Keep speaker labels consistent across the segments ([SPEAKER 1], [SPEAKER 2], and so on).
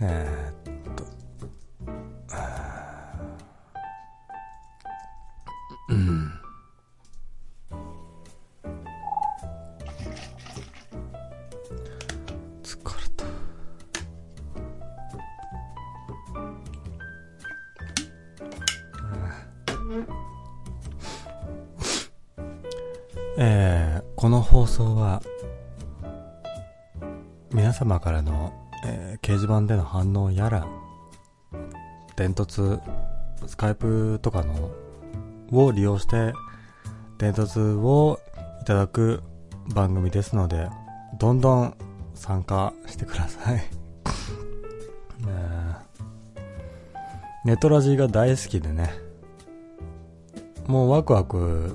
[SPEAKER 1] えーっと。うん。疲れた。えーこの放送は、皆様からの、えー掲示板での反応やら、伝突、スカイプとかの、を利用して、伝突をいただく番組ですので、どんどん参加してください。 ねえネトラジが大好きでね、もうワクワク、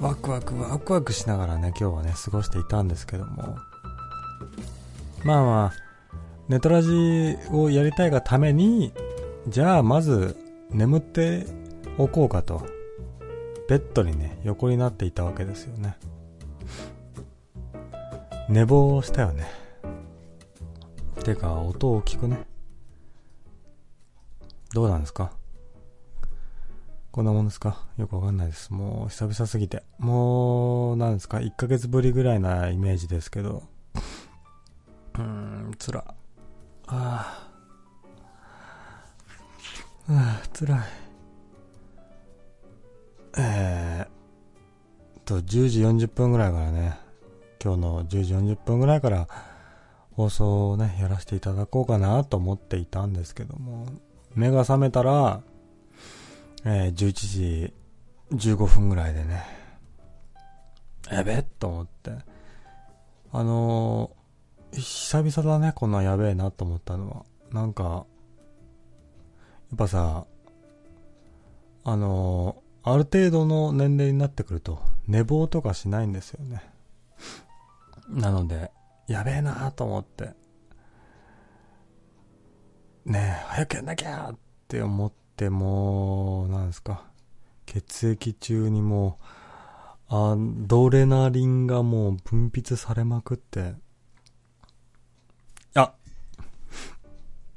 [SPEAKER 1] ワクワクワクワクしながらね、今日はね、過ごしていたんですけども、まあまあ、ネトラジをやりたいがために、じゃあまず眠っておこうかと、ベッドにね、横になっていたわけですよね。寝坊したよね。てか、音を聞くね。どうなんですかこんなもんですかよくわかんないです。もう久々すぎて。もう、なんですか ?1 ヶ月ぶりぐらいなイメージですけど。うーん、つら。ああ。ああ、つらい。えー、と、10時40分ぐらいからね、今日の10時40分ぐらいから放送をね、やらせていただこうかなと思っていたんですけども、目が覚めたら、えー、11時15分ぐらいでね、やべえと思って、あのー、久々だね、こんなやべえなと思ったのは。なんか、やっぱさ、あの、ある程度の年齢になってくると、寝坊とかしないんですよね。なので、やべえなと思って、ねえ、早くやんなきゃって思って、もう、なんですか、血液中にもう、アドレナリンがもう分泌されまくって、あ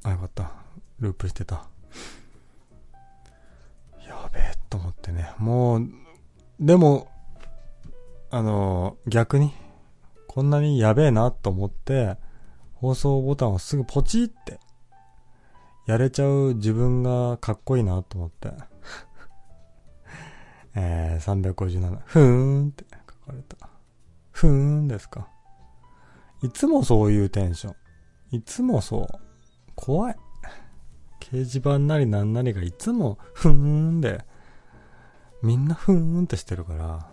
[SPEAKER 1] あ、よかった。ループしてた。やべえと思ってね。もう、でも、あの、逆に、こんなにやべえなと思って、放送ボタンをすぐポチって、やれちゃう自分がかっこいいなと思って。 えー、357。ふーんって書かれた。ふーんですか。いつもそういうテンション。いつもそう。怖い。掲示板なりなんなりがいつも、ふーんで、みんなふーんってしてるから、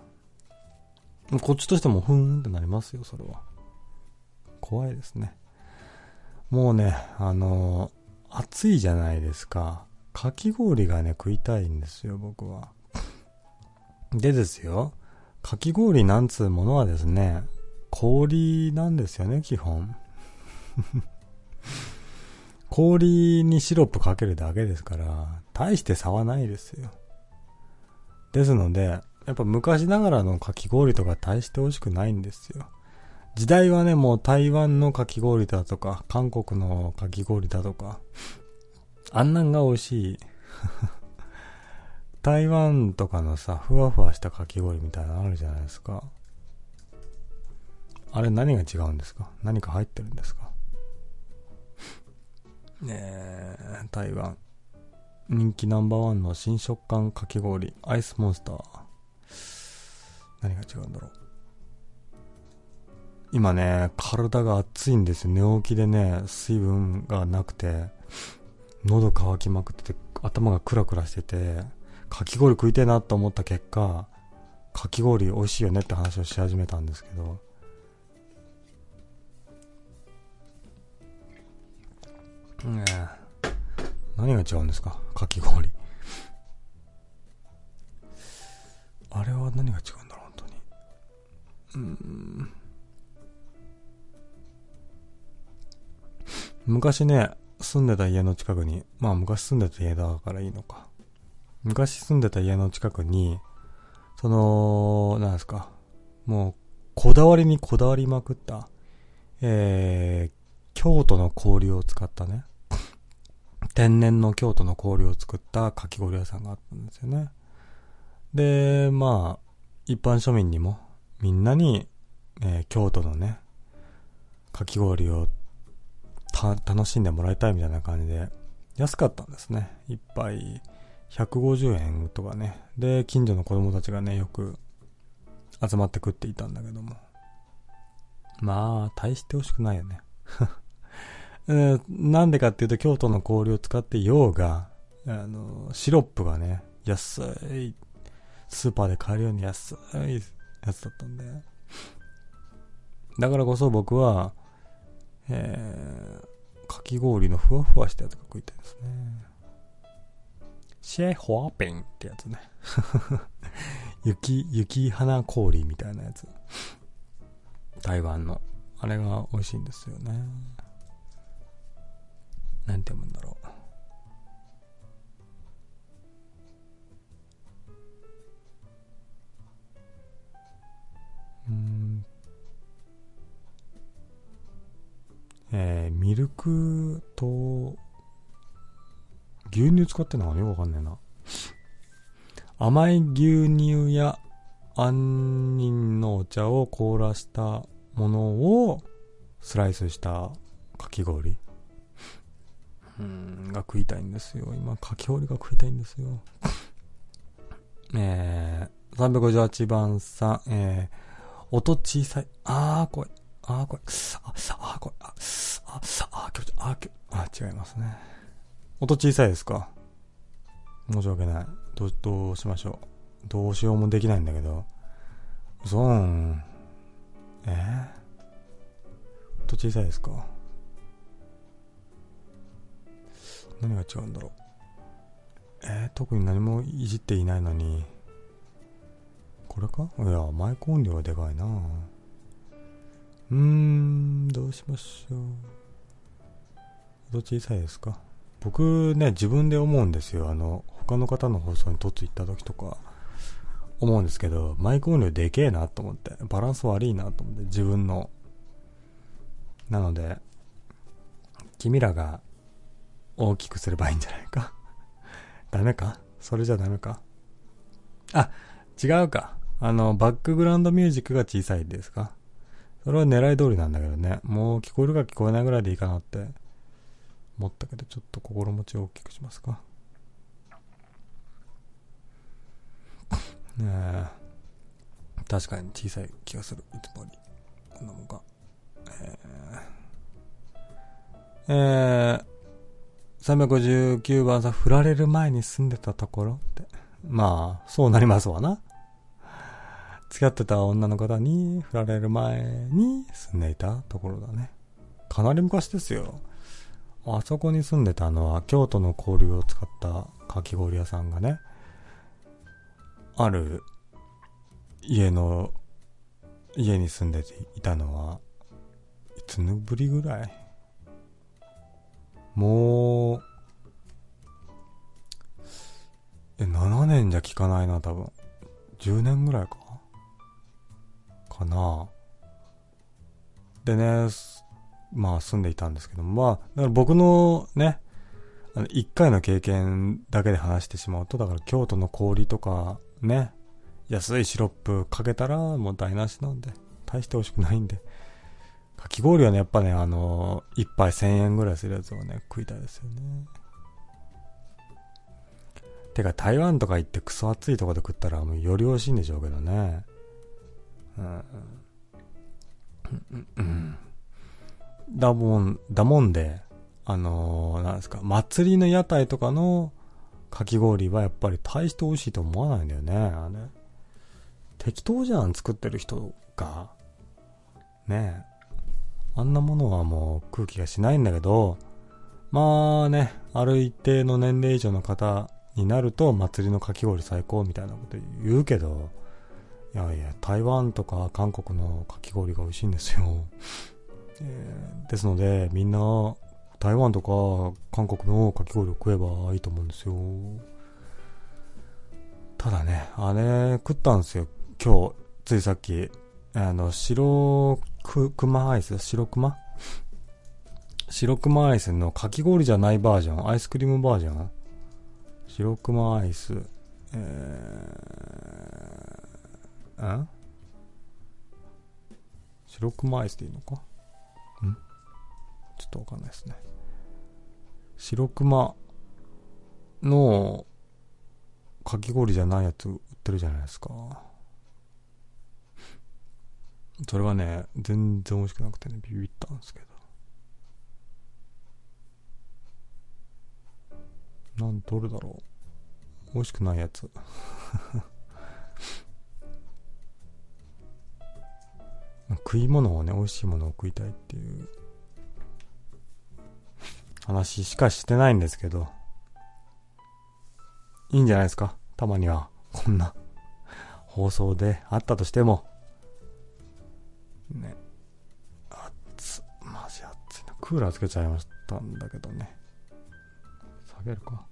[SPEAKER 1] もうこっちとしてもふーんってなりますよ、それは。怖いですね。もうね、あのー暑いじゃないですか。かき氷がね、食いたいんですよ、僕は。でですよ、かき氷なんつうものはですね、氷なんですよね、基本。 氷にシロップかけるだけですから、大して差はないですよ。ですので、やっぱ昔ながらのかき氷とか大して美味しくないんですよ。時代はね、もう台湾のかき氷だとか、韓国のかき氷だとか、あんなんが美味しい。 台湾とかのさ、ふわふわしたかき氷みたいなのあるじゃないですか。あれ何が違うんですか何か入ってるんですかねえ、台湾。人気ナンバーワンの新食感かき氷、アイスモンスター。何が違うんだろう。今ね、体が熱いんですよ。寝起きでね、水分がなくて、喉乾きまくってて、頭がクラクラしてて、かき氷食いたいなと思った結果、かき氷美味しいよねって話をし始めたんですけど、ねえ何が違うんですかかき氷あれは何が違うんだろう本当にうーん昔ね住んでた家の近くにまあ昔住んでた家だからいいのか昔住んでた家の近くにそのなんですかもうこだわりにこだわりまくったえー京都の氷を使ったね、天然の京都の氷を作ったかき氷屋さんがあったんですよね。で、まあ、一般庶民にも、みんなに、えー京都のね、かき氷をた楽しんでもらいたいみたいな感じで、安かったんですね。一杯150円とかね。で、近所の子供たちがね、よく集まって食っていたんだけども。まあ、大して美味しくないよね。 えーなんでかっていうと、京都の氷を使ってようが、あの、シロップがね、安い、スーパーで買えるように安いやつだったんで。だからこそ僕は、えーかき氷のふわふわしたやつが食いたいですね。シェホワペンってやつね。 雪、雪花氷みたいなやつ。台湾の。あれが美味しいんですよね。なんて読むんだろう。うーんえーミルクと牛乳使ってんのかなよくわかんないな。甘い牛乳や杏仁のお茶を凍らしたものをスライスしたかき氷うんが食いたいんですよ。今、かき氷が食いたいんですよ。えー、358番さん、えー、音小さい。あー、怖い。あー、怖い。あ、あー、怖い。あ、あ、あー、気持ちいい。あー、気持ちいいあ、違いますね。音小さいですか申し訳ない。どう、どうしましょう。どうしようもできないんだけど。ゾーン。えー、音小さいですか何が違うんだろう。えー、特に何もいじっていないのに。これかいや、マイク音量はでかいなうーん、どうしましょう。音小さいですか僕ね、自分で思うんですよ。あの、他の方の放送に突行った時とか、思うんですけど、マイク音量でけえなと思って、バランス悪いなと思って、自分の。なので、君らが大きくすればいいんじゃないか ダメかそれじゃダメかあ、違うか。あの、バックグラウンドミュージックが小さいですかそれは狙い通りなんだけどね。もう聞こえるか聞こえないぐらいでいいかなって思ったけど、ちょっと心持ちを大きくしますか。ねえ。確かに小さい気がする。いつもより。こんなもんか。えー、えー、359番さん、振られる前に住んでたところって。まあ、そうなりますわな。付き合ってた女の方に振られる前に住んでいたところだね。かなり昔ですよ。あそこに住んでたのは、京都の氷を使ったかき氷屋さんがね、ある家の、家に住んでいたのは、いつのぶりぐらいもう、え、7年じゃ効かないな、多分。10年ぐらいかかなでね、すまあ住んでいたんですけども、まあ、だから僕のね、あの1回の経験だけで話してしまうと、だから京都の氷とかね、安いシロップかけたらもう台無しなんで、大して美味しくないんで。かき氷はね、やっぱね、あの、一杯1000円ぐらいするやつをね、食いたいですよね。てか、台湾とか行ってクソ暑いとこで食ったら、もうより美味しいんでしょうけどね。うん。うんうんうんだもん、だもんで、あのーなんですか、祭りの屋台とかのかき氷はやっぱり大して美味しいと思わないんだよね、あれ。適当じゃん、作ってる人が。ねえ。あんなものはもう空気がしないんだけど、まあね、ある一定の年齢以上の方になると、祭りのかき氷最高みたいなこと言うけど、いやいや、台湾とか韓国のかき氷が美味しいんですよ。 えーですので、みんな、台湾とか韓国のかき氷を食えばいいと思うんですよ。ただね、あれ食ったんですよ。今日、ついさっき、あの、白く、熊アイス白熊白熊アイスのかき氷じゃないバージョン、アイスクリームバージョン白熊アイス、えー、ん白熊アイスでいいのかんちょっとわかんないですね。白熊のかき氷じゃないやつ売ってるじゃないですか。それがね、全然美味しくなくてね、ビビったんですけど。なん、どれだろう。美味しくないやつ。食い物をね、美味しいものを食いたいっていう話しかしてないんですけど。いいんじゃないですかたまには、こんな放送であったとしても。ね。暑っ、マジ暑いな。クーラーつけちゃいましたんだけどね。下げるか。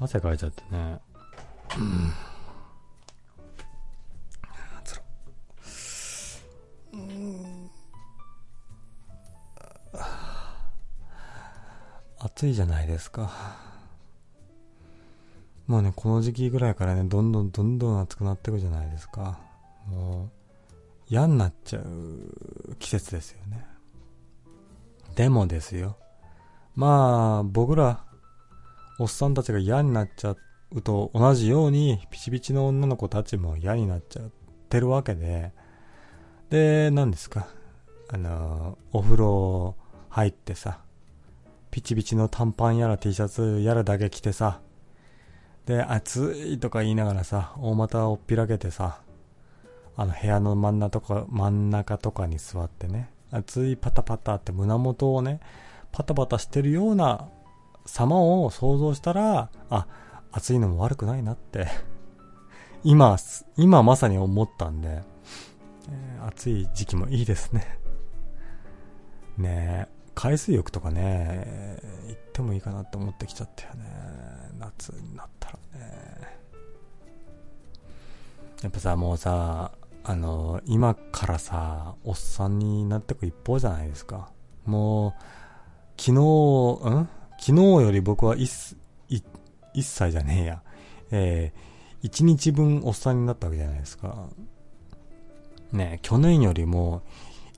[SPEAKER 1] 汗かいちゃってね。うん暑いじゃないですか。もうね、この時期ぐらいからね、どんどんどんどん暑くなっていくじゃないですか。もう、嫌になっちゃう季節ですよね。でもですよ。まあ、僕ら、おっさんたちが嫌になっちゃうと同じように、ピチピチの女の子たちも嫌になっちゃってるわけで、で、何ですか。あの、お風呂入ってさ、ピチピチの短パンやら T シャツやらだけ着てさ、で、暑いとか言いながらさ、大股をっぴらけてさ、あの部屋の真ん中とか、真ん中とかに座ってね、暑いパタパタって胸元をね、パタパタしてるような様を想像したら、あ、暑いのも悪くないなって 今、今まさに思ったんで、えー、暑い時期もいいですねねえ。海水浴とかね、行ってもいいかなって思ってきちゃったよね。夏になったらね。やっぱさ、もうさ、あの、今からさ、おっさんになってく一方じゃないですか。もう、昨日、ん昨日より僕は一、一歳じゃねえや。えー、一日分おっさんになったわけじゃないですか。ね去年よりも、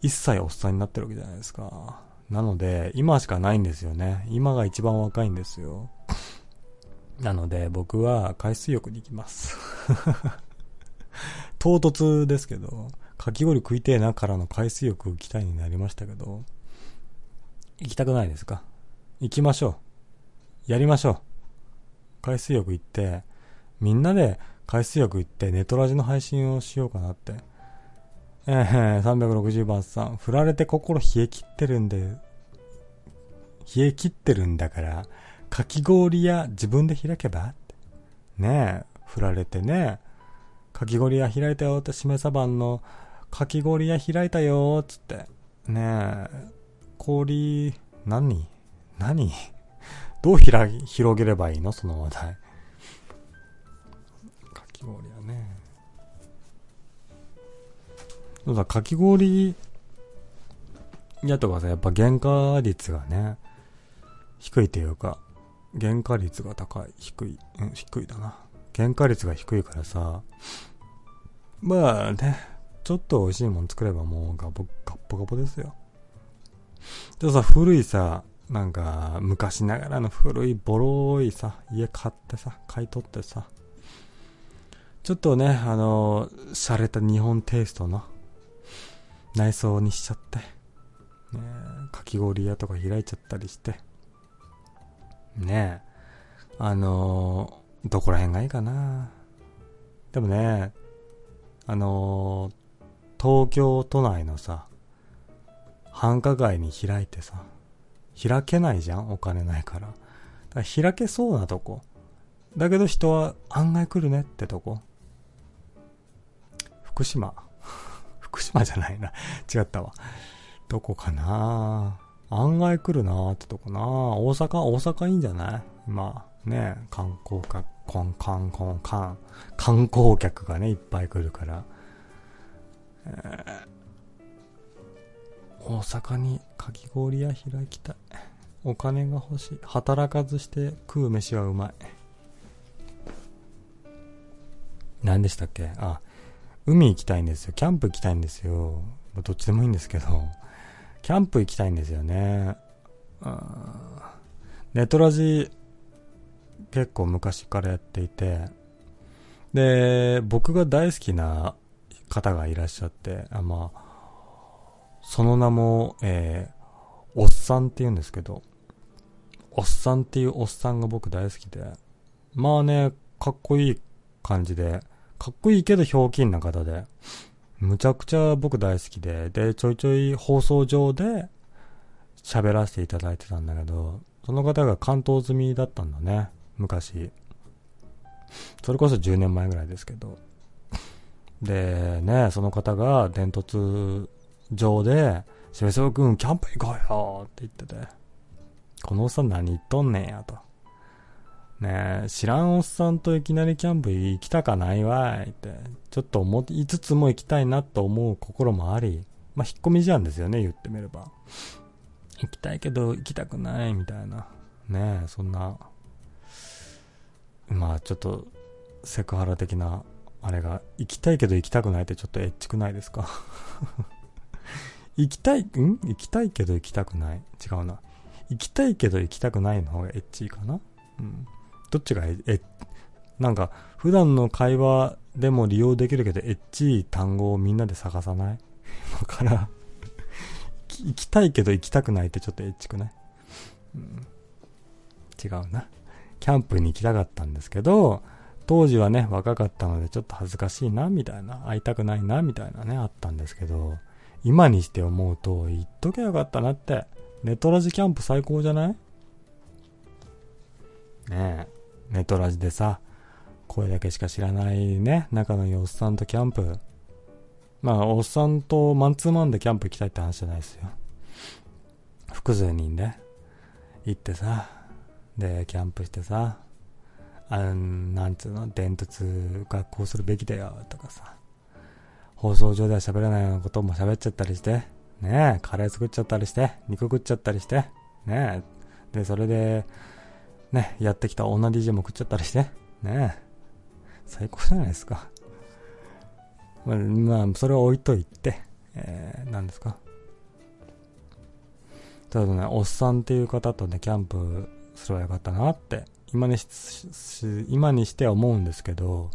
[SPEAKER 1] 一歳おっさんになってるわけじゃないですか。なので、今しかないんですよね。今が一番若いんですよ。なので、僕は海水浴に行きます。 唐突ですけど、かき氷食いてえなからの海水浴行きたいになりましたけど、行きたくないですか行きましょう。やりましょう。海水浴行って、みんなで海水浴行ってネトラジの配信をしようかなって。えー、360番さん、振られて心冷え切ってるんで、冷え切ってるんだから、かき氷屋自分で開けばって。ねえ、振られてね、かき氷屋開いたよって、しめさばんの、かき氷屋開いたよーつって。ねえ、氷、何何どうひら、広げればいいのその話題。かき氷屋ね。そうだ、かき氷屋とかさ、やっぱ原価率がね、低いというか、原価率が高い、低い、うん、低いだな。原価率が低いからさ、まあね、ちょっと美味しいもん作ればもうガボ、ガッポガポですよ。でさ、古いさ、なんか、昔ながらの古いボロいさ、家買ってさ、買い取ってさ、ちょっとね、あの、洒落た日本テイストの、内装にしちゃって、ね、かき氷屋とか開いちゃったりして、ねえ、あのー、どこら辺がいいかなでもね、あのー、東京都内のさ、繁華街に開いてさ、開けないじゃんお金ないから。だから開けそうなとこ。だけど人は案外来るねってとこ。福島。 福島じゃないな。違ったわ。どこかな案外来るなってとこな大阪、大阪いいんじゃないまあね、観光客コンコンコンカン。観光客がね、いっぱい来るから。えー大阪にかき氷屋開きたい。お金が欲しい。働かずして食う飯はうまい。何でしたっけあ、海行きたいんですよ。キャンプ行きたいんですよ。まあどっちでもいいんですけど。キャンプ行きたいんですよね。あーネトラジ結構昔からやっていて、で、僕が大好きな方がいらっしゃって、あまあ、その名も、えーおっさんって言うんですけど、おっさんっていうおっさんが僕大好きで、まあね、かっこいい感じで、かっこいいけどひょうきんな方で、むちゃくちゃ僕大好きで、で、ちょいちょい放送上で喋らせていただいてたんだけど、その方が関東済みだったんだね、昔。それこそ10年前ぐらいですけど。で、ね、その方が伝突上で、しめそくん、キャンプ行こうよって言ってて、このおっさん何言っとんねんやと。ねえ、知らんおっさんといきなりキャンプ行きたかないわいって、ちょっと思いつつも行きたいなと思う心もあり、まあ、引っ込みじゃんですよね、言ってみれば。行きたいけど行きたくないみたいな。ねえ、そんな、まあちょっと、セクハラ的な、あれが、行きたいけど行きたくないってちょっとエッチくないですか 行きたい、ん行きたいけど行きたくない。違うな。行きたいけど行きたくないの方がエッチかなうん。どっちがエッ、なんか、普段の会話でも利用できるけど、エッチい単語をみんなで探さない だから、行き行きたいけど行きたくないってちょっとエッチくない、うん、違うな。キャンプに行きたかったんですけど、当時はね、若かったのでちょっと恥ずかしいな、みたいな、会いたくないな、みたいなね、あったんですけど、今にして思うと、行っときゃよかったなって、ネトラジキャンプ最高じゃないねえ、ネトラジでさ、声だけしか知らないね、仲のいいおっさんとキャンプ。まあ、おっさんとマンツーマンでキャンプ行きたいって話じゃないですよ。複数人で、行ってさ、で、キャンプしてさ、あん、なんつうの、伝突がこうするべきだよ、とかさ、放送上では喋らないようなことも喋っちゃったりして、ねえ、カレー作っちゃったりして、肉食っちゃったりして、ねえ、で、それで、ね、やってきた女 DJ も食っちゃったりして、ねえ、最高じゃないですか。まあ、まあ、それは置いといて、えー、何ですか。ただね、おっさんっていう方とね、キャンプすればよかったなって、今にし、し今にしては思うんですけど、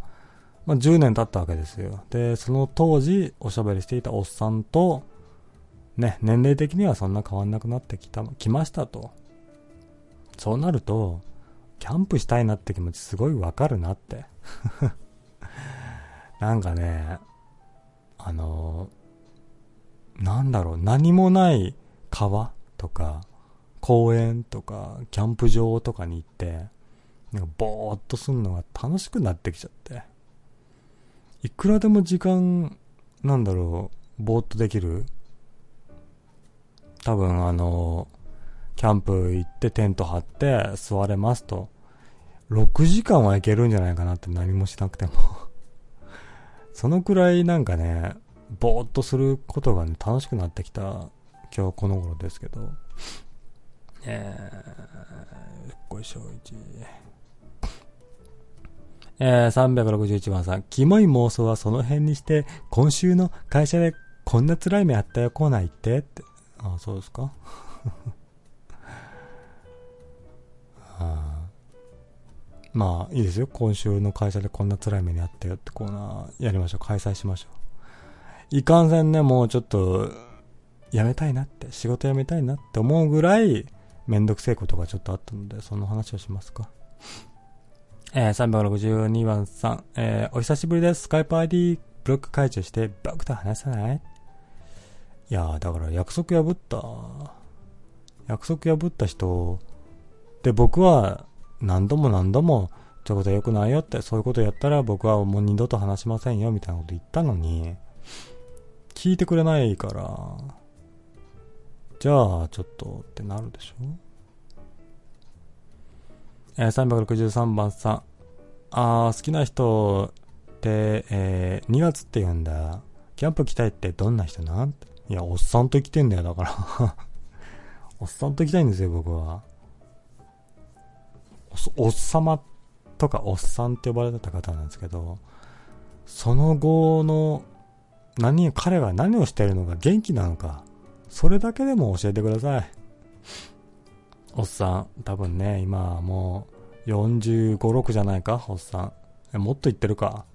[SPEAKER 1] まあ、10年経ったわけですよ。で、その当時、おしゃべりしていたおっさんと、ね、年齢的にはそんな変わんなくなってきた、きましたと。そうなると、キャンプしたいなって気持ちすごいわかるなって。 なんかね、あの、なんだろう、何もない川とか、公園とか、キャンプ場とかに行って、なんかぼーっとすんのが楽しくなってきちゃって。いくらでも時間、なんだろう、ぼーっとできる多分あの、キャンプ行ってテント張って座れますと、6時間はいけるんじゃないかなって何もしなくても。 そのくらいなんかね、ぼーっとすることがね、楽しくなってきた今日この頃ですけど。えー、ご承知。えー、361番さん、キモい妄想はその辺にして、今週の会社でこんな辛い目あったよコーナー行ってって。あそうですか あーまあいいですよ今週の会社でこんな辛い目にあったよってコーナーやりましょう開催しましょういかんせんねもうちょっとやめたいなって仕事辞めたいなって思うぐらいめんどくせえことがちょっとあったのでその話をしますかえー、362番さん、えーお久しぶりです。スカイプ ID ブロック解除して僕と話さないいやーだから約束破った約束破った人で僕は何度も何度もちょこと良くないよってそういうことやったら僕はもう二度と話しませんよみたいなこと言ったのに聞いてくれないからじゃあちょっとってなるでしょえー363番さんあー好きな人って、えー2月って言うんだ。キャンプ来たいってどんな人なんていや、おっさんと来てんだよ、だから。 おっさんと来たいんですよ、僕は。おっおっさまとかおっさんって呼ばれてた方なんですけど、その後の、何、彼が何をしてるのか元気なのか、それだけでも教えてください。おっさん、多分ね、今はもう45、6じゃないか、おっさん。え、もっと言ってるか。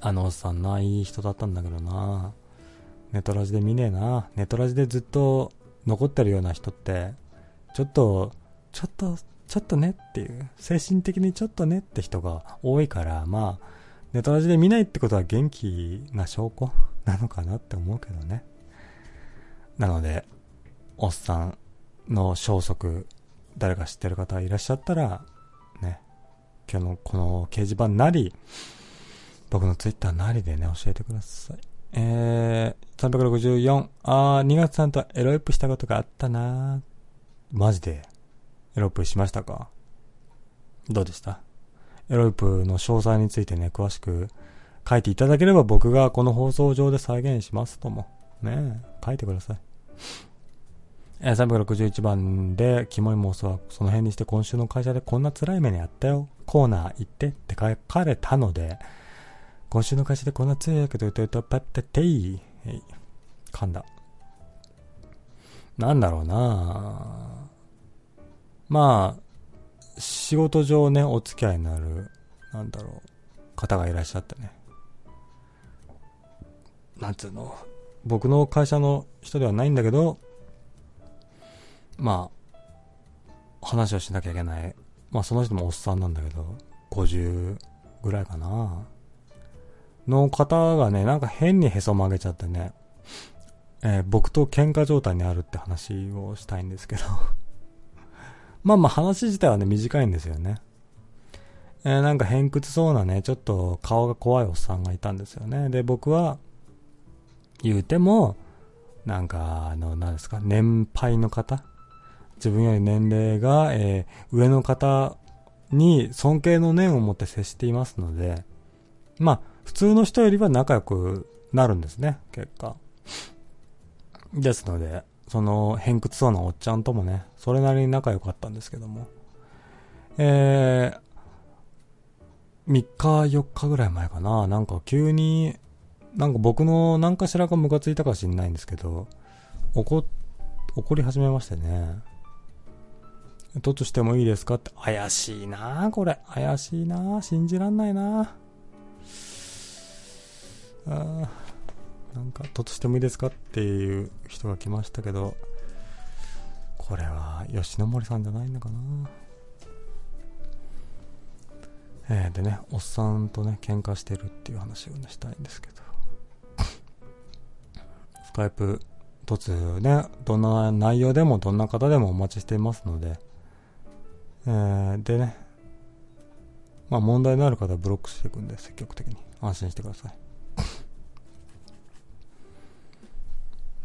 [SPEAKER 1] あのおっさんな、いい人だったんだけどな。ネトラジで見ねえな。ネトラジでずっと残ってるような人って、ちょっと、ちょっと、ちょっとねっていう、精神的にちょっとねって人が多いから、まあ、ネトラジで見ないってことは元気な証拠 なのかなって思うけどね。なので、おっさんの消息、誰か知ってる方いらっしゃったら、ね、今日のこの掲示板なり、僕のツイッターなりでね、教えてください。えー、364、あー、2月さんとエロイプしたことがあったなマジで、エロイプしましたかどうでしたエロイプの詳細についてね、詳しく書いていただければ僕がこの放送上で再現しますとも。ねえ、書いてください。えー、361番で、キモい妄想はその辺にして今週の会社でこんな辛い目にあったよ。コーナー行ってって書かれたので、今週の会社でこんな辛いけど、ととパッててい。えい噛んだ。なんだろうなまあ、仕事上ね、お付き合いになる、なんだろう、方がいらっしゃってね。なんつうの、僕の会社の人ではないんだけど、まあ、話をしなきゃいけない。まあその人もおっさんなんだけど、50ぐらいかな。の方がね、なんか変にへそ曲げちゃってね、えー僕と喧嘩状態にあるって話をしたいんですけど。 まあまあ話自体はね、短いんですよね。えーなんか偏屈そうなね、ちょっと顔が怖いおっさんがいたんですよね。で、僕は、言うても、なんか、あの、何ですか、年配の方自分より年齢が、えー上の方に尊敬の念を持って接していますので、まあ、普通の人よりは仲良くなるんですね、結果。ですので、その、偏屈そうなおっちゃんともね、それなりに仲良かったんですけども。えー、3日、4日ぐらい前かな、なんか急に、なんか僕の何かしらがムカついたか知んないんですけど、怒っ、怒り始めましてね。突してもいいですかって、怪しいなあこれ。怪しいなあ信じらんないなああーなんか、突してもいいですかっていう人が来ましたけど、これは吉野森さんじゃないのかなえーでね、おっさんとね、喧嘩してるっていう話をね、したいんですけど。 スカイプ、突ね、どんな内容でもどんな方でもお待ちしていますので。えーでね、まあ問題のある方はブロックしていくんで、積極的に。安心してください。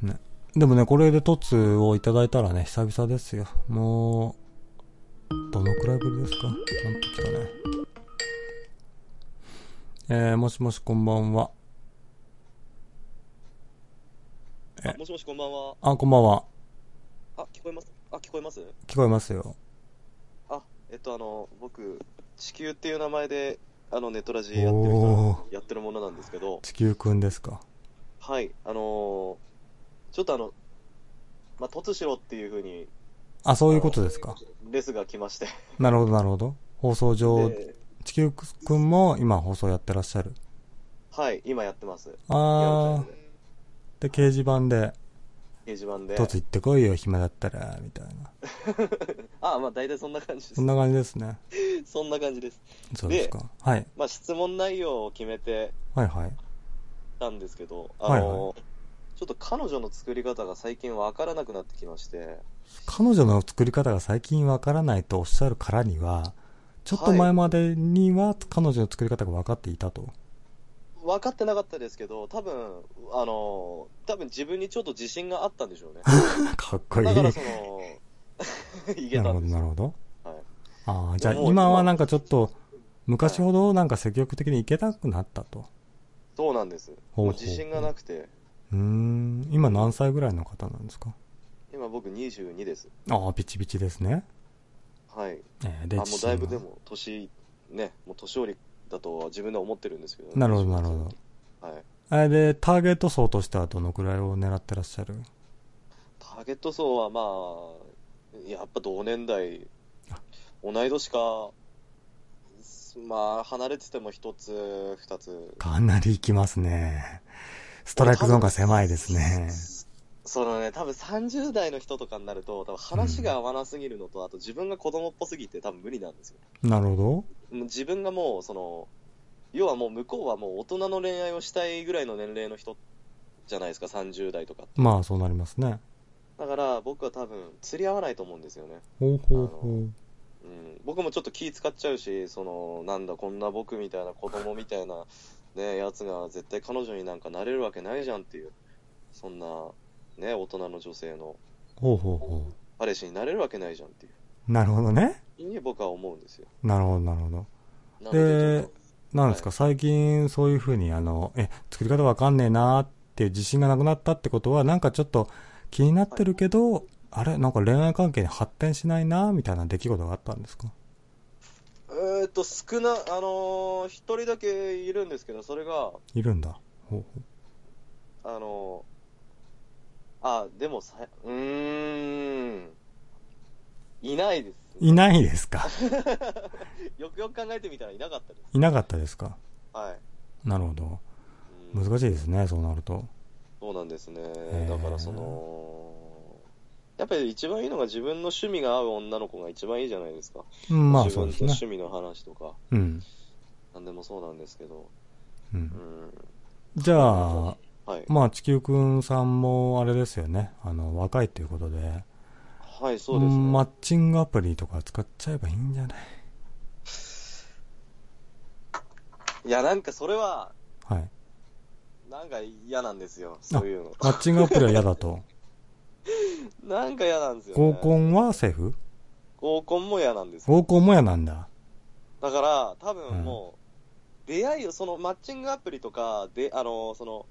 [SPEAKER 1] ね。でもね、これで突をいただいたらね、久々ですよ。もう、どのくらいぶりですかちゃんと来たね。えー、もしもしこんばんは。え
[SPEAKER 2] あ もしもしこんばんは。
[SPEAKER 1] あ、こんばんは。
[SPEAKER 2] あ、聞こえますあ、聞こえます
[SPEAKER 1] 聞こえますよ。
[SPEAKER 2] あ、えっと、あの、僕、地球っていう名前で、あの、ネットラジやって
[SPEAKER 1] お
[SPEAKER 2] る人
[SPEAKER 1] ー、
[SPEAKER 2] やってるものなんですけど、
[SPEAKER 1] 地球くんですか。
[SPEAKER 2] はい、あのーちょっとあの、まあ、突しろっていうふうに、
[SPEAKER 1] あ、そういうことですか。
[SPEAKER 2] レスが来まして、
[SPEAKER 1] なるほど、なるほど。放送上、
[SPEAKER 2] で
[SPEAKER 1] 地球くんも今放送やってらっしゃる。
[SPEAKER 2] はい、今やってます。
[SPEAKER 1] あー、で、掲示板で、
[SPEAKER 2] リアルタイムで掲示板で。
[SPEAKER 1] とつ行ってこいよ、暇だったら、みたいな。
[SPEAKER 2] あ、まあ、大体そんな感じで
[SPEAKER 1] そ
[SPEAKER 2] す
[SPEAKER 1] ん。な感じですね。
[SPEAKER 2] そんな感じです。
[SPEAKER 1] そうですか。はい。
[SPEAKER 2] まあ、質問内容を決めて
[SPEAKER 1] はいはい。
[SPEAKER 2] たんですけど、あの
[SPEAKER 1] はいはい
[SPEAKER 2] ちょっと彼女の作り方が最近わからなくなってきまして、
[SPEAKER 1] 彼女の作り方が最近わからないとおっしゃるからには、ちょっと前までには彼女の作り方が分かっていた と。
[SPEAKER 2] 分かってなかったですけど、多分あの多分自分にちょっと自信があったんでしょうね。
[SPEAKER 1] かっこいい。
[SPEAKER 2] だ
[SPEAKER 1] な
[SPEAKER 2] から
[SPEAKER 1] る
[SPEAKER 2] その、いけた
[SPEAKER 1] ほど、
[SPEAKER 2] んです
[SPEAKER 1] なる
[SPEAKER 2] よ。
[SPEAKER 1] ほど
[SPEAKER 2] はい。
[SPEAKER 1] ああ、じゃあ
[SPEAKER 2] もう
[SPEAKER 1] 今はなんかちょっと、昔ほどなんか積極的に行けなくなったと。
[SPEAKER 2] そうなんです。
[SPEAKER 1] ほう
[SPEAKER 2] も
[SPEAKER 1] ほう
[SPEAKER 2] う自信がなくて、
[SPEAKER 1] うーん、今何歳ぐらいの方なんですか
[SPEAKER 2] 今僕22です。
[SPEAKER 1] ああ、ピチピチですね。
[SPEAKER 2] はい。
[SPEAKER 1] えー、
[SPEAKER 2] あ
[SPEAKER 1] で、
[SPEAKER 2] も
[SPEAKER 1] 自
[SPEAKER 2] う
[SPEAKER 1] 信
[SPEAKER 2] だ
[SPEAKER 1] が
[SPEAKER 2] いぶでも、年、ね、もう年寄りだとは自分では思ってるんですけど、
[SPEAKER 1] なるほど、なるほ
[SPEAKER 2] ど。はい。
[SPEAKER 1] ど。えで、ターゲット層としてはどのくらいを狙ってらっしゃる
[SPEAKER 2] ターゲット層はまあ、やっぱ同年代、同い年か、まあ、離れてても一つ、二つ。
[SPEAKER 1] かなり行きますね。ストライクゾーンが狭いですね。
[SPEAKER 2] そのね、多分30代の人とかになると、多分話が合わなすぎるのと、あと自分が子供っぽすぎて多分無理なんですよ。
[SPEAKER 1] なるほ
[SPEAKER 2] もう自分がもう、その、要はもう向こうはもう大人の恋愛をしたいぐらいの年齢の人じゃないですか、30代とか。
[SPEAKER 1] ど。まあ、そうなりますね。
[SPEAKER 2] だから僕は多分釣り合わないと思うんですよね。
[SPEAKER 1] ほうほうほ
[SPEAKER 2] うん、僕もちょっと気使っちゃうし、そのなんだ、こんな僕みたいな子供みたいな、ね、やつが絶対彼女になんかなれるわけないじゃんっていう、そんな、ね、大人の女性の
[SPEAKER 1] う。ほうほうほ
[SPEAKER 2] 彼氏になれるわけないじゃんっていう
[SPEAKER 1] う。なるほどね。
[SPEAKER 2] ふうに僕は思うんですよ。
[SPEAKER 1] なるほど、なるほど。
[SPEAKER 2] なのでちょっと、
[SPEAKER 1] なんですか、
[SPEAKER 2] は
[SPEAKER 1] 最近そういうふうに、あの、え、作り方わかんねえなーっていう自信がなくなったってことは、なんかちょっと気になってるけど、あれなんか恋愛関係に発展しないなーみたいな出来事があったんですか
[SPEAKER 2] えーっと、少な、あのー一人だけいるんですけど、それが、
[SPEAKER 1] いるんだ。ほうほう
[SPEAKER 2] あのーあ、でもさ、うーん、いないです。
[SPEAKER 1] いないですか
[SPEAKER 2] よくよく考えてみたらいなかったです。
[SPEAKER 1] いなかったですか
[SPEAKER 2] はい。
[SPEAKER 1] なるほど。
[SPEAKER 2] うん
[SPEAKER 1] 難しいですね、そうなると。
[SPEAKER 2] そうなんですね
[SPEAKER 1] ー。
[SPEAKER 2] だからその、やっぱり一番いいのが自分の趣味が合う女の子が一番いいじゃないですか。
[SPEAKER 1] うんまあ
[SPEAKER 2] 自
[SPEAKER 1] そう
[SPEAKER 2] 分
[SPEAKER 1] で
[SPEAKER 2] の
[SPEAKER 1] すね。
[SPEAKER 2] 趣味の話とか、
[SPEAKER 1] うん。
[SPEAKER 2] なんでもそうなんですけど。
[SPEAKER 1] う。
[SPEAKER 2] うんん。
[SPEAKER 1] じゃあ、
[SPEAKER 2] はい。
[SPEAKER 1] まあ、地球くんさんもあれですよね。あの、若いということで。
[SPEAKER 2] はい、そうですね。
[SPEAKER 1] マッチングアプリとか使っちゃえばいいんじゃない
[SPEAKER 2] いや、なんかそれは、
[SPEAKER 1] はい。
[SPEAKER 2] なんか嫌なんですよ。そういうの。
[SPEAKER 1] マッチングアプリは嫌だと。
[SPEAKER 2] なんか嫌なんですよ、ね。
[SPEAKER 1] 合。コンはセーフ
[SPEAKER 2] 合コンも嫌なんですよ。
[SPEAKER 1] 合コンも嫌なんだ。
[SPEAKER 2] だから、多分もう、出会いを、そのマッチングアプリとか、で、あの、その、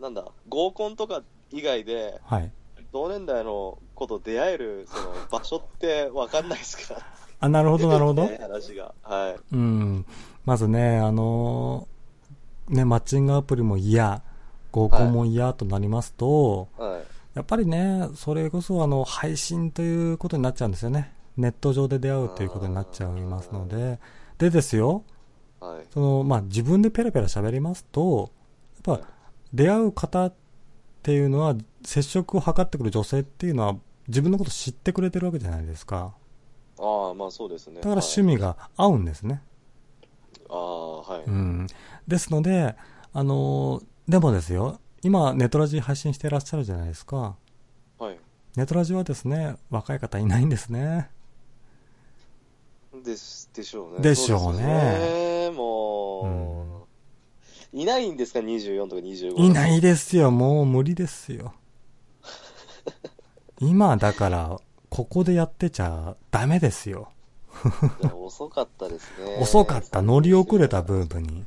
[SPEAKER 2] なんだ、合コンとか以外で、
[SPEAKER 1] はい。
[SPEAKER 2] 同年代の子と出会えるその場所って分かんないですから、
[SPEAKER 1] あ、なるほど、 なる ほど。
[SPEAKER 2] 話が。は
[SPEAKER 1] うん。まずね、あのーね、マッチングアプリも嫌、合コンも嫌となりますと、
[SPEAKER 2] い。はい。
[SPEAKER 1] やっぱりね、それこそあの、配信ということになっちゃうんですよね。ネット上で出会うということになっちゃいますので。でですよ、
[SPEAKER 2] はい。
[SPEAKER 1] その、まあ、自分でペラペラ喋りますと、やっぱ、出会う方っていうのは、接触を図ってくる女性っていうのは、自分のこと知ってくれてるわけじゃないですか。
[SPEAKER 2] ああ、まあそうですね。
[SPEAKER 1] だから趣味が合うんですね。
[SPEAKER 2] はい。ああ、はい。
[SPEAKER 1] うん。ですので、あのーでもですよ、今、ネトラジ配信してらっしゃるじゃないですか。
[SPEAKER 2] はい。
[SPEAKER 1] ネトラジはですね、若い方いないんですね。
[SPEAKER 2] です、でしょうね。
[SPEAKER 1] でしょうね
[SPEAKER 2] そですねもう、いないんですか、24とか25。
[SPEAKER 1] いないですよ、もう無理ですよ。今だから、ここでやってちゃダメですよ。
[SPEAKER 2] いや遅かったですね。
[SPEAKER 1] 遅かった、乗り遅れた。部分に。
[SPEAKER 2] ね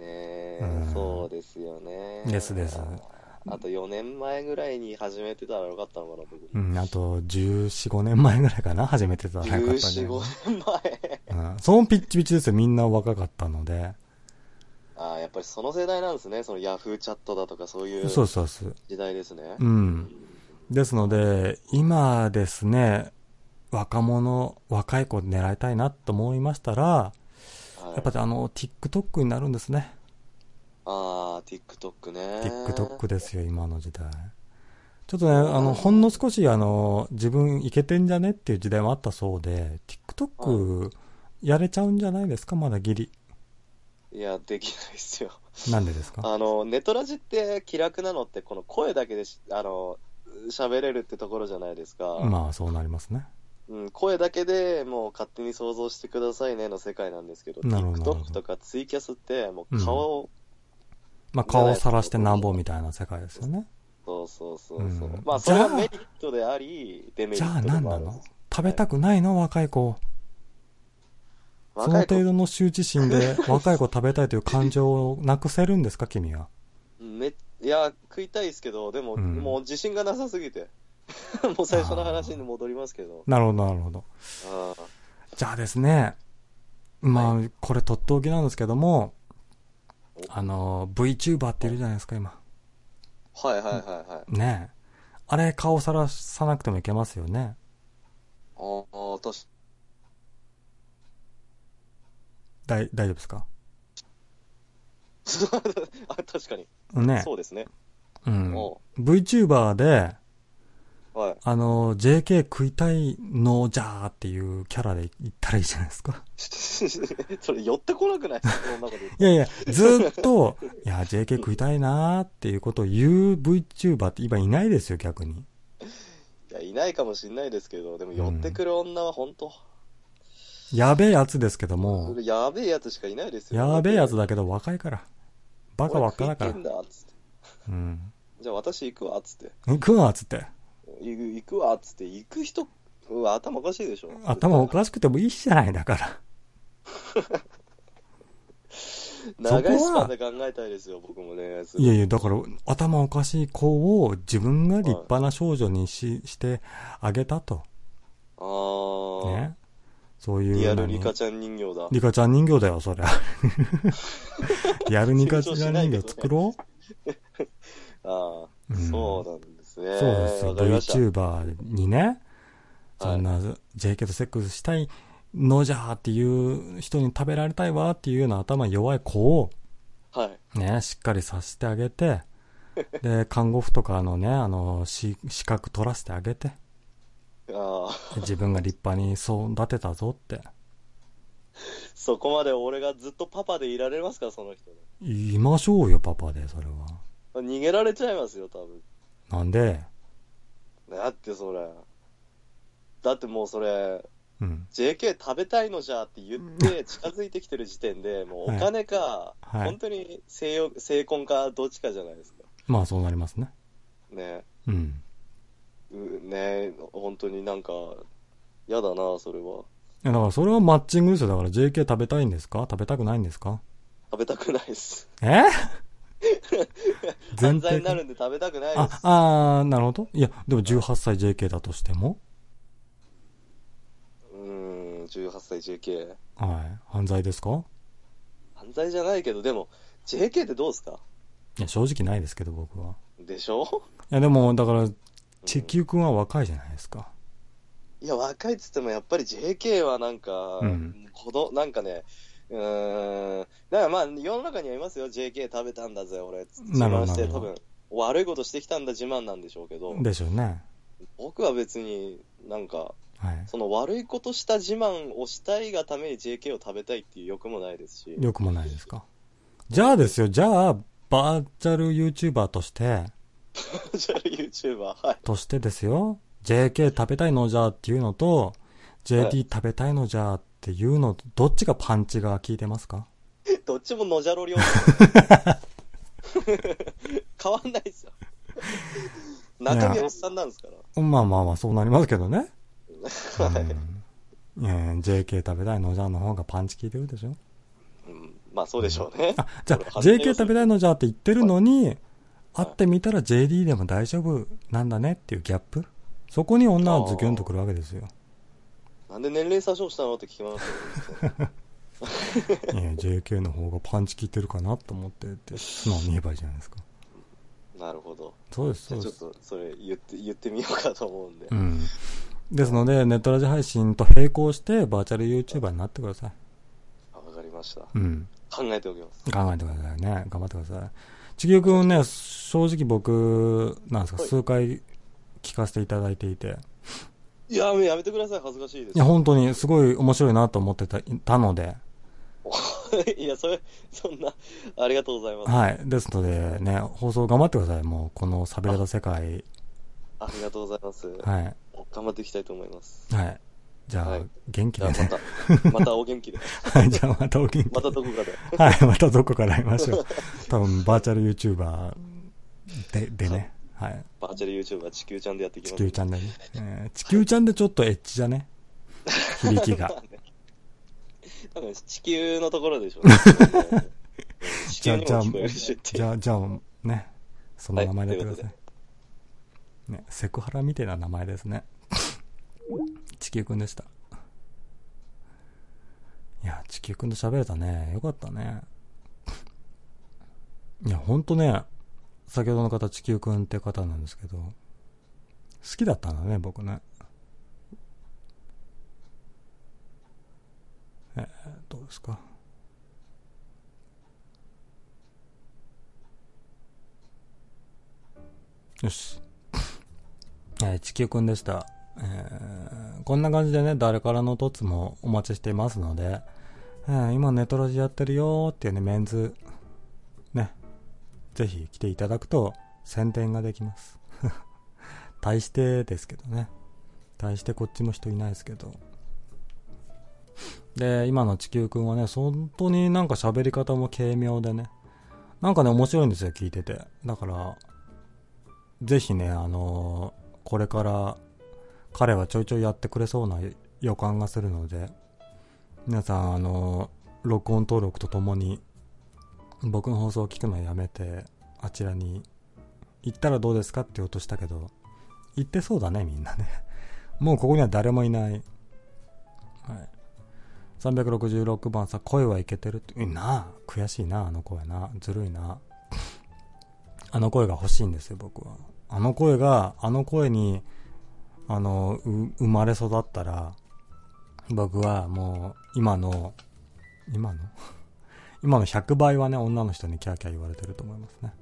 [SPEAKER 2] え、
[SPEAKER 1] うん
[SPEAKER 2] そうですよね。
[SPEAKER 1] ですです。
[SPEAKER 2] あと4年前ぐらいに始めてたらよかったのかな、僕。
[SPEAKER 1] うん、あと、14、5年前ぐらいかな、始めてたら早かったんじゃな
[SPEAKER 2] 14、
[SPEAKER 1] い
[SPEAKER 2] 5年前。
[SPEAKER 1] うん、そのピッチピチですよ、みんな若かったので。
[SPEAKER 2] ああ、やっぱりその世代なんですね。そのヤフーチャットだとかそういう
[SPEAKER 1] そうそうそう。
[SPEAKER 2] 時代ですね。
[SPEAKER 1] うん。ですので、今ですね、若者、若い子狙いたいなと思いましたら、
[SPEAKER 2] はい
[SPEAKER 1] やっぱりあの、TikTok になるんですね。
[SPEAKER 2] ああ、TikTok ね。
[SPEAKER 1] TikTok ですよ、今の時代。ちょっとね、あの、ほんの少し、あの、自分いけてんじゃねっていう時代もあったそうで、TikTok やれちゃうんじゃないですか、まだギリ。
[SPEAKER 2] いや、できないですよ。
[SPEAKER 1] なんでですか
[SPEAKER 2] あの、ネトラジって気楽なのって、この声だけでし、あの、喋れるってところじゃないですか。
[SPEAKER 1] まあ、そうなりますね。
[SPEAKER 2] うん、声だけでもう勝手に想像してくださいねの世界なんですけど、
[SPEAKER 1] なるほどなるほ
[SPEAKER 2] TikTok
[SPEAKER 1] ど
[SPEAKER 2] とかツイキャスって、もう顔を、
[SPEAKER 1] まあ、顔をさらしてなんぼみたいな世界ですよね。
[SPEAKER 2] そうそうそうそう。
[SPEAKER 1] うん
[SPEAKER 2] まあ、それは
[SPEAKER 1] じゃあ
[SPEAKER 2] メリットであり、デメリ
[SPEAKER 1] じゃ
[SPEAKER 2] ッ
[SPEAKER 1] あ、
[SPEAKER 2] トで
[SPEAKER 1] なん
[SPEAKER 2] もあ
[SPEAKER 1] な
[SPEAKER 2] るんで
[SPEAKER 1] の
[SPEAKER 2] す。
[SPEAKER 1] 食べたくないの若い子。その
[SPEAKER 2] 若い
[SPEAKER 1] 程
[SPEAKER 2] 子、
[SPEAKER 1] 度の羞恥心で若い子食べたいという感情をなくせるんですか、君は。
[SPEAKER 2] め、いや、食いたいですけど、でも、
[SPEAKER 1] うん
[SPEAKER 2] もう自信がなさすぎて。 もう最初の話に戻りますけど。
[SPEAKER 1] なるほど、なるほど。
[SPEAKER 2] ああ
[SPEAKER 1] じゃあですね、まあ、これ、とっておきなんですけども、あの、VTuber っているじゃないですか、今。
[SPEAKER 2] はいはいはいはい。
[SPEAKER 1] ねえ。あれ、顔さらさなくてもいけますよね。
[SPEAKER 2] ああ、私、
[SPEAKER 1] だい、大丈夫ですか
[SPEAKER 2] あ、確 かに。
[SPEAKER 1] ね
[SPEAKER 2] そうですね。
[SPEAKER 1] え。うん。
[SPEAKER 2] お
[SPEAKER 1] VTuber で、
[SPEAKER 2] はい。
[SPEAKER 1] あの、JK 食いたいのじゃーっていうキャラで言ったらいいじゃないですか。
[SPEAKER 2] それ寄ってこなくないそんなこと言って
[SPEAKER 1] いやいや、ずーっと、いや、JK 食いたいなーっていうことを言う VTuber って今いないですよ、逆に。
[SPEAKER 2] いや、いないかもしんないですけど、でも寄ってくる女は本当、
[SPEAKER 1] やべえやつですけども、
[SPEAKER 2] やべえやつしかいないですよ。
[SPEAKER 1] やべえやつだけど若いから。バカばっかだから
[SPEAKER 2] 俺食い。てんだ、つって。
[SPEAKER 1] うん。
[SPEAKER 2] じゃあ私行くわ、つって。
[SPEAKER 1] 行くわ、つって。
[SPEAKER 2] 行く行くわ、つって。行く人、うわ、頭おかしいでしょ。
[SPEAKER 1] 頭おかしくてもいいじゃない、だから。
[SPEAKER 2] 長い
[SPEAKER 1] そ
[SPEAKER 2] ス
[SPEAKER 1] こは
[SPEAKER 2] パンで考えたいですよ、僕もね。すご
[SPEAKER 1] いやいや、だから、頭おかしい子を自分が立派な少女にししてあげたと。
[SPEAKER 2] あー、
[SPEAKER 1] ね。そういう。
[SPEAKER 2] リアル
[SPEAKER 1] 何
[SPEAKER 2] リカちゃん人形だ。
[SPEAKER 1] リカちゃん人形だよ、そり ゃ。リアルリカちゃん
[SPEAKER 2] 成長しない
[SPEAKER 1] 人
[SPEAKER 2] けど
[SPEAKER 1] 形
[SPEAKER 2] ね
[SPEAKER 1] 作ろ
[SPEAKER 2] あ
[SPEAKER 1] う、
[SPEAKER 2] ー、
[SPEAKER 1] ん
[SPEAKER 2] そうなんですね。
[SPEAKER 1] そうですよ。
[SPEAKER 2] わかりました。
[SPEAKER 1] VTuber にね、
[SPEAKER 2] はい
[SPEAKER 1] そんな JK とセックスしたいのじゃーっていう人に食べられたいわっていうような頭弱い子を
[SPEAKER 2] はい。
[SPEAKER 1] ね、しっかりさせてあげ て、で、看護婦とかのね、あの、し資格取らせてあげて、
[SPEAKER 2] ああ、
[SPEAKER 1] 自分が立派に育てたぞって。
[SPEAKER 2] そこまで俺がずっとパパでいられますか、その人。
[SPEAKER 1] 言いましょうよ、パパで、それは。
[SPEAKER 2] 逃げられちゃいますよ、多分。
[SPEAKER 1] なんで、
[SPEAKER 2] だってそれ。だってもうそれ、
[SPEAKER 1] うん。
[SPEAKER 2] JK 食べたいのじゃって言って近づいてきてる時点で、もうお金か、
[SPEAKER 1] はい
[SPEAKER 2] 本当に性欲性婚かどっちかじゃないですか。
[SPEAKER 1] まあそうなりますね。
[SPEAKER 2] ね
[SPEAKER 1] うん。
[SPEAKER 2] うね本当になんか、やだな、それは。
[SPEAKER 1] いや、だからそれはマッチングですよ。だから JK 食べたいんですか食べたくないんですか
[SPEAKER 2] 食べたくないです。
[SPEAKER 1] え
[SPEAKER 2] 犯罪になるんで食べたくないで
[SPEAKER 1] あ
[SPEAKER 2] す、。
[SPEAKER 1] あー、なるほど。いや、でも18歳 JK だとしても、
[SPEAKER 2] うーん、18歳 JK。
[SPEAKER 1] はい。犯罪ですか
[SPEAKER 2] 犯罪じゃないけど、でも、JK ってどうですか
[SPEAKER 1] いや、正直ないですけど、僕は。
[SPEAKER 2] でしょ
[SPEAKER 1] いや、でも、だから、地球くんは若いじゃないですか。
[SPEAKER 2] いや、若いっつっても、やっぱり JK はなんか、
[SPEAKER 1] うん
[SPEAKER 2] 子ど、なんかね、うーん、だからまあ、世の中にはいますよ、JK 食べたんだぜ、俺、自
[SPEAKER 1] なるほど
[SPEAKER 2] 慢して、
[SPEAKER 1] なるほ
[SPEAKER 2] 多
[SPEAKER 1] ど
[SPEAKER 2] 分、悪いことしてきたんだ、自慢なんでしょうけど、
[SPEAKER 1] でしょうね。
[SPEAKER 2] 僕は別になんか、
[SPEAKER 1] はい。
[SPEAKER 2] その悪いことした自慢をしたいがために JK を食べたいっていう欲もないですし、
[SPEAKER 1] よくもない ですか。じゃあですよ、じゃあ、バーチャル YouTuber として、
[SPEAKER 2] じゃあ YouTuber、はい。
[SPEAKER 1] としてですよ、JK 食べたいのじゃっていうのと、JT 食べたいのじゃっていうのと、どっちがパンチが効いてますか
[SPEAKER 2] どっちものじゃ ろりょう変わんないですよ。中身おっさんなんですから。
[SPEAKER 1] まあまあまあ、そうなりますけどね。
[SPEAKER 2] はい
[SPEAKER 1] うん、いや JK 食べたいのじゃの方がパンチ効いてるでしょ
[SPEAKER 2] うん、まあそうでしょうね。
[SPEAKER 1] あ、じゃあ、
[SPEAKER 2] これ
[SPEAKER 1] JK 食べたいのじゃって言ってるのに、会ってみたら JD でも大丈夫なんだねっていうギャップそこに女はズキュンとくるわけですよ。
[SPEAKER 2] なんで年齢詐称したのって聞きましたよ
[SPEAKER 1] いや、JK の方がパンチ効いてるかなと思ってって、素直に言えばいいじゃないですか。
[SPEAKER 2] なるほど。
[SPEAKER 1] そうです、
[SPEAKER 2] じ
[SPEAKER 1] そ
[SPEAKER 2] ゃあ
[SPEAKER 1] う
[SPEAKER 2] ちょ
[SPEAKER 1] で
[SPEAKER 2] っ
[SPEAKER 1] す。
[SPEAKER 2] とそれ言って言ってみようかと思うんで。
[SPEAKER 1] うん。ですので、ネットラジ配信と並行してバーチャル YouTuber になってください。
[SPEAKER 2] あわかりました。
[SPEAKER 1] うん。
[SPEAKER 2] 考えておきます。
[SPEAKER 1] 考えてくださいね。頑張ってください。ちぎゅうくんね、正直僕、なんですか、
[SPEAKER 2] はい
[SPEAKER 1] 数回聞かせていただいていて、
[SPEAKER 2] いや、もうやめてください。恥ずかしいで
[SPEAKER 1] い
[SPEAKER 2] す。
[SPEAKER 1] や、本当にすごい面白いなと思ってたたので、
[SPEAKER 2] いや、それ、そんな、ありがとうございます。
[SPEAKER 1] はい。ですので、ね、放送頑張ってください。もう、この喋れた世界。
[SPEAKER 2] ありがとうございます。
[SPEAKER 1] は
[SPEAKER 2] 頑張っていきたいと思います。
[SPEAKER 1] い。はい。じゃあ、
[SPEAKER 2] はい
[SPEAKER 1] 元気
[SPEAKER 2] じゃ
[SPEAKER 1] で
[SPEAKER 2] あ
[SPEAKER 1] ね。
[SPEAKER 2] また、またお元気で。
[SPEAKER 1] はい。じゃあ、またお元気
[SPEAKER 2] またどこかで。
[SPEAKER 1] はい、またどこから会いましょう。多分、バーチャル YouTuber で、でね。はい。
[SPEAKER 2] バーチャル YouTuber 地球ちゃんでやっていき
[SPEAKER 1] 地
[SPEAKER 2] ます。
[SPEAKER 1] 球ちゃんでね。 えー地球ちゃんでちょっとエッチじゃね響きが。
[SPEAKER 2] 多分地球のところでしょうね。うん地
[SPEAKER 1] じ
[SPEAKER 2] 球
[SPEAKER 1] ゃあ、じ
[SPEAKER 2] にも
[SPEAKER 1] ゃあ、
[SPEAKER 2] 聞こえるしってい
[SPEAKER 1] じ
[SPEAKER 2] う。
[SPEAKER 1] ゃあ、じゃあ、ね。その名前でやってください。
[SPEAKER 2] は
[SPEAKER 1] ね、セクハラみたいな名前ですね。 地球くんでした。いや、地球くんと喋れたね。よかったね。いや、ほんとね、先ほどの方、地球くんって方なんですけど、好きだったんだね、僕ね。えー、どうですか。よし。えー地球くんでした。えーこんな感じでね、誰からの凸もお待ちしていますので、えー今ネトラジやってるよーっていうね、メンズ、ね、ぜひ来ていただくと宣伝ができます。 対してですけどね。対してこっちも人いないですけど。で、今の地球くんはね、本当になんか喋り方も軽妙でね、なんかね、面白いんですよ、聞いてて。だから、ぜひね、あのーこれから彼はちょいちょいやってくれそうな予感がするので、皆さん、あのー録音登録とともに、僕の放送を聞くのはやめて、あちらに行ったらどうですかって言おうとしたけど、行ってそうだね、みんなね。 もうここには誰もいない。はい。366番さ、声はいけてるって、うんなあ、悔しいな、あの声な、ずるいな。あの声が欲しいんですよ、僕は。あの声が、あの声に、あの、う生まれ育ったら、僕はもう、今の、今の 今の100倍はね、女の人にキャーキャー言われてると思いますね。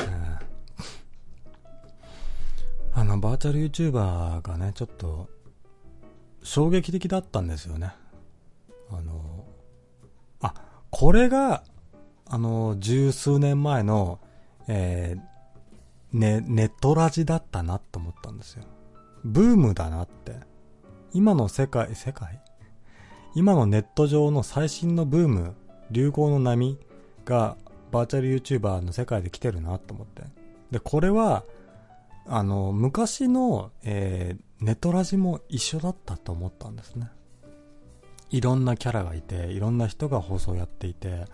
[SPEAKER 1] えーあの、バーチャル YouTuber がね、ちょっと、衝撃的だったんですよね。あの、あ、これが、あの、十数年前の、えーね、ネットラジだったなと思ったんですよ。ブームだなって。今の世界、世界今のネット上の最新のブーム、流行の波が、バーチャル YouTuber の世界で来てるなと思って。で、これは、あの、昔の、えーネットラジも一緒だったと思ったんですね。いろんなキャラがいて、いろんな人が放送やっていて、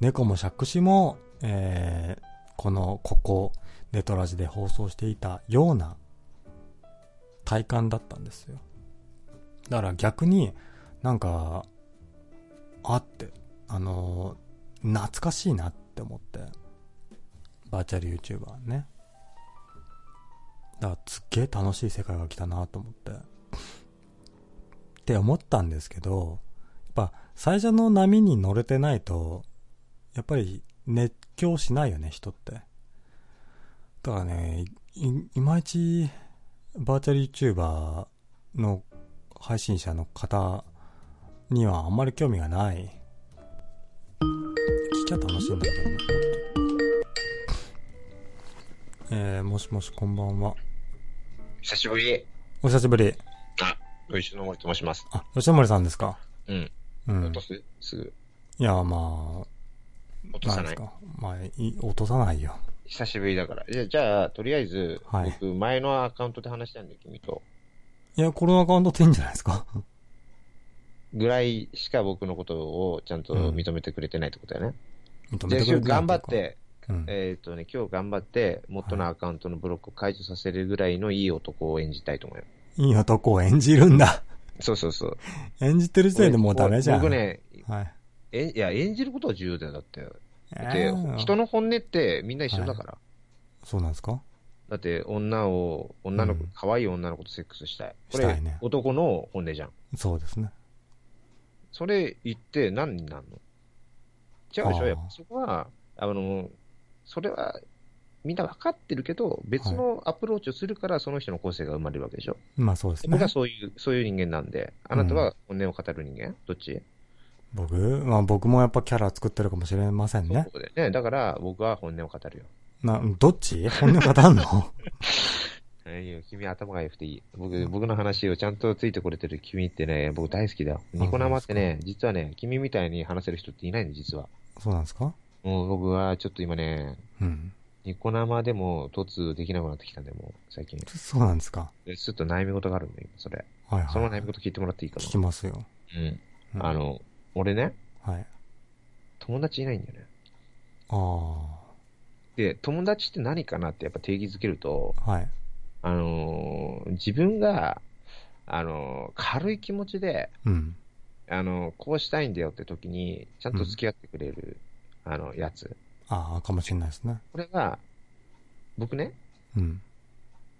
[SPEAKER 1] 猫もシャックシも、えーこの、ここ、ネトラジで放送していたような体感だったんですよ。だから逆に、なんか、あって、あのー懐かしいなって思って。バーチャル YouTuber ね。だからすっげえ楽しい世界が来たなと思って。って思ったんですけど、やっぱ最初の波に乗れてないと、やっぱり熱狂しないよね、人って。だからね、い、いまいち、バーチャル YouTuber の配信者の方にはあんまり興味がない。聞きゃ楽しいんだけどね。えー、もしもしこんばんは。
[SPEAKER 3] 久しぶり。
[SPEAKER 1] お久しぶり。
[SPEAKER 3] 吉野森と申します。
[SPEAKER 1] あ、吉森さんですか
[SPEAKER 3] うん。
[SPEAKER 1] うん
[SPEAKER 3] 落と。すすぐ。
[SPEAKER 1] いや、まあ、
[SPEAKER 3] 落とさない
[SPEAKER 1] ん。ですか。まあ、い落とさないよ。
[SPEAKER 3] 久しぶりだから。じゃあ、じゃあとりあえず、
[SPEAKER 1] はい
[SPEAKER 3] 僕、前のアカウントで話したんで、君と。
[SPEAKER 1] いや、このアカウントっていいんじゃないですか。
[SPEAKER 3] ぐらいしか僕のことをちゃんと
[SPEAKER 1] うん
[SPEAKER 3] 認めてくれてないってことだよね。
[SPEAKER 1] 認
[SPEAKER 3] じ
[SPEAKER 1] め
[SPEAKER 3] ゃあ、
[SPEAKER 1] てくれ
[SPEAKER 3] 週
[SPEAKER 1] てない
[SPEAKER 3] 頑
[SPEAKER 1] てい
[SPEAKER 3] 張
[SPEAKER 1] う
[SPEAKER 3] っ
[SPEAKER 1] か。
[SPEAKER 3] て、
[SPEAKER 1] うん。
[SPEAKER 3] えーっ、とね、今日頑張って、元のアカウントのブロックを解除させるぐらいのいい男を演じたいと思うよ。
[SPEAKER 1] いい男を演じるんだ。
[SPEAKER 3] そうそうそう。
[SPEAKER 1] 演じてる時点でもうダメじゃん。
[SPEAKER 3] 僕。ね、
[SPEAKER 1] はい。
[SPEAKER 3] えいや、演じることは重要だよ、だって。だっ
[SPEAKER 1] え
[SPEAKER 3] て
[SPEAKER 1] ー、
[SPEAKER 3] 人の本音ってみんな一緒だから。
[SPEAKER 1] そうなんですか
[SPEAKER 3] だって、女を、女の子
[SPEAKER 1] うん、
[SPEAKER 3] 可愛い女の子とセックスしたい。こ
[SPEAKER 1] した
[SPEAKER 3] れ
[SPEAKER 1] いね、
[SPEAKER 3] 男の本音じゃん。
[SPEAKER 1] そうですね。
[SPEAKER 3] それ言って何になるの違うでし
[SPEAKER 1] あ
[SPEAKER 3] ょ
[SPEAKER 1] ー
[SPEAKER 3] やっぱそこは、あの、それは、みんな分かってるけど、別のアプローチをするから、その人の個性が生まれるわけでしょ、
[SPEAKER 1] まあそうですね
[SPEAKER 3] 僕は。そういう、そういう人間なんで、あなたは本音を語る人間どっち
[SPEAKER 1] 僕、まあ僕もやっぱキャラ作ってるかもしれません
[SPEAKER 3] そういう
[SPEAKER 1] ね
[SPEAKER 3] こ。とでね。だから、僕は本音を語るよ。
[SPEAKER 1] な、どっち本音語んの
[SPEAKER 3] えいよ君頭が良くていい。僕、僕の話をちゃんとついてこれてる君ってね、僕大好きだよ。ニコ生ってね、実はね、君みたいに話せる人っていないんで、実は。
[SPEAKER 1] そうなんですか
[SPEAKER 3] もう僕はちょっと今ね、
[SPEAKER 1] うん。
[SPEAKER 3] ニコ生でも、突できなくなってきたんで、もう、最近。
[SPEAKER 1] そうなんですか。
[SPEAKER 3] でちょっと悩み事があるんで、今、それ。
[SPEAKER 1] はい
[SPEAKER 3] その
[SPEAKER 1] はい。
[SPEAKER 3] 悩み事聞いてもらっていいか
[SPEAKER 1] 聞きますよ。
[SPEAKER 3] なうん。
[SPEAKER 1] うん
[SPEAKER 3] あ、の、俺ね、
[SPEAKER 1] はい。
[SPEAKER 3] 友達いないんだよね。
[SPEAKER 1] ああ
[SPEAKER 3] で、友達って何かなってやっぱ定義づけると、
[SPEAKER 1] ー、はい。
[SPEAKER 3] あのー自分が、あのー軽い気持ちで、
[SPEAKER 1] うん。
[SPEAKER 3] あのーこうしたいんだよって時に、ちゃんと付き合ってくれる、あの、やつ。
[SPEAKER 1] ああ、かもしれないですね。
[SPEAKER 3] これが、僕ね、
[SPEAKER 1] うん。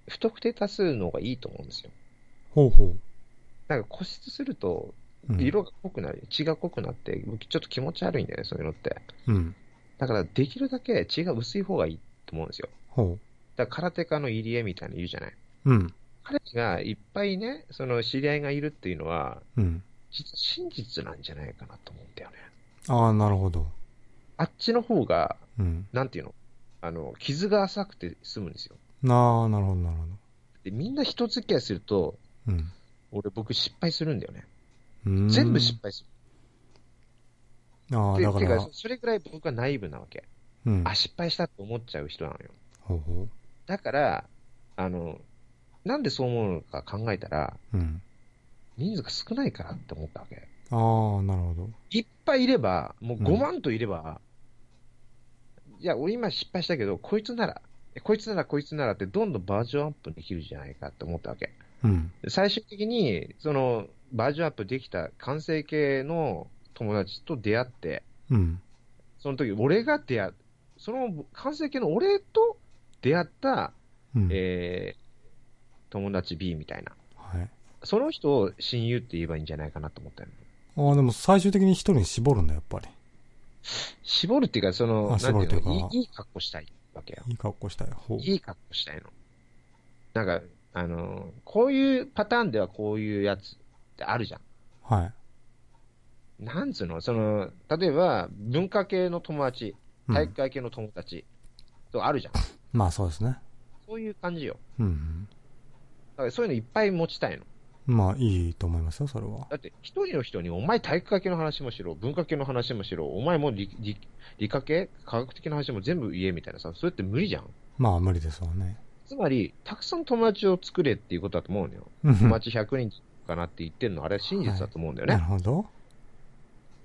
[SPEAKER 3] 不特定多数の方がいいと思うんですよ。
[SPEAKER 1] ほうほう。
[SPEAKER 3] なんか固執すると、
[SPEAKER 1] うん、
[SPEAKER 3] 色が濃くなり、血が濃くなって、僕ちょっと気持ち悪いんだよね、そういうのって。
[SPEAKER 1] うん。
[SPEAKER 3] だから、できるだけ血が薄い方がいいと思うんですよ。
[SPEAKER 1] ほ
[SPEAKER 3] だから、空手家の入江みたいに言うじゃない。
[SPEAKER 1] う。うん。
[SPEAKER 3] 彼がいっぱいね、その知り合いがいるっていうのは、
[SPEAKER 1] うん。
[SPEAKER 3] 実は真実なんじゃないかなと思うんだよね。
[SPEAKER 1] ああ、なるほど。
[SPEAKER 3] あっちの方が、
[SPEAKER 1] うん。
[SPEAKER 3] なんていうのあの、傷が浅くて済むんですよ。
[SPEAKER 1] なあ、なるほど、なるほ
[SPEAKER 3] で、みんな人付き合いすると、
[SPEAKER 1] ど。うん
[SPEAKER 3] 俺僕失敗するんだよね。
[SPEAKER 1] うーん。
[SPEAKER 3] 全部失敗する。
[SPEAKER 1] ああ、
[SPEAKER 3] で
[SPEAKER 1] だか
[SPEAKER 3] て
[SPEAKER 1] ら
[SPEAKER 3] か、、それぐらい僕はナイーブなわけ。
[SPEAKER 1] うん。
[SPEAKER 3] あ、失敗したと思っちゃう人なのよ。
[SPEAKER 1] ほうほ
[SPEAKER 3] だから、あの、なんでそう思うのか考えたら、
[SPEAKER 1] う。うん。
[SPEAKER 3] 人数が少ないからって思ったわけ。
[SPEAKER 1] ああ、なるほど。
[SPEAKER 3] いっぱいいれば、もう
[SPEAKER 1] うん
[SPEAKER 3] 5万といれば、いや、俺今失敗したけど、こいつなら、こいつならこいつならってどんどんバージョンアップできるじゃないかって思ったわけ。
[SPEAKER 1] うん。
[SPEAKER 3] 最終的に、その、バージョンアップできた完成形の友達と出会って、
[SPEAKER 1] うん。
[SPEAKER 3] その時俺が出会、その完成形の俺と出会った、
[SPEAKER 1] うん。
[SPEAKER 3] えー、友達 B みたいな。
[SPEAKER 1] はい。
[SPEAKER 3] その人を親友って言えばいいんじゃないかなと思ったよね。
[SPEAKER 1] ああ、でも最終的に一人に絞るんだ、やっぱり。
[SPEAKER 3] 絞るっていうか、その、
[SPEAKER 1] あ
[SPEAKER 3] なんてい
[SPEAKER 1] 絞るといううか
[SPEAKER 3] の、いいいい格好したいわけよ。
[SPEAKER 1] いい格好したい。ほう。
[SPEAKER 3] いい格好したいの。なんか、あの、こういうパターンではこういうやつってあるじゃん。
[SPEAKER 1] はい。
[SPEAKER 3] なんつうのその、例えば、文化系の友達、
[SPEAKER 1] うん
[SPEAKER 3] 体育会系の友達とかあるじゃん。
[SPEAKER 1] まあそうですね。
[SPEAKER 3] そういう感じよ。
[SPEAKER 1] うん。
[SPEAKER 3] だからそういうのいっぱい持ちたいの。
[SPEAKER 1] まあいいと思いますよ、それは。
[SPEAKER 3] だって、一人の人に、お前体育会系の話もしろ、文化系の話もしろ、お前も理理理科系、科学的な話も全部言えみたいなさ、それって無理じゃん。
[SPEAKER 1] まあ無理ですわね。
[SPEAKER 3] つまり、たくさん友達を作れっていうことだと思うのよ。
[SPEAKER 1] うん
[SPEAKER 3] 友達100人かなって言ってるの、あれは真実だと思うんだよね。
[SPEAKER 1] なるほど。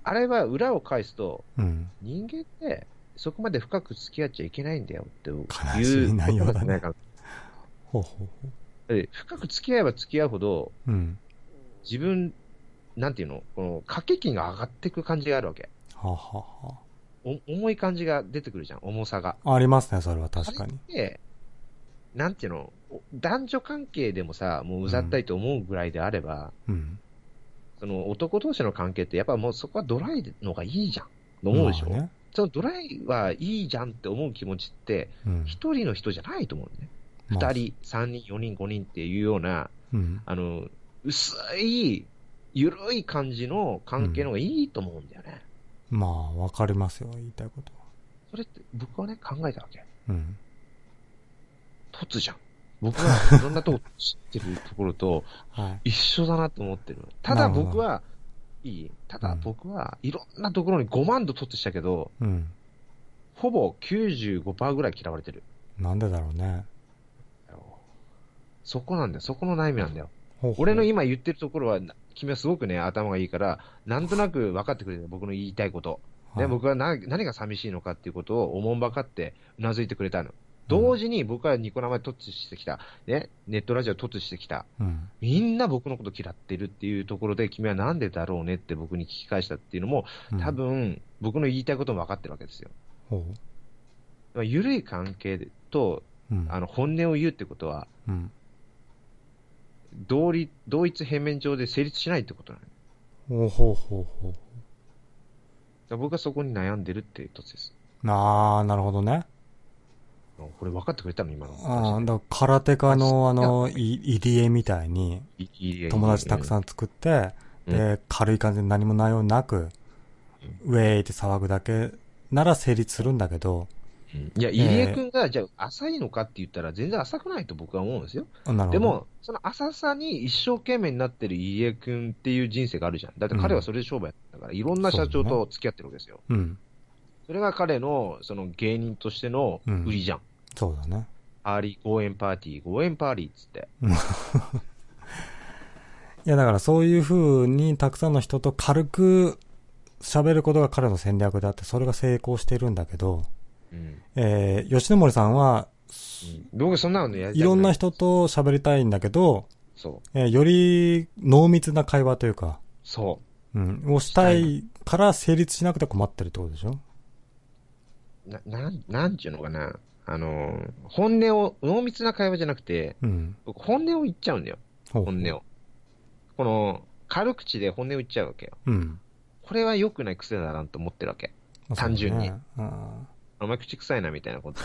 [SPEAKER 3] あれは裏を返すと、
[SPEAKER 1] うん。
[SPEAKER 3] 人間って、そこまで深く付き合っちゃいけないんだよっていう
[SPEAKER 1] 悲しい内容
[SPEAKER 3] こと
[SPEAKER 1] だね
[SPEAKER 3] なんじゃないかな
[SPEAKER 1] ほうほうほ
[SPEAKER 3] で深く付き合えば付き合うほど、
[SPEAKER 1] う。うん。
[SPEAKER 3] 自分、なんていうの、この掛け金が上がっていく感じがあるわけ。
[SPEAKER 1] はあはあは
[SPEAKER 3] お重い感じが出てくるじゃん、重さが。
[SPEAKER 1] あ。ありますね、それは確かに。
[SPEAKER 3] で、なんていうの、お男女関係でもさ、もううざったいと思うぐらいであれば、
[SPEAKER 1] うん。
[SPEAKER 3] その男同士の関係って、やっぱもうそこはドライのがいいじゃん。思うでしょ、
[SPEAKER 1] まあね。
[SPEAKER 3] そのドライはいいじゃんって思う気持ちって、
[SPEAKER 1] うん。
[SPEAKER 3] 一人の人じゃないと思うのね。
[SPEAKER 1] ま
[SPEAKER 3] 二
[SPEAKER 1] あ
[SPEAKER 3] 人、三人、四人、五人っていうような、
[SPEAKER 1] うん。
[SPEAKER 3] あの、薄い、ゆるい感じの関係の方がいいと思うんだよね。
[SPEAKER 1] まあわかりますよ、言いたいことは。
[SPEAKER 3] それって僕はね、考えたわけ。
[SPEAKER 1] うん。
[SPEAKER 3] 突じゃん。僕はいろんなとこ知ってるところと
[SPEAKER 1] はい。
[SPEAKER 3] 一緒だなと思ってる。ただ僕は、いいただ僕はいろんなところに5万度突したけど、
[SPEAKER 1] うん。
[SPEAKER 3] ほぼ95%ぐらい嫌われてる。
[SPEAKER 1] なんでだろうね。
[SPEAKER 3] そこなんだよ。そこの悩みなんだよ。
[SPEAKER 1] ほうほう
[SPEAKER 3] 俺の今言ってるところは、な君はすごくね、頭がいいから、なんとなく分かってくれてる、僕の言いたいこと。
[SPEAKER 1] は
[SPEAKER 3] で、
[SPEAKER 1] い
[SPEAKER 3] 僕はな何が寂しいのかっていうことをおもんばかって、うなずいてくれたの。同時に僕はニコ生で突してきた、ね、ネットラジオ突してきた、
[SPEAKER 1] うん。
[SPEAKER 3] みんな僕のこと嫌ってるっていうところで、君はなんでだろうねって僕に聞き返したっていうのも、
[SPEAKER 1] うん
[SPEAKER 3] 多。分、僕の言いたいことも分かってるわけですよ。
[SPEAKER 1] ほ
[SPEAKER 3] まあ緩い関係と、
[SPEAKER 1] う。うん。
[SPEAKER 3] あの、本音を言うってことは、
[SPEAKER 1] うん。
[SPEAKER 3] 同理、同一平面上で成立しないってことなの。
[SPEAKER 1] おほうほうほ
[SPEAKER 3] だから僕はそこに悩んでるっていう一つです。
[SPEAKER 1] う。ああ、なるほどね。
[SPEAKER 3] あこれ分かってくれたの今の
[SPEAKER 1] ああ、
[SPEAKER 3] 話。
[SPEAKER 1] だから空手家のあの、い入り江みたいに、
[SPEAKER 3] いいいい
[SPEAKER 1] 友達たく
[SPEAKER 3] ん。
[SPEAKER 1] さん作って、
[SPEAKER 3] うん
[SPEAKER 1] で、軽い感じで何も内容なく、ウェーイって騒ぐだけなら成立するんだけど、
[SPEAKER 3] うんいや、入江君が、じゃあ、浅いのかって言ったら、全然浅くないと僕は思うんですよ。
[SPEAKER 1] あなるほど。
[SPEAKER 3] で、も、その浅さに一生懸命になってる入江君っていう人生があるじゃん。だって彼はそれで商売やったから、いろんな社長と付き合ってるわけですよ。
[SPEAKER 1] うん。
[SPEAKER 3] それが彼の、その芸人としての売りじゃん。
[SPEAKER 1] そうだね。
[SPEAKER 3] パーリー、応援パーティー、応援パーリーっつって。
[SPEAKER 1] いや、だからそういう風にたくさんの人と軽く喋ることが彼の戦略であって、それが成功してるんだけど、
[SPEAKER 3] うん。
[SPEAKER 1] えー、吉野森さんは、
[SPEAKER 3] 僕そんなのやりたく
[SPEAKER 1] いろんな。人と喋りたいんだけど、
[SPEAKER 3] そう。
[SPEAKER 1] えーより濃密な会話というか、
[SPEAKER 3] そ
[SPEAKER 1] うん、をしたいから成立しなくて困ってるってことでしょ
[SPEAKER 3] う。な、なん、なんちゅうのかな。あのー、本音を、濃密な会話じゃなくて、
[SPEAKER 1] うん。
[SPEAKER 3] 僕本音を言っちゃうんだよ。
[SPEAKER 1] ほう
[SPEAKER 3] 本音を。この、軽口で本音を言っちゃうわけよ。
[SPEAKER 1] うん。
[SPEAKER 3] これは良くない癖だなと思ってるわけ。
[SPEAKER 1] まあ
[SPEAKER 3] 単純に。
[SPEAKER 1] そうだねうん
[SPEAKER 3] お前口臭いなみたい なこと。い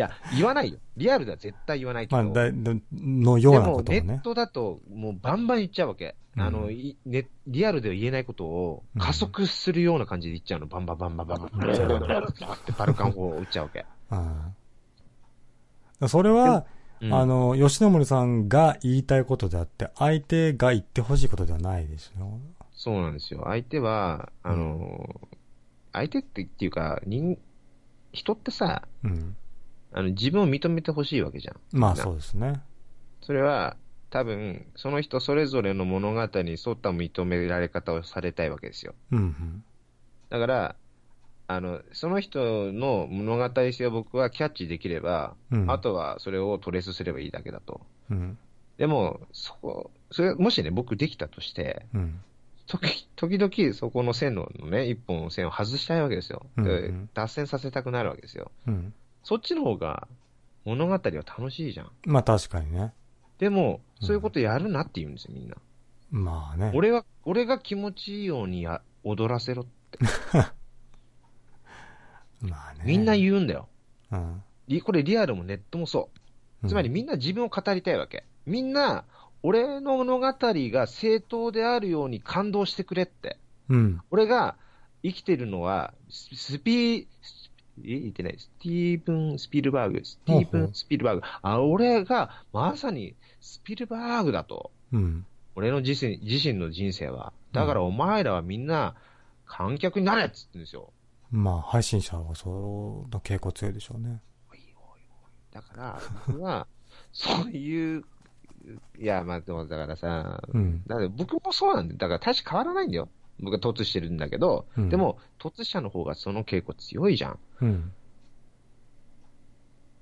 [SPEAKER 3] や、言わないよ。リアルでは絶対言わないけ
[SPEAKER 1] ま
[SPEAKER 3] ど。
[SPEAKER 1] あ、だいのよう
[SPEAKER 3] で
[SPEAKER 1] な
[SPEAKER 3] も
[SPEAKER 1] ことを
[SPEAKER 3] ネ
[SPEAKER 1] ね
[SPEAKER 3] ッ。トだと、もうバンバン言っちゃうわけ。
[SPEAKER 1] うん
[SPEAKER 3] あの、いね、リアルでは言えないことを加速するような感じで言っちゃうの。バンバンバンバンバンバンバンバンバンバンってバルカン砲を打っちゃうわけ。
[SPEAKER 1] うん。それは、
[SPEAKER 3] うん
[SPEAKER 1] あの、吉野森さんが言いたいことであって、相手が言ってほしいことではないですよ。
[SPEAKER 3] そうなんですよ。相手は、あの、相手ってっていうか、人、人ってさ、
[SPEAKER 1] うん。
[SPEAKER 3] あの、自分を認めてほしいわけじゃん。
[SPEAKER 1] まあ
[SPEAKER 3] な
[SPEAKER 1] そうですね。
[SPEAKER 3] それは、多分、その人それぞれの物語に沿った認められ方をされたいわけですよ。
[SPEAKER 1] うん
[SPEAKER 3] だから、あの、その人の物語性を僕はキャッチできれば、
[SPEAKER 1] うん。うん。
[SPEAKER 3] あ、とはそれをトレースすればいいだけだと。
[SPEAKER 1] うん。
[SPEAKER 3] でも、そこ、それ、もしね、僕できたとして、
[SPEAKER 1] うん。
[SPEAKER 3] 時時々そこの線のね、一本の線を外したいわけですよ。
[SPEAKER 1] うんうん
[SPEAKER 3] で脱線させたくなるわけですよ。
[SPEAKER 1] うん。
[SPEAKER 3] そっちの方が物語は楽しいじゃん。
[SPEAKER 1] まあ確かにね。
[SPEAKER 3] でも、そういうことやるなって言うんですよ、みんな。
[SPEAKER 1] まあね。
[SPEAKER 3] 俺は、俺が気持ちいいようにや踊らせろって。
[SPEAKER 1] まあね。
[SPEAKER 3] みんな言うんだよ。
[SPEAKER 1] う。うん。
[SPEAKER 3] りこれリアルもネットもそう。
[SPEAKER 1] うん
[SPEAKER 3] つまり、みんな自分を語りたいわけ。みんな、俺の物語が正当であるように感動してくれって。
[SPEAKER 1] うん。
[SPEAKER 3] 俺が生きてるのは、ススピスえ言ってない。スティーブン・スピルバーグ。スティーブ
[SPEAKER 1] ほうほ
[SPEAKER 3] ン・
[SPEAKER 1] う
[SPEAKER 3] スピルバーグ。あ、俺がまさにスピルバーグだと。
[SPEAKER 1] うん。
[SPEAKER 3] 俺の自身自身の人生は。だからお前らはみんな観客になれっつってんですよ。
[SPEAKER 1] まあ配信者はそうの傾向強いでしょうね。
[SPEAKER 3] だから、僕は、そういう、いや、まあでもだからさ、
[SPEAKER 1] うん。
[SPEAKER 3] だから僕もそうなんだよ。だから大して変わらないんだよ。僕は突してるんだけど、
[SPEAKER 1] うん
[SPEAKER 3] でも、突者の方がその傾向強いじゃん。
[SPEAKER 1] うん。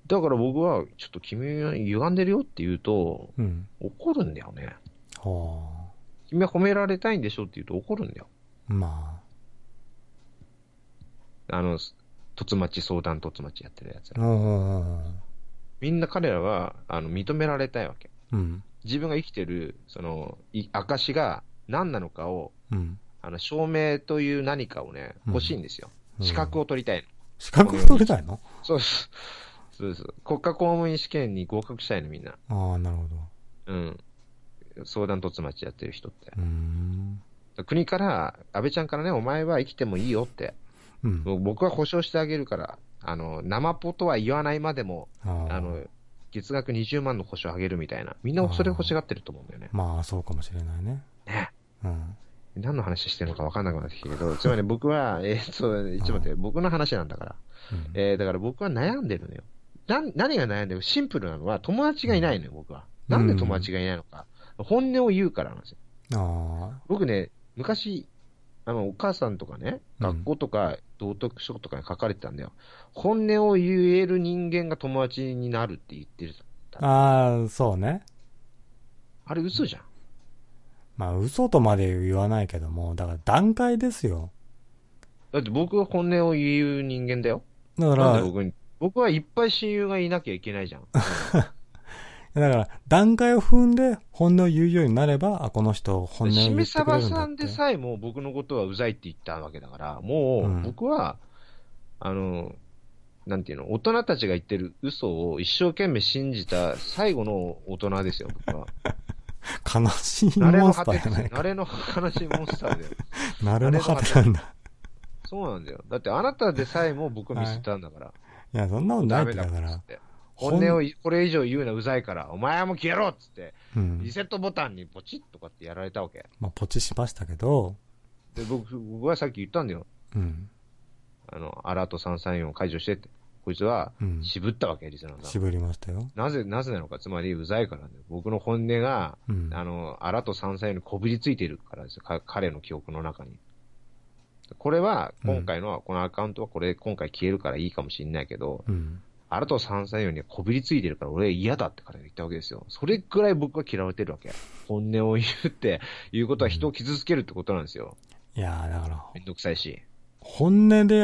[SPEAKER 3] だから僕は、ちょっと君は歪んでるよって言うと、
[SPEAKER 1] うん。
[SPEAKER 3] 怒るんだよね。
[SPEAKER 1] は
[SPEAKER 3] 君は褒められたいんでしょって言うと怒るんだよ。
[SPEAKER 1] あ。ま
[SPEAKER 3] あの、突待ち相談突待ちやってるやつ
[SPEAKER 1] あ。
[SPEAKER 3] ら。
[SPEAKER 1] うん。
[SPEAKER 3] みんな彼らは、あの、認められたいわけ。
[SPEAKER 1] うん。
[SPEAKER 3] 自分が生きてる、その、い証が何なのかを、
[SPEAKER 1] うん。
[SPEAKER 3] あの、証明という何かをね、
[SPEAKER 1] うん
[SPEAKER 3] 欲しいんですよ。資格
[SPEAKER 1] を。
[SPEAKER 3] を取りたいの
[SPEAKER 1] 資格を取れたいの
[SPEAKER 3] そうです。そうです。国家公務員試験に合格したいの、みんな。
[SPEAKER 1] ああ、なるほど。
[SPEAKER 3] うん。相談突待ちやってる人って。
[SPEAKER 1] うーん。
[SPEAKER 3] 国から、安倍ちゃんからね、お前は生きてもいいよって。
[SPEAKER 1] うん。
[SPEAKER 3] ぼ僕は保証してあげるから、あの、生ポとは言わないまでも、
[SPEAKER 1] あー
[SPEAKER 3] あの、月額20万の保証あげるみたいな。みんなそれ欲しがってると思うんだよね。
[SPEAKER 1] まあ、そうかもしれないね。
[SPEAKER 3] ね
[SPEAKER 1] うん。
[SPEAKER 3] 何の話してるのか分かんなくなってきたけど、つまり僕は、えー、そう、ちょっと待って、僕の話なんだから。
[SPEAKER 1] うん
[SPEAKER 3] えー、だから僕は悩んでるのよ。なん、何が悩んでるシンプルなのは友達がいないのよ、僕は。なんで友達がいないのか。本音を言うからなんですよ。
[SPEAKER 1] あ
[SPEAKER 3] 僕ね、昔、あの、お母さんとかね、
[SPEAKER 1] うん
[SPEAKER 3] 学校とか、道徳書とかに書かれてたんだよ。本音を言える人間が友達になるって言ってる。
[SPEAKER 1] あ。ああ、そうね。
[SPEAKER 3] あれ嘘じゃん。
[SPEAKER 1] まあ、嘘とまで言わないけども、だから段階ですよ。
[SPEAKER 3] だって僕は本音を言う人間だよ。
[SPEAKER 1] だか
[SPEAKER 3] なん
[SPEAKER 1] ら、
[SPEAKER 3] で僕に、僕はいっぱい親友がいなきゃいけないじゃん。
[SPEAKER 1] だから、段階を踏んで本音を言うようになれば、あ、この人本音を言
[SPEAKER 3] し
[SPEAKER 1] ってくれるんだ
[SPEAKER 3] め
[SPEAKER 1] って。
[SPEAKER 3] さばさんでさえも僕のことはうざいって言ったわけだから、も
[SPEAKER 1] うん
[SPEAKER 3] う僕は、あの、なんていうの、大人たちが言ってる嘘を一生懸命信じた最後の大人ですよ、僕 は。
[SPEAKER 1] 悲しい
[SPEAKER 3] 慣れ
[SPEAKER 1] モ
[SPEAKER 3] の
[SPEAKER 1] ンス
[SPEAKER 3] 果
[SPEAKER 1] タ
[SPEAKER 3] て
[SPEAKER 1] ーじ
[SPEAKER 3] で
[SPEAKER 1] ゃ
[SPEAKER 3] す
[SPEAKER 1] な
[SPEAKER 3] よ
[SPEAKER 1] い。
[SPEAKER 3] 慣れの悲しいモンスターだよ。
[SPEAKER 1] なるの
[SPEAKER 3] れの果
[SPEAKER 1] 果
[SPEAKER 3] て
[SPEAKER 1] てなんだ。
[SPEAKER 3] そうなんだよ。だってあなたでさえも僕を見捨てたんだから。
[SPEAKER 1] いや、そんなことない
[SPEAKER 3] ダ
[SPEAKER 1] って
[SPEAKER 3] メだ
[SPEAKER 1] だ
[SPEAKER 3] か
[SPEAKER 1] から
[SPEAKER 3] っつ
[SPEAKER 1] ら
[SPEAKER 3] っ。て。本音を
[SPEAKER 1] 本
[SPEAKER 3] これ以上言うのはうざいから、お前はもう消えろっつって、
[SPEAKER 1] うん
[SPEAKER 3] リ。セットボタンにポチッとかってやられたわけ。
[SPEAKER 1] まあ、ポチしましたけど、
[SPEAKER 3] で、僕、僕はさっき言ったんだよ。
[SPEAKER 1] うん。
[SPEAKER 3] あの、アラート334を解除してって。こいつは、
[SPEAKER 1] うん。
[SPEAKER 3] 渋ったわけ、リスナーさん。
[SPEAKER 1] 渋りましたよ。
[SPEAKER 3] なぜ、なぜなのか、つまり、うざいからね。僕の本音が、
[SPEAKER 1] うん。
[SPEAKER 3] あの、アラと山菜にこびりついているからですよ。か彼の記憶の中に。これは、今回のは、このアカウントはこれ、今回消えるからいいかもしれないけど、
[SPEAKER 1] うん。
[SPEAKER 3] あなたと山菜よにはこびりついてるから俺嫌だって彼が言ったわけですよ。それくらい僕は嫌われてるわけ。本音を言うっていうことは人を傷つけるってことなんですよ。
[SPEAKER 1] いやー、だから、
[SPEAKER 3] めんどくさいし。
[SPEAKER 1] 本音で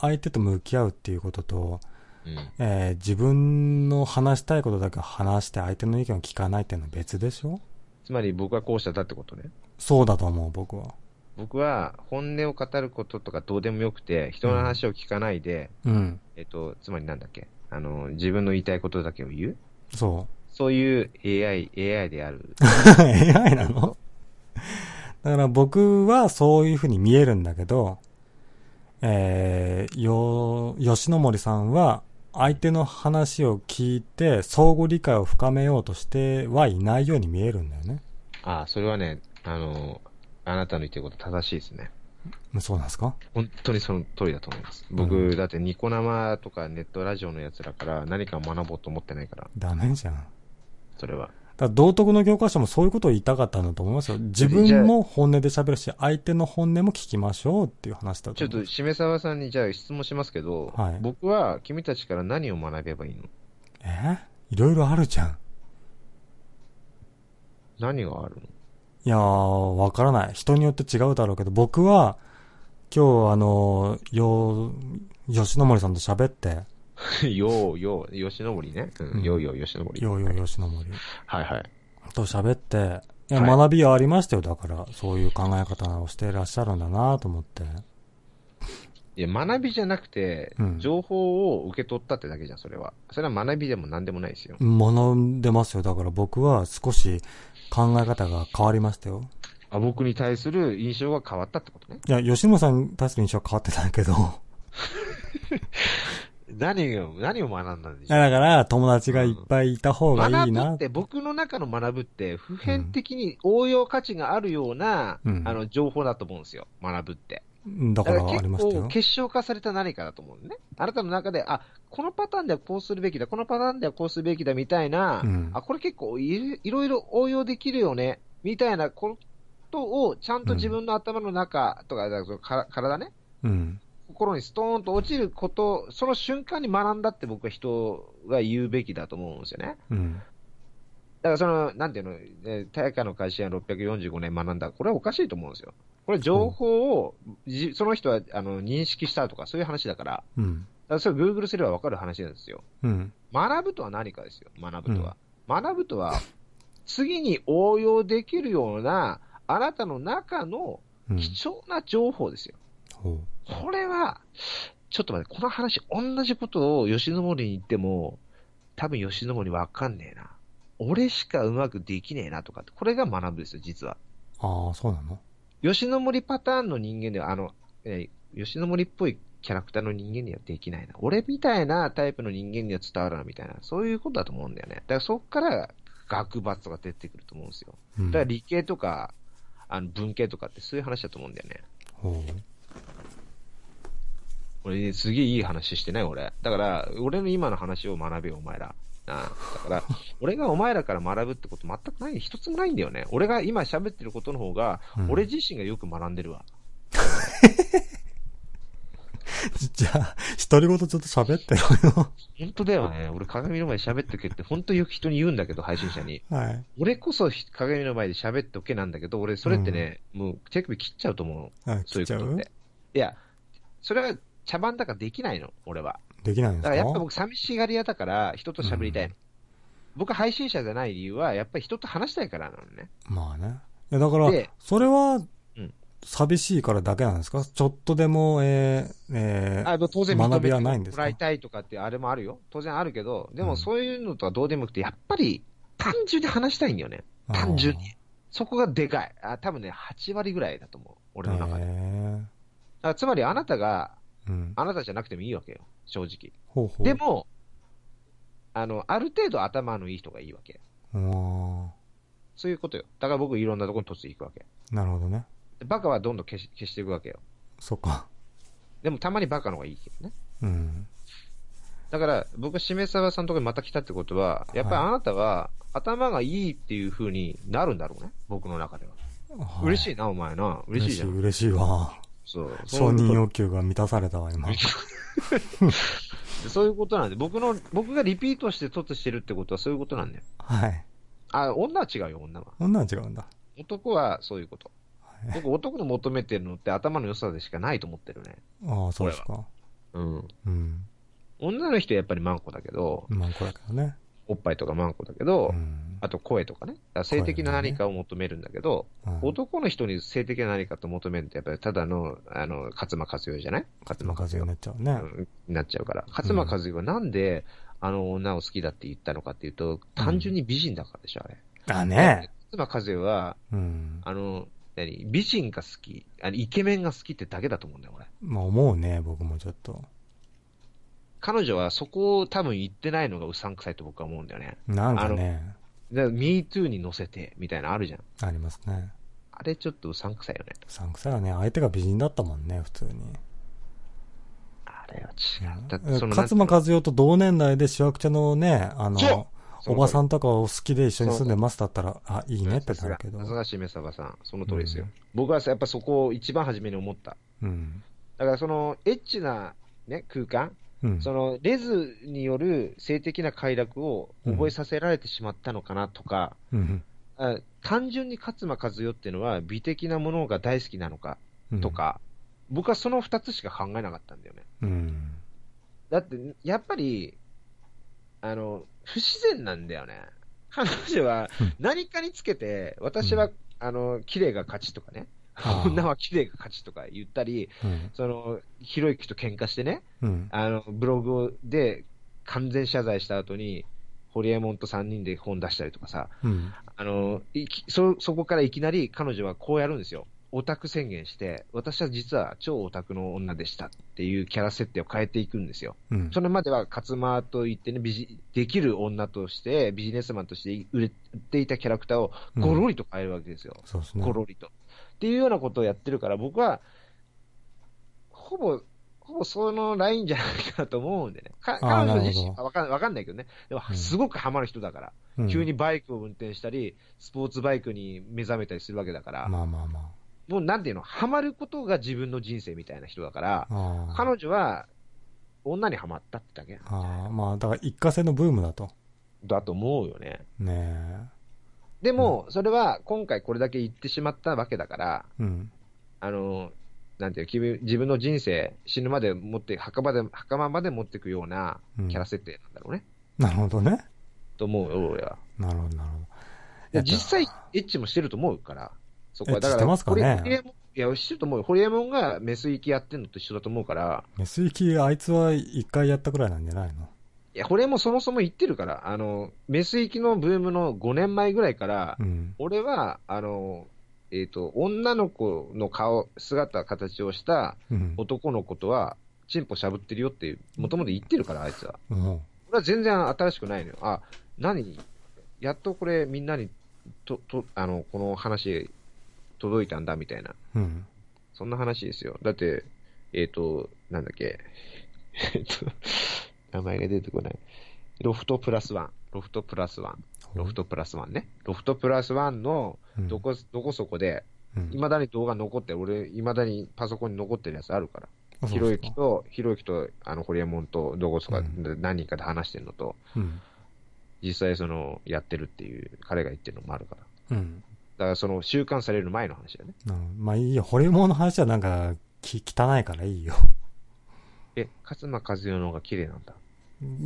[SPEAKER 1] 相手と向き合うっていうことと、
[SPEAKER 3] うん。
[SPEAKER 1] えー自分の話したいことだけ話して相手の意見を聞かないっていうのは別でしょ
[SPEAKER 3] つまり僕はこうしただってことね。
[SPEAKER 1] そうだと思う、僕は。
[SPEAKER 3] 僕は本音を語ることとかどうでもよくて、人の話を聞かないで、
[SPEAKER 1] うん。
[SPEAKER 3] えっと、つまりなんだっけあの、自分の言いたいことだけを言う
[SPEAKER 1] そ
[SPEAKER 3] そういう AI、AI で ある。
[SPEAKER 1] う。AI なのだから僕はそういうふうに見えるんだけど、えー、よ、吉野森さんは相手の話を聞いて相互理解を深めようとしてはいないように見えるんだよね。
[SPEAKER 3] ああ、それはね、あの、あなたの言ってること正しいです
[SPEAKER 1] うん
[SPEAKER 3] ね。
[SPEAKER 1] そうなんですか
[SPEAKER 3] 本当にその通りだと思います。僕、
[SPEAKER 1] う
[SPEAKER 3] だってニコ生とかネットラジオのやつらから何か学ぼうと思ってないから、
[SPEAKER 1] ダメじゃん。
[SPEAKER 3] それは。
[SPEAKER 1] だから道徳の教科書もそういうことを言いたかったんだと思いますよ。自分も本音で喋るし、相手の本音も聞きましょうっていう話だ
[SPEAKER 3] ち
[SPEAKER 1] と
[SPEAKER 3] ょっ
[SPEAKER 1] 思う。
[SPEAKER 3] と、しめさわさんにじゃあ質問しますけど、
[SPEAKER 1] はい
[SPEAKER 3] 僕は君たちから何を学べばいいの
[SPEAKER 1] えいろいろあるじゃん。
[SPEAKER 3] 何があるの
[SPEAKER 1] いやー、わからない。人によって違うだろうけど、僕は、今日あの、よ、吉野森さんと喋って、
[SPEAKER 3] よう、よう、吉野森ね。う
[SPEAKER 1] うん
[SPEAKER 3] ん、ようよう、吉野森。
[SPEAKER 1] ようよう吉野森
[SPEAKER 3] はいはい。
[SPEAKER 1] と喋って、いや、
[SPEAKER 3] はい
[SPEAKER 1] 学びはありましたよ。だから、そういう考え方をしていらっしゃるんだなと思って。
[SPEAKER 3] いや、学びじゃなくて
[SPEAKER 1] う、ん
[SPEAKER 3] 情報を受け取ったってだけじゃん、それは。それは学びでも何でもないですよ。
[SPEAKER 1] 学んでますよ。だから僕は少し考え方が変わりましたよ。
[SPEAKER 3] あ、僕に対する印象が変わったってことね。
[SPEAKER 1] いや、吉野さんに対する印象は変わってない けど。
[SPEAKER 3] 何を、何を学んだんで
[SPEAKER 1] い
[SPEAKER 3] しょう
[SPEAKER 1] や、だから、友達がいっぱいいた方がい
[SPEAKER 3] 学
[SPEAKER 1] い
[SPEAKER 3] ぶ
[SPEAKER 1] な
[SPEAKER 3] っ。て、僕の中の学ぶって、普遍的に応用価値があるような、
[SPEAKER 1] うん
[SPEAKER 3] あの、情報だと思うんですよ。学ぶって。
[SPEAKER 1] うんだから、あり
[SPEAKER 3] 結
[SPEAKER 1] ました
[SPEAKER 3] 構
[SPEAKER 1] よ。
[SPEAKER 3] 結晶化された何かだと思うのね。あなたの中で、あ、このパターンではこうするべきだ、このパターンではこうするべきだ、みたいな、
[SPEAKER 1] うん
[SPEAKER 3] あ、これ結構いいろいろ応用できるよね、みたいなことを、ちゃんと自分の頭の中とか、だからか体ね、
[SPEAKER 1] うん。
[SPEAKER 3] 心にストーンと落ちること、その瞬間に学んだって僕は人が言うべきだと思うんですよね。
[SPEAKER 1] うん。
[SPEAKER 3] だからその、なんていうの、えー大化の改新は645年学んだ、これはおかしいと思うんですよ。これ情報を、じその人はあの認識したとか、そういう話だから、だか
[SPEAKER 1] うん。
[SPEAKER 3] らそれ Google すればわかる話なんですよ。
[SPEAKER 1] うん。
[SPEAKER 3] 学ぶとは何かですよ、学ぶとは。学ぶとは、次に応用できるような、あなたの中の
[SPEAKER 1] うん。
[SPEAKER 3] 貴重な情報ですよ。
[SPEAKER 1] ほう。
[SPEAKER 3] これは、ちょっと待って、この話、同じことを吉野森に言っても、多分吉野森わかんねえな。俺しかうまくできねえなとかって、これが学ぶですよ、実は。
[SPEAKER 1] ああ、そうなの
[SPEAKER 3] 吉野森パターンの人間では、あの、えー吉野森っぽいキャラクターの人間にはできないな。俺みたいなタイプの人間には伝わるな、みたいな。そういうことだと思うんだよね。だからそこから学罰とか出てくると思うんですよ。
[SPEAKER 1] うん
[SPEAKER 3] だから理系とか、あの文系とかってそういう話だと思うんだよね。
[SPEAKER 1] ほ
[SPEAKER 3] 俺ね、すげえいい話してない俺。だから、俺の今の話を学べよ、お前ら。なあだから、俺がお前らから学ぶってこと全くない、一つもないんだよね。俺が今喋ってることの方が、
[SPEAKER 1] う。うん
[SPEAKER 3] 俺、自身がよく学んでるわ。
[SPEAKER 1] じゃあ、独り言ちょっと喋 ってろよ。
[SPEAKER 3] 本当だよね。俺鏡の前で喋っとけって、本当よく人に言うんだけど、配信者に。
[SPEAKER 1] はい。
[SPEAKER 3] 俺こそひ鏡の前で喋っとけなんだけど、俺それってね、もう手首切っちゃうと思う。
[SPEAKER 1] あ、
[SPEAKER 3] そ
[SPEAKER 1] 切っ
[SPEAKER 3] ういう
[SPEAKER 1] ちゃ
[SPEAKER 3] ことっ
[SPEAKER 1] う
[SPEAKER 3] て。いや、それは茶番だからできないの、俺は。
[SPEAKER 1] できないんで
[SPEAKER 3] だか
[SPEAKER 1] す
[SPEAKER 3] らやっぱ
[SPEAKER 1] か
[SPEAKER 3] 僕、寂しがり屋だから、人と喋りたいの。僕、配信者じゃない理由は、やっぱり人と話したいからなのね。
[SPEAKER 1] まあね。いや、だから
[SPEAKER 3] で、
[SPEAKER 1] それは
[SPEAKER 3] うん、
[SPEAKER 1] 寂しいからだけなんですかちょっとでも、えー、えー、
[SPEAKER 3] あの当然、
[SPEAKER 1] 学びはないんです
[SPEAKER 3] も
[SPEAKER 1] から
[SPEAKER 3] いたいとかって、あれもあるよ。当然あるけど、で
[SPEAKER 1] う
[SPEAKER 3] も
[SPEAKER 1] ん
[SPEAKER 3] そういうのとはどうでもよくて、やっぱり、単純に話したいんだよね。
[SPEAKER 1] あー
[SPEAKER 3] 単純に。そこがでかい。あ、多分ね、8割ぐらいだと思う。俺の中で。
[SPEAKER 1] へ
[SPEAKER 3] だ
[SPEAKER 1] ー
[SPEAKER 3] からつまり、あなたが、
[SPEAKER 1] うん。
[SPEAKER 3] あなたじゃなくてもいいわけよ。正直。
[SPEAKER 1] ほうほう。
[SPEAKER 3] でも、あの、ある程度頭のいい人がいいわけ。
[SPEAKER 1] も、
[SPEAKER 3] そういうことよ。だから僕、いろんなところに突然行くわけ。
[SPEAKER 1] なるほどね。
[SPEAKER 3] でバカはどんどん消し消していくわけよ。
[SPEAKER 1] そっか。
[SPEAKER 3] でもたまにバカの方がいいけどね。
[SPEAKER 1] うん。
[SPEAKER 3] だから、僕、しめさばさんのところにまた来たってことは、やっぱりあなたは、頭がいいっていう風になるんだろうね。僕の中では。
[SPEAKER 1] はい
[SPEAKER 3] 嬉しいな、お前な。嬉しいじゃん。
[SPEAKER 1] 嬉しいわ。
[SPEAKER 3] そう。
[SPEAKER 1] 承認
[SPEAKER 3] そういうこ
[SPEAKER 1] 欲求が満たされたわ、今。
[SPEAKER 3] とそういうことなんで、僕の、僕がリピートして突してるってことはそういうことなんだよ。
[SPEAKER 1] はい。
[SPEAKER 3] あ、女は違うよ、女は。
[SPEAKER 1] 女は違うんだ。
[SPEAKER 3] 男はそういうこと。僕、男の求めてるのって頭の良さでしかないと思ってるね。
[SPEAKER 1] ああ、そうですか。
[SPEAKER 3] うん。
[SPEAKER 1] うん。
[SPEAKER 3] 女の人はやっぱりマンコだけど、
[SPEAKER 1] まあ、これからね。
[SPEAKER 3] おっぱいとかマンコだけ
[SPEAKER 1] う
[SPEAKER 3] ど、
[SPEAKER 1] ん。
[SPEAKER 3] あと声とかね。だから性的な何かを求めるんだけど、
[SPEAKER 1] うん
[SPEAKER 3] 男の人に性的な何かと求めるって、やっぱりただの、あの、勝間和代じゃない勝
[SPEAKER 1] ま
[SPEAKER 3] 間
[SPEAKER 1] あ、
[SPEAKER 3] 和
[SPEAKER 1] 風邪にな
[SPEAKER 3] 代
[SPEAKER 1] っちゃうね。
[SPEAKER 3] うんになっちゃうから。勝間和代はなんで、あの女を好きだって言ったのかっていうと、単純に美人だからでしょ、あれ。
[SPEAKER 1] だね。
[SPEAKER 3] 勝間和代は、
[SPEAKER 1] うん。
[SPEAKER 3] あの、何美人が好き、あのイケメンが好きってだけだと思うんだよ、俺。
[SPEAKER 1] まあ、思うね、僕もちょっと。
[SPEAKER 3] 彼女はそこを多分言ってないのがうさんくさいと僕は思うんだよね。
[SPEAKER 1] なんかね、
[SPEAKER 3] だから、MeToo に乗せて、みたいなのあるじゃん。
[SPEAKER 1] ありますね。
[SPEAKER 3] あれちょっとうさんくさいよね。
[SPEAKER 1] うさんくさいよね。相手が美人だったもんね、普通に。
[SPEAKER 3] あれは違う。だってその、
[SPEAKER 1] 勝間和代と同年代で主役者のね、あの
[SPEAKER 3] そ、
[SPEAKER 1] おばさんとかを好きで一緒に住んでますだったら、あ、いいねってなるけど
[SPEAKER 3] さ。すが、しめさばさん。その通りですよ。
[SPEAKER 1] うん
[SPEAKER 3] 僕はさやっぱそこを一番初めに思った。
[SPEAKER 1] うん。
[SPEAKER 3] だからその、エッチな、ね、空間、
[SPEAKER 1] うん。
[SPEAKER 3] その、レズによる性的な快楽を覚えさせられてしまったのかなとか、
[SPEAKER 1] うん。
[SPEAKER 3] あ単純に勝間和代っていうのは美的なものが大好きなのか
[SPEAKER 1] うん
[SPEAKER 3] と。か、僕はその二つしか考えなかったんだよね。
[SPEAKER 1] うん。
[SPEAKER 3] だって、やっぱり、あの、不自然なんだよね。彼女は
[SPEAKER 1] うん
[SPEAKER 3] 何かにつけて、私は、
[SPEAKER 1] うん
[SPEAKER 3] あの、綺麗が勝ちとかね、
[SPEAKER 1] あー
[SPEAKER 3] 女は綺麗が勝ちとか言ったり、
[SPEAKER 1] うん。
[SPEAKER 3] その、ひろゆきと喧嘩してね、
[SPEAKER 1] うん。
[SPEAKER 3] あの、ブログで完全謝罪した後に、ホリエモンと3人で本出したりとかさ、
[SPEAKER 1] うん。
[SPEAKER 3] あの、いきそ、そこからいきなり彼女はこうやるんですよ。オタク宣言して、私は実は超オタクの女でしたっていうキャラ設定を変えていくんですよ。
[SPEAKER 1] うん
[SPEAKER 3] それまでは勝間と言ってね、ビジできる女として、ビジネスマンとして売れ売っていたキャラクターをゴロリと変えるわけですよ。
[SPEAKER 1] そうですね。
[SPEAKER 3] ゴロリと。っていうようなことをやってるから、僕は、ほぼ、ほぼそのラインじゃないかなと思うんでね。か
[SPEAKER 1] あー
[SPEAKER 3] 彼女自身
[SPEAKER 1] なるほ
[SPEAKER 3] はわかんわかんないけどね。でも
[SPEAKER 1] う、ん
[SPEAKER 3] すごくハマる人だから、
[SPEAKER 1] うん
[SPEAKER 3] 急に。バイクを運転したり、スポーツバイクに目覚めたりするわけだから、
[SPEAKER 1] まあまあま
[SPEAKER 3] もうなんていうの、ハマることが自分の人生みたいな人だから
[SPEAKER 1] あ。、ああ。
[SPEAKER 3] 彼女は、女にハマったってだけなんだよね
[SPEAKER 1] ああ、まあ、だから一過性のブームだと。
[SPEAKER 3] だと思うよね。
[SPEAKER 1] ね
[SPEAKER 3] でも、それは今回これだけ言ってしまったわけだから、
[SPEAKER 1] え。うん。
[SPEAKER 3] あの、なんていうきび、自分の人生、死ぬまで持って、墓場で、袴まで持っていくような
[SPEAKER 1] うん
[SPEAKER 3] キャラ設定なんだろうね。
[SPEAKER 1] なるほどね。
[SPEAKER 3] と思うよ、俺は。
[SPEAKER 1] なるほど、なるほど。
[SPEAKER 3] で実際、エッチもしてると思うから、そこは。だ
[SPEAKER 1] エッチし
[SPEAKER 3] か
[SPEAKER 1] て
[SPEAKER 3] ら、
[SPEAKER 1] ますかね
[SPEAKER 3] ホリエモンいや、してると思うよ。ホリエモンがメス行きやってんのと一緒だと思うから、
[SPEAKER 1] メス行き、あいつは一回やったくらいなんじゃないの
[SPEAKER 3] いや、ホリエモンそもそも言ってるから、あの、メス行きのブームの5年前ぐらいから、
[SPEAKER 1] うん。
[SPEAKER 3] 俺は、あの、えっ、と、女の子の顔、姿、形をした
[SPEAKER 1] うん。
[SPEAKER 3] 男の子とは、チンポしゃぶってるよって、もともと言ってるから、あいつは。
[SPEAKER 1] うん。
[SPEAKER 3] 俺は全然新しくないのよ。あ、何やっとこれ、みんなに、と、と、あの、この話、届いたんだ、みたいな。
[SPEAKER 1] うん。
[SPEAKER 3] そんな話ですよ。だって、えっ、と、なんだっけ。 えっと、名前が出てこない。ロフトプラスワン。ロフトプラスワン。ロフトプラスワンね。ロフトプラスワンの、
[SPEAKER 1] うん
[SPEAKER 3] どこ、どこそこで、
[SPEAKER 1] うん
[SPEAKER 3] いまだに動画残ってる、俺、いまだにパソコンに残ってるやつあるから、
[SPEAKER 1] あそ
[SPEAKER 3] ひ
[SPEAKER 1] う
[SPEAKER 3] ろ
[SPEAKER 1] ですか
[SPEAKER 3] ゆきと、ひろゆきと、あの、ホリエモンと、どこそこ
[SPEAKER 1] う
[SPEAKER 3] 何人かで話してるのと、
[SPEAKER 1] うん。
[SPEAKER 3] 実際、その、やってるっていう、彼が言ってるのもあるから。
[SPEAKER 1] うん。
[SPEAKER 3] だから、その、収監される前の話だよね。
[SPEAKER 1] なるほどまあいいよ。ホリエモンの話はなんか、き、汚いからいいよ。
[SPEAKER 3] え、勝間和代の方が綺麗なんだ。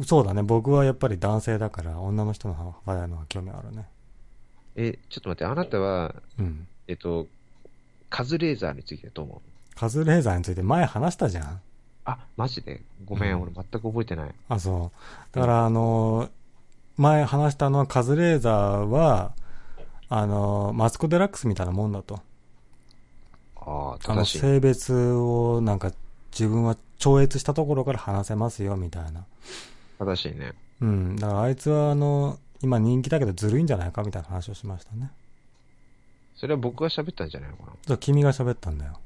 [SPEAKER 1] そうだね。僕はやっぱり男性だから、女の人の話題の方が興味あるね。
[SPEAKER 3] え、ちょっと待って、あなたは、
[SPEAKER 1] うん。
[SPEAKER 3] えっと、カズレーザーについてどう思う
[SPEAKER 1] カズレーザーについて前話したじゃん。
[SPEAKER 3] あ、マジでごめん、
[SPEAKER 1] うん
[SPEAKER 3] 俺全く覚えてない。
[SPEAKER 1] あ、そう。だから、あのー前話したのはカズレーザーは、あのーマツコ・デラックスみたいなもんだと。
[SPEAKER 3] ああ、
[SPEAKER 1] あの、
[SPEAKER 3] 正しい。
[SPEAKER 1] 性別をなんか自分は超越したところから話せますよ、みたいな。
[SPEAKER 3] 正しいね。
[SPEAKER 1] うん。だからあいつは、あの、今人気だけどずるいんじゃないか、みたいな話をしましたね。
[SPEAKER 3] それは僕が喋ったんじゃないのかな。
[SPEAKER 1] じゃあ君が喋ったんだよ。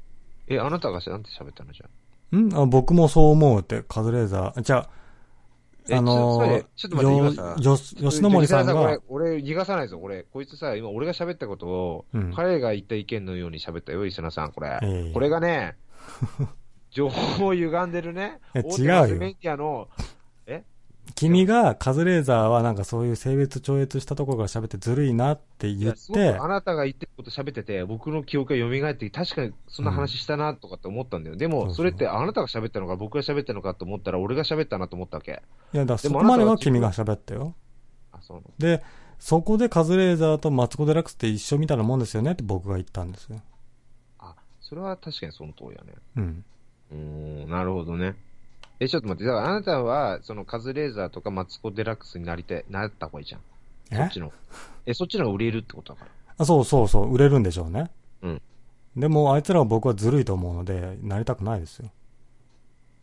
[SPEAKER 3] え、あなたがなんて喋ったのじゃあ
[SPEAKER 1] んあ僕もそう思うって、カズレーザー。じゃあ、
[SPEAKER 3] え
[SPEAKER 1] あのー
[SPEAKER 3] ちょっと待って、ちょっと待って、今さ、
[SPEAKER 1] よよ吉野森さん
[SPEAKER 3] ちょ
[SPEAKER 1] が
[SPEAKER 3] ちょ、これ俺、逃がさないぞ、これ。こいつさ、今俺が喋ったことを、
[SPEAKER 1] うん
[SPEAKER 3] 彼が言った意見のように喋ったよ、石野さん、これ。
[SPEAKER 1] ええ
[SPEAKER 3] これ がね、情報を歪んでるね。
[SPEAKER 1] いや
[SPEAKER 3] 大手
[SPEAKER 1] 違うよ
[SPEAKER 3] マスメディアの、
[SPEAKER 1] 君がカズレーザーはなんかそういう性別超越したところから喋ってずるいなって
[SPEAKER 3] い
[SPEAKER 1] 言っ
[SPEAKER 3] やすごく
[SPEAKER 1] て
[SPEAKER 3] あ、なたが言ってること喋ってて、僕の記憶が蘇って、確かにそんな話したなとかって思ったんだよ。で
[SPEAKER 1] そうそ
[SPEAKER 3] も、
[SPEAKER 1] う
[SPEAKER 3] それってあなたが喋ったのか、僕が喋ったのかと思ったら、俺が喋ったなと思ったわけ。
[SPEAKER 1] いやだからそ
[SPEAKER 3] でも
[SPEAKER 1] こまで
[SPEAKER 3] あ
[SPEAKER 1] は
[SPEAKER 3] なたは
[SPEAKER 1] 君
[SPEAKER 3] 違う
[SPEAKER 1] が喋ったよ。
[SPEAKER 3] あ、そうなの
[SPEAKER 1] で、そこでカズレーザーとマツコ・デラックスって一緒みたいなもんですよねって僕が言ったんですよ。
[SPEAKER 3] あ、それは確かにその通りだね。
[SPEAKER 1] うん。
[SPEAKER 3] うーん、なるほどね。え、ちょっと待って、だからあなたは、そのカズレーザーとかマツコ・デラックスになりたい、なった方がいいじゃん。そ
[SPEAKER 1] え
[SPEAKER 3] っちの。え、そっちの方が売れるってことだから。
[SPEAKER 1] あそうそうそう、売れるんでしょうね。
[SPEAKER 3] うん。
[SPEAKER 1] でも、あいつらは僕はずるいと思うので、なりたくないですよ。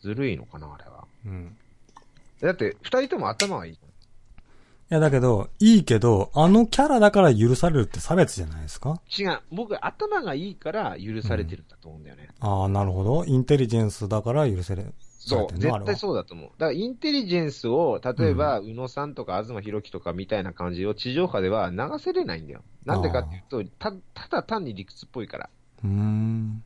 [SPEAKER 3] ずるいのかな、あれは。
[SPEAKER 1] うん。
[SPEAKER 3] だって、二人とも頭はいいじゃ
[SPEAKER 1] い
[SPEAKER 3] ん。
[SPEAKER 1] や、だけど、いいけど、あのキャラだから許されるって差別じゃないですか
[SPEAKER 3] 違う。僕、頭がいいから許されてるんだと思うんだよね。
[SPEAKER 1] ああ、なるほど。インテリジェンスだから許せる。
[SPEAKER 3] そ
[SPEAKER 1] だ
[SPEAKER 3] う。
[SPEAKER 1] ってねあれは
[SPEAKER 3] 絶対そうだと思う。だから、インテリジェンスを、例えば、宇野さんとか東博樹とかみたいな感じを地上波では流せれないんだよ。なんでかっていうと、た、ただ単に理屈っぽいから。
[SPEAKER 1] うーん。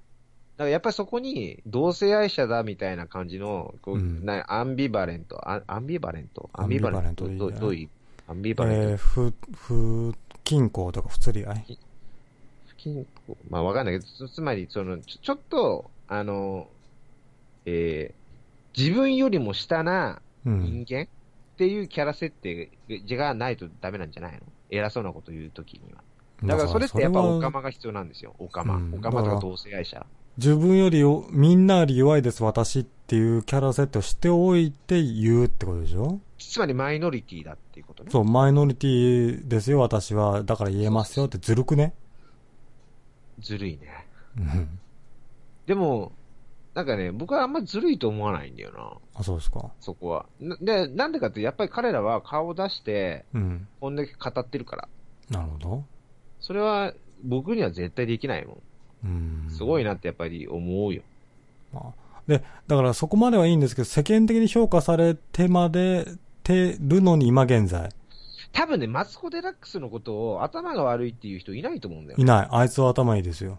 [SPEAKER 3] だからやっぱりそこに同性愛者だみたいな感じの、こう
[SPEAKER 1] うん
[SPEAKER 3] なアンビバレント、あアンビバレント、
[SPEAKER 1] アンビバレント
[SPEAKER 3] ア
[SPEAKER 1] でいい
[SPEAKER 3] ン
[SPEAKER 1] んじゃ
[SPEAKER 3] ビバレントど
[SPEAKER 1] ない
[SPEAKER 3] どういうアンビ
[SPEAKER 1] え
[SPEAKER 3] バレ
[SPEAKER 1] ー、
[SPEAKER 3] ント、
[SPEAKER 1] ふ、ふ、均衡とか不釣り合い。
[SPEAKER 3] 不均衡まあわかんないけど、つつまりそのちょ、ちょっと、あの、えー自分よりも下な
[SPEAKER 1] うん。
[SPEAKER 3] 人間っていうキャラ設定がないとダメなんじゃないの偉そうなこと言うときには。だからそれってやっぱオカマが必要なんですよ。オカマ。
[SPEAKER 1] うん
[SPEAKER 3] オカマとか同性愛者。
[SPEAKER 1] 自分よりよみんなより弱いです私っていうキャラ設定をしておいて言うってことでしょ
[SPEAKER 3] つまりマイノリティだっていうことね。
[SPEAKER 1] そう、マイノリティですよ私は、だから言えますよってずるくね
[SPEAKER 3] ずるいね。
[SPEAKER 1] うん。
[SPEAKER 3] でも、なんかね、僕はあんまずるいと思わないんだよな、
[SPEAKER 1] あ、そうですか。
[SPEAKER 3] そこは。なで、なんでかって、やっぱり彼らは顔を出して、
[SPEAKER 1] うん。
[SPEAKER 3] こんだけ語ってるから。
[SPEAKER 1] なるほど。
[SPEAKER 3] それは、僕には絶対できないも
[SPEAKER 1] うん。
[SPEAKER 3] ん。すごい
[SPEAKER 1] な。
[SPEAKER 3] なってやっぱり思うよ。
[SPEAKER 1] で、だからそこまではいいんですけど、世間的に評価されてまで、てるのに今現在。
[SPEAKER 3] 多分ね、マツコ・デラックスのことを頭が悪いっていう人いないと思うんだよ
[SPEAKER 1] い。ない。あいつは頭いいですよ。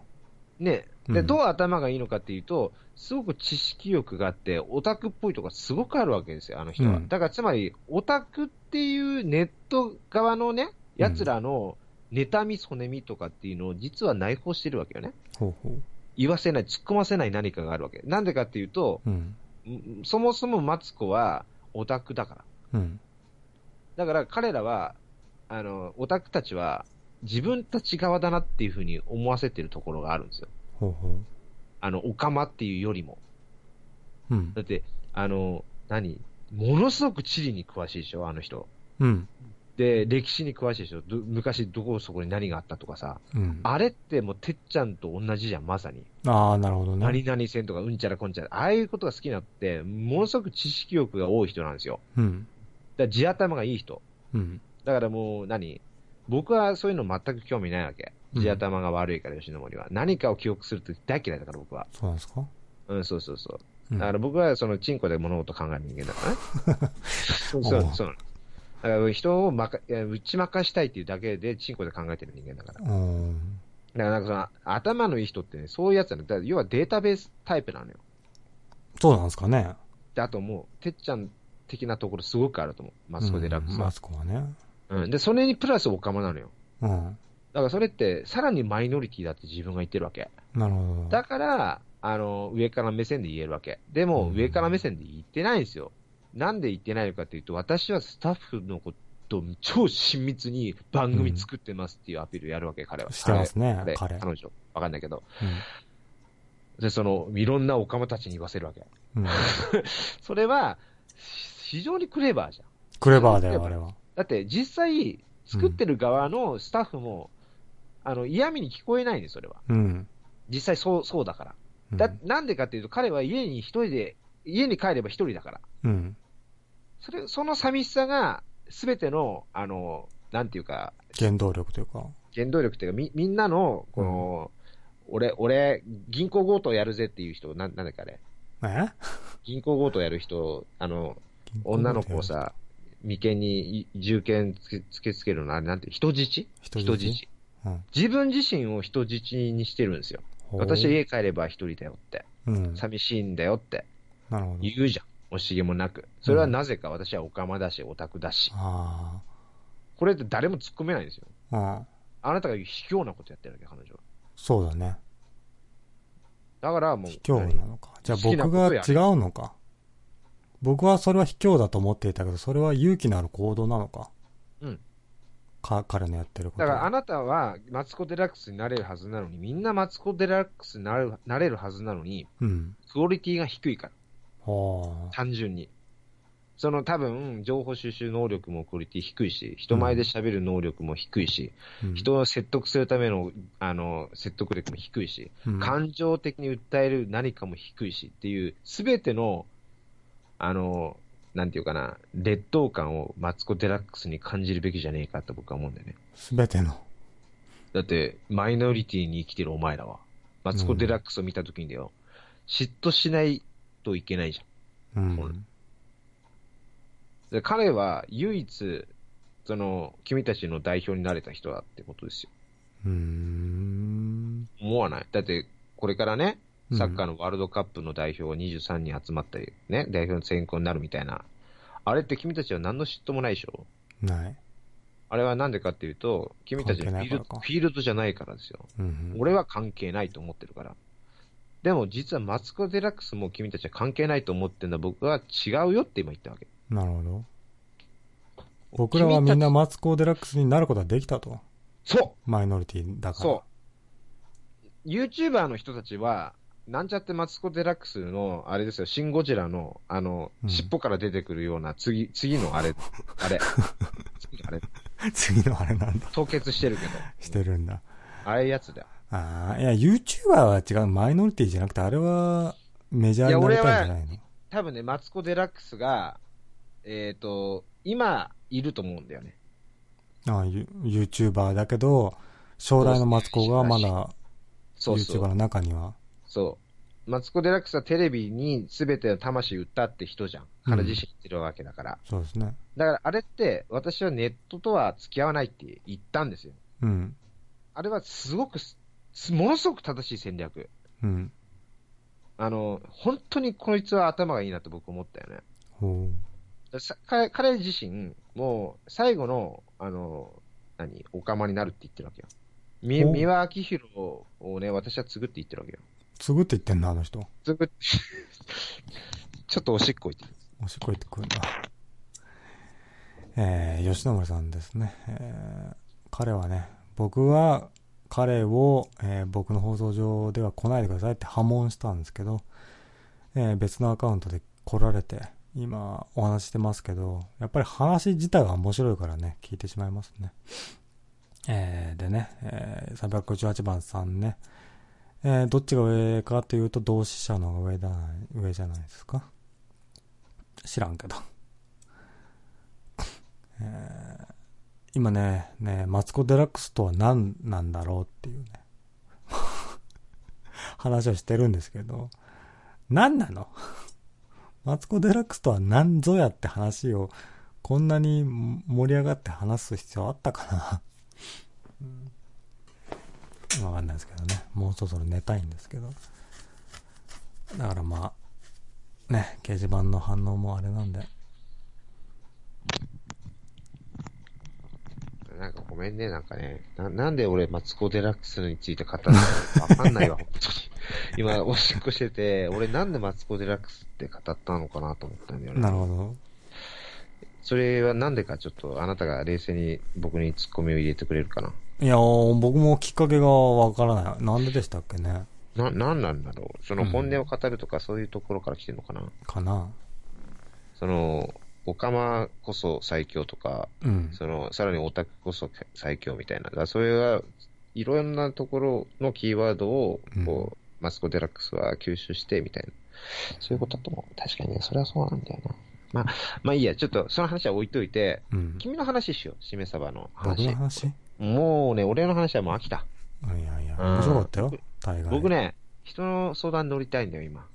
[SPEAKER 3] ね。
[SPEAKER 1] う
[SPEAKER 3] で、
[SPEAKER 1] ん
[SPEAKER 3] どう頭がいいのかっていうと、すごく知識欲があって、オタクっぽいとかすごくあるわけですよ、あの人は。
[SPEAKER 1] うん
[SPEAKER 3] だからつまり、オタクっていうネット側のね、奴らの妬み、そねみとかっていうのを実は内包してるわけよね。
[SPEAKER 1] ほうほ
[SPEAKER 3] 言わせない、突っ込ませない何かがあるわけ。なんでかっていうと、
[SPEAKER 1] う。うん。
[SPEAKER 3] うんそもそもマツコはオタクだから。
[SPEAKER 1] うん。
[SPEAKER 3] だから彼らは、あの、オタクたちは自分たち側だなっていうふうに思わせてるところがあるんですよ。
[SPEAKER 1] ほうほ
[SPEAKER 3] あの、オカマっていうよりも。
[SPEAKER 1] う。うん。
[SPEAKER 3] だって、あの、何ものすごく地理に詳しいでしょ、あの人。
[SPEAKER 1] うん。
[SPEAKER 3] で、歴史に詳しいでしょ。ど昔どこそこに何があったとかさ。
[SPEAKER 1] うん。あ
[SPEAKER 3] あれってもうてっちゃんと同じじゃん、まさに。
[SPEAKER 1] あー、なるほどね。
[SPEAKER 3] 何々線とかうんちゃらこんちゃら。ああいうことが好きなのって、ものすごく知識欲が多い人なんですよ。
[SPEAKER 1] うん。
[SPEAKER 3] だから地頭がいい人。
[SPEAKER 1] うん。
[SPEAKER 3] だからもう何僕はそういうの全く興味ないわけ。
[SPEAKER 1] うん
[SPEAKER 3] 地頭が悪いから、吉野森は。何かを記憶すると大嫌いだから、僕は。
[SPEAKER 1] そうなんですか
[SPEAKER 3] うん、そうそうそう。
[SPEAKER 1] うん
[SPEAKER 3] だから僕はそのチンコで物事を考える人間だ からね。そうそうそうなの。だから人をまかいや打ち負かしたいっていうだけでチンコで考えてる人間だから。だか
[SPEAKER 1] うん。
[SPEAKER 3] らなんかその頭のいい人ってね、そういうやつなの。だから要はデータベースタイプなのよ。
[SPEAKER 1] そうなんですかね。
[SPEAKER 3] で、あともう、てっちゃん的なところすごくあると思う。マスコ・デラック
[SPEAKER 1] う
[SPEAKER 3] ス
[SPEAKER 1] んマ
[SPEAKER 3] は。
[SPEAKER 1] スコはね。
[SPEAKER 3] うん。で、それにプラスオカマなのよ。
[SPEAKER 1] うん。
[SPEAKER 3] だからそれって、さらにマイノリティだって自分が言ってるわけ。
[SPEAKER 1] なるほど。
[SPEAKER 3] だから、あの、上から目線で言えるわけ。でも
[SPEAKER 1] う、ん
[SPEAKER 3] 上から目線で言ってないんですよ。なんで言ってないのかっていうと、私はスタッフのことを超親密に番組作ってますっていうアピールをやるわけ、彼は。
[SPEAKER 1] してますね
[SPEAKER 3] 彼、
[SPEAKER 1] 彼
[SPEAKER 3] 彼彼女。わかんないけど。で、その、いろんなオカマたちに言わせるわけ。
[SPEAKER 1] うん。うん
[SPEAKER 3] それは、非常にクレバーじゃん。
[SPEAKER 1] クレバーだよ、あれは。
[SPEAKER 3] だって、実際、作ってる側のスタッフも、あの、嫌味に聞こえないね、それは。
[SPEAKER 1] うん。
[SPEAKER 3] 実際そう、そうだから。
[SPEAKER 1] うん
[SPEAKER 3] だ、なんでかっていうと、彼は家に一人で、家に帰れば一人だから。
[SPEAKER 1] うん。
[SPEAKER 3] それ、その寂しさが、すべての、あの、なんていうか、
[SPEAKER 1] 原動力というか。
[SPEAKER 3] 原動力っていうか、み、みんなの、この、俺、俺、銀行強盗やるぜっていう人、なん、なんだっけあれ。
[SPEAKER 1] え
[SPEAKER 3] 銀行強盗やる人、あの、
[SPEAKER 1] 銀行強盗
[SPEAKER 3] 女の子をさ、眉間にい銃剣つけつけつけるのあれなんて、人質
[SPEAKER 1] 人質うん
[SPEAKER 3] 自分自身を人質にしてるんですよ。
[SPEAKER 1] ほう
[SPEAKER 3] 私家帰れば一人だよって、
[SPEAKER 1] うん。
[SPEAKER 3] 寂しいんだよって
[SPEAKER 1] なるほど。
[SPEAKER 3] 言うじゃん。惜しげもなく。それはなぜか私はオカマだし、オタクだし。
[SPEAKER 1] あ
[SPEAKER 3] これって誰も突っ込めないんですよ。
[SPEAKER 1] あ。ああ。
[SPEAKER 3] あなたが卑怯なことやってるわけ、彼女は。
[SPEAKER 1] そうだね。
[SPEAKER 3] だからもう。
[SPEAKER 1] 卑怯なのか。じゃあ
[SPEAKER 3] 好きなこ
[SPEAKER 1] 僕
[SPEAKER 3] と
[SPEAKER 1] が
[SPEAKER 3] や
[SPEAKER 1] 違うのか。僕はそれは卑怯だと思っていたけど、それは勇気のある行動なのか。
[SPEAKER 3] うん。
[SPEAKER 1] か、彼のやってること
[SPEAKER 3] だ
[SPEAKER 1] は。
[SPEAKER 3] からあなたはマツコ・デラックスになれるはずなのに、みんなマツコ・デラックスになるなれるはずなのに、
[SPEAKER 1] うん。
[SPEAKER 3] クオリティが低いから、
[SPEAKER 1] はあ。
[SPEAKER 3] 単純に。その多分、情報収集能力もクオリティ低いし、人前で喋る能力も低いし、
[SPEAKER 1] うん、
[SPEAKER 3] 人を説得するためのあの説得力も低いし、
[SPEAKER 1] うん、
[SPEAKER 3] 感情的に訴える何かも低いしっていう、すべての、あの、なんていうかな、劣等感をマツコ・デラックスに感じるべきじゃねえかって僕は思うんだよね。
[SPEAKER 1] すべての。
[SPEAKER 3] だって、マイノリティに生きてるお前らは、マツコ・デラックスを見たときにだよ、嫉妬しないといけないじゃん。
[SPEAKER 1] う
[SPEAKER 3] ほら
[SPEAKER 1] ん。
[SPEAKER 3] で彼は唯一、その、君たちの代表になれた人だってことですよ。
[SPEAKER 1] うーん。
[SPEAKER 3] 思わないだって、これからね、サッカー
[SPEAKER 1] の。
[SPEAKER 3] のワールドカップの代表23人集まったり、ね、代表の選考になるみたいな。あれって君たちは何の嫉妬もないでしょ
[SPEAKER 1] ない。
[SPEAKER 3] あれはなんでかっていうと、君たちのフィー
[SPEAKER 1] 関係ない
[SPEAKER 3] ル
[SPEAKER 1] からか
[SPEAKER 3] ドフィールドじゃないからですよ。
[SPEAKER 1] うん。
[SPEAKER 3] 俺は関係ないと思ってるから。でも実はマツコ・デラックスも君たちは関係ないと思ってるのは僕は違うよって今言ったわけ。
[SPEAKER 1] なるほど。僕らはみんなマツコ・デラックスになることができたと。
[SPEAKER 3] そ
[SPEAKER 1] マイノリティだ
[SPEAKER 3] う
[SPEAKER 1] から。
[SPEAKER 3] そう。YouTuber の人たちは、なんちゃってマツコ・デラックスの、あれですよ、シン・ゴジラの、あの、
[SPEAKER 1] うん
[SPEAKER 3] 尻尾から出てくるような、次、次のあれ、あれ、次のあれ、
[SPEAKER 1] 次のあれなんだ。
[SPEAKER 3] 凍結してるけど、
[SPEAKER 1] してるんだ。
[SPEAKER 3] ああいうやつだよ。
[SPEAKER 1] ああ、いや、YouTuber は違う。マイノリティじゃなくて、あれはメジャーになりたいんじゃないの
[SPEAKER 3] 多分ね、マツコ・デラックスが、えっ、と、今、いると思うんだよね。
[SPEAKER 1] ああ、ユ YouTuber だけど、将来のマツコがまだ
[SPEAKER 3] そうそう
[SPEAKER 1] YouTuber の中には。
[SPEAKER 3] そう。マツコ・デラックスはテレビに全ての魂売ったって人じゃん。彼自身言ってるわけだから。
[SPEAKER 1] そうですね。
[SPEAKER 3] だからあれって、私はネットとは付き合わないって言ったんですよ。
[SPEAKER 1] うん。
[SPEAKER 3] あれはすごくす、すものすごく正しい戦略。
[SPEAKER 1] うん。
[SPEAKER 3] あの、本当にこいつは頭がいいなと僕思ったよね。
[SPEAKER 1] ほ
[SPEAKER 3] さ彼彼自身、もう最後の、あの、何、オカマになるって言ってるわけよ。み、
[SPEAKER 1] お
[SPEAKER 3] 三輪明宏をね、私は継ぐって言ってるわけよ。
[SPEAKER 1] う。継ぐって言ってんな、あの人。
[SPEAKER 3] 継ぐって ちょっとおしっこいってる。
[SPEAKER 1] おしっこいってくるんだ。えー、吉野森さんですね。えー彼はね、僕は彼を、えー僕の放送上では来ないでくださいって破門したんですけど、えー別のアカウントで来られて、今お話ししてますけど、やっぱり話自体は面白いからね、聞いてしまいますね。えーでね、えー358番さんね、えーどっちが上かというと同志社の方が上だ、上じゃないですか。知らんけど。 えー今ね、ね、マツコ・デラックスとは何なんだろうっていうね、 話をしてるんですけど、何なのマツコ・デラックスとは何ぞやって話を、こんなに盛り上がって話す必要あったかな、うん、わかんないですけどね、もうそろそろ寝たいんですけど。だからまあ、ね、掲示板の反応もあれなんで。
[SPEAKER 3] なんかごめんね、なんかね。ななんで俺、マツコ・デラックスについて語ったのかわか んないわ、本当に。今、おしっこしてて、俺なんでマツコ・デラックスって語ったのかなと思ったんだよね。
[SPEAKER 1] なるほど。
[SPEAKER 3] それはなんでか、ちょっとあなたが冷静に僕にツッコミを入れてくれるかな。
[SPEAKER 1] いやー、僕もきっかけがわからない。なんででしたっけね。
[SPEAKER 3] な、なんなんだろう。その
[SPEAKER 1] うん
[SPEAKER 3] 本音を語るとか、そういうところから来てるのかな。
[SPEAKER 1] かな。
[SPEAKER 3] その、オカマこそ最強とか、
[SPEAKER 1] うん。
[SPEAKER 3] その、さらにオタクこそ最強みたいな。だからそれは、いろんなところのキーワードを、こう、マスコ・デラックスは吸収して、みたいな。そういうことだと思う。確かにね、それはそうなんだよな。まあ、まあいいや、ちょっとその話は置いといて、
[SPEAKER 1] うん。
[SPEAKER 3] 君の話しよう、しめさばの
[SPEAKER 1] 僕
[SPEAKER 3] 話
[SPEAKER 1] の。話い
[SPEAKER 3] もうね、俺の話はもう飽きた。
[SPEAKER 1] やいや、
[SPEAKER 3] うん
[SPEAKER 1] 面白かったよ。大概。
[SPEAKER 3] 僕。ね、人の相談乗りたいんだよ、今。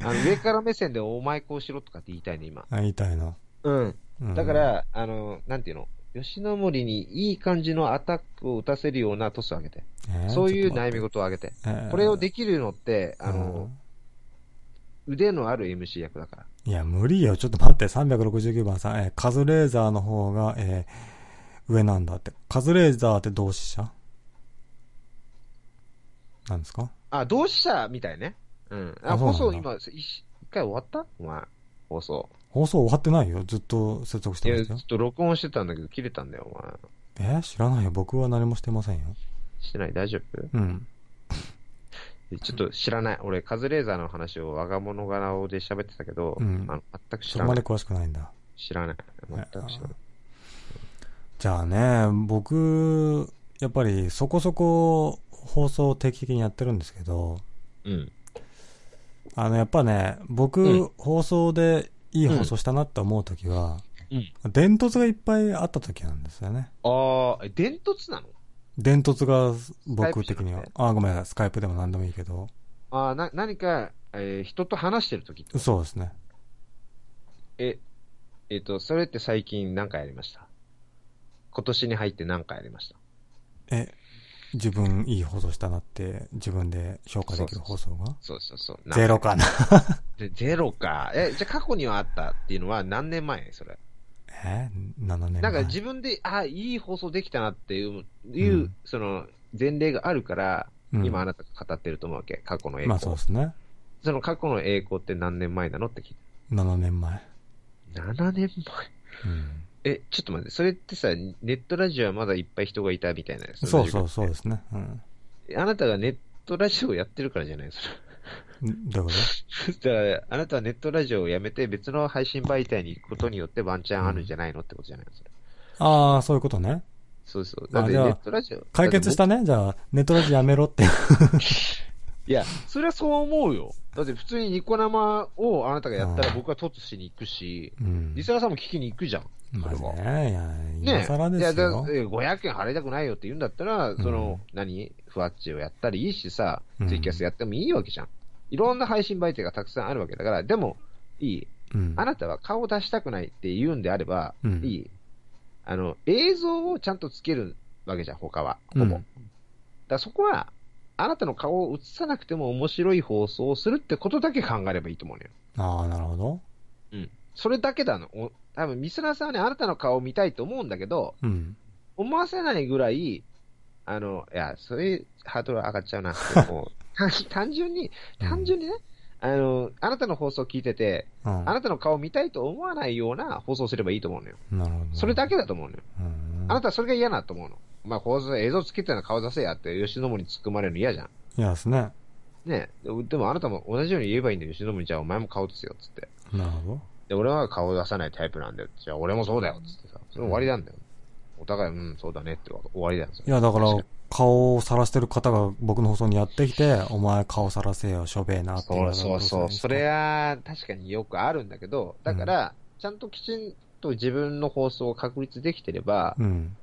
[SPEAKER 3] あの上から目線でお前こうしろとかって言いたいね、今。
[SPEAKER 1] あ、言いたいの。
[SPEAKER 3] うん。
[SPEAKER 1] うん
[SPEAKER 3] だか、ら、あの、なんていうの、吉野森にいい感じのアタックを打たせるようなトスを上げて、
[SPEAKER 1] えー
[SPEAKER 3] そういう
[SPEAKER 1] ちょっと待
[SPEAKER 3] 悩
[SPEAKER 1] って
[SPEAKER 3] み事を上げて、
[SPEAKER 1] えー
[SPEAKER 3] これをできるのって、あ
[SPEAKER 1] う
[SPEAKER 3] の、
[SPEAKER 1] ん
[SPEAKER 3] 腕のある MC 役だから。
[SPEAKER 1] いや、無理よ。ちょっと待って、369番さん、えーカズレーザーの方が、えー上なんだって。カズレーザーって同志社なんですか
[SPEAKER 3] あ、同志社みたいね。うん。あ、
[SPEAKER 1] あそう
[SPEAKER 3] 放
[SPEAKER 1] なんだ
[SPEAKER 3] 送今、一一回終わったお前、放送。
[SPEAKER 1] 放送終わってないよ。ずっと接続し
[SPEAKER 3] い
[SPEAKER 1] てまし
[SPEAKER 3] や、ち
[SPEAKER 1] た
[SPEAKER 3] ょ
[SPEAKER 1] よ
[SPEAKER 3] っ。と録音してたんだけど、切れたんだよ、お前。
[SPEAKER 1] えー知らないよ。僕は何もしてませんよ。
[SPEAKER 3] してない大丈夫
[SPEAKER 1] うん。
[SPEAKER 3] でちょっと知らない。俺、カズレーザーの話を我が物顔で喋ってたけど、
[SPEAKER 1] うん
[SPEAKER 3] あの全く
[SPEAKER 1] そ
[SPEAKER 3] 知
[SPEAKER 1] こ
[SPEAKER 3] ら
[SPEAKER 1] ま
[SPEAKER 3] な
[SPEAKER 1] で
[SPEAKER 3] い。
[SPEAKER 1] 詳しくないんだ。
[SPEAKER 3] 知らない。全く知らない。
[SPEAKER 1] じゃあね、僕、やっぱりそこそこ放送を定期的にやってるんですけど、
[SPEAKER 3] うん。
[SPEAKER 1] あの、やっぱね、僕、
[SPEAKER 3] うん
[SPEAKER 1] 放送でいい放送したなって思うときは、伝突がいっぱいあったときなんですよね。
[SPEAKER 3] ああ、え、伝突なの
[SPEAKER 1] 伝突が僕的には
[SPEAKER 3] スカイプじゃなくて。
[SPEAKER 1] あ、ごめんなさい。スカイプでも何でもいいけど。
[SPEAKER 3] ああ、な、何か、えー人と話してる時ってこと
[SPEAKER 1] そうですね。
[SPEAKER 3] え、えっ、と、それって最近何回やりました今年に入って何回やりました
[SPEAKER 1] え、自分いい放送したなって、自分で評価できる放送が
[SPEAKER 3] そうそうそう。
[SPEAKER 1] ゼロかな。
[SPEAKER 3] でゼロか。え、じゃあ過去にはあったっていうのは何年前それ。
[SPEAKER 1] え ?7 年前。
[SPEAKER 3] なんか自分で、あいい放送できたなっていう、いう
[SPEAKER 1] うん
[SPEAKER 3] その、前例があるから、
[SPEAKER 1] うん
[SPEAKER 3] 今あなたが語ってると思うわけ。過去の栄光。
[SPEAKER 1] まあそうですね。
[SPEAKER 3] その過去の栄光って何年前なのって聞い
[SPEAKER 1] 7年前。
[SPEAKER 3] た。7年前
[SPEAKER 1] うん。
[SPEAKER 3] え、ちょっと待って、それってさ、ネットラジオはまだいっぱい人がいたみたいなやつ。
[SPEAKER 1] そうそうそう
[SPEAKER 3] の
[SPEAKER 1] で。すね。うん。
[SPEAKER 3] あなたがネットラジオをやってるからじゃないそれ。
[SPEAKER 1] んどういうこ
[SPEAKER 3] だから、あなたはネットラジオをやめて別の配信媒体に行くことによってワンチャンあるんじゃないのってことじゃないのそれ。
[SPEAKER 1] とああ、そういうことね。
[SPEAKER 3] そうそう。
[SPEAKER 1] あ
[SPEAKER 3] だって
[SPEAKER 1] じ
[SPEAKER 3] ネ
[SPEAKER 1] ゃあ
[SPEAKER 3] ットラジオ。
[SPEAKER 1] 解決し
[SPEAKER 3] だ
[SPEAKER 1] た
[SPEAKER 3] って
[SPEAKER 1] ねじゃあ、ネットラジオやめろ って。
[SPEAKER 3] 僕いや、それはそう思うよ。だって普通にニコ生をあなたがやったら
[SPEAKER 1] うん
[SPEAKER 3] 僕は突しに行くし、
[SPEAKER 1] うん。
[SPEAKER 3] リスナーさんも聞きに行くじゃん。
[SPEAKER 1] まあ
[SPEAKER 3] それ
[SPEAKER 1] ね、いや、
[SPEAKER 3] ね
[SPEAKER 1] 今更で
[SPEAKER 3] いや
[SPEAKER 1] す
[SPEAKER 3] だ
[SPEAKER 1] よ。
[SPEAKER 3] え500円払いたくないよって言うんだったら、その、何ふわっちをやったりいいしさ
[SPEAKER 1] うん、
[SPEAKER 3] ツイキャスやってもいいわけじゃん。いろんな配信媒体がたくさんあるわけだから、でも、いい。
[SPEAKER 1] うん。
[SPEAKER 3] あなたは顔を出したくないって言うんであれば、
[SPEAKER 1] うん
[SPEAKER 3] いい。あの、映像をちゃんとつけるわけじゃん、他は。ほぼ。
[SPEAKER 1] うん
[SPEAKER 3] だからそこは、あなたの顔を映さなくても面白い放送をするってことだけ考えればいいと思うのよ。
[SPEAKER 1] ああ、なるほど。
[SPEAKER 3] うん。それだけだの。お多分、ミスナーさんはね、あなたの顔を見たいと思うんだけど、
[SPEAKER 1] うん。
[SPEAKER 3] 思わせないぐらい、あの、いや、そういうハードル上がっちゃ うな。もう単単純に、単純にね、あの、あなたの放送聞いてて、
[SPEAKER 1] うん。
[SPEAKER 3] あなたの顔見たいと思わないような放送をすればいいと思うのよ。
[SPEAKER 1] なるほど。
[SPEAKER 3] それだけだと思うのよ。
[SPEAKER 1] うん。
[SPEAKER 3] あなたはそれが嫌なと思うの。まあ、放送映像つけてるの顔出せやって、吉野森に突っ込まれるの嫌じゃん。
[SPEAKER 1] いやですね。
[SPEAKER 3] ねえででもあなたも同じように言えばいいんだよ、吉野森じゃあお前も顔ですよ、つって。
[SPEAKER 1] なるほ
[SPEAKER 3] で、俺は顔出さないタイプなんだよ。じゃあ俺もそうだよ、つってさ。それ終わりなんだよ。お互い、うん、そうだねって終わりだよ。そ
[SPEAKER 1] ど。い
[SPEAKER 3] れ
[SPEAKER 1] や、だか
[SPEAKER 3] 確
[SPEAKER 1] ら
[SPEAKER 3] か、
[SPEAKER 1] 顔を晒してる方が僕の放送にやってきて、お前顔晒せよ、しょべえなって言
[SPEAKER 3] そ
[SPEAKER 1] われ
[SPEAKER 3] う
[SPEAKER 1] たら
[SPEAKER 3] そうそ
[SPEAKER 1] ど
[SPEAKER 3] う。
[SPEAKER 1] す
[SPEAKER 3] そ
[SPEAKER 1] るんです
[SPEAKER 3] れは確かによくあるんだけど、だから、ちゃんときちんと自分の放送を確立できてれば
[SPEAKER 1] か。、うん。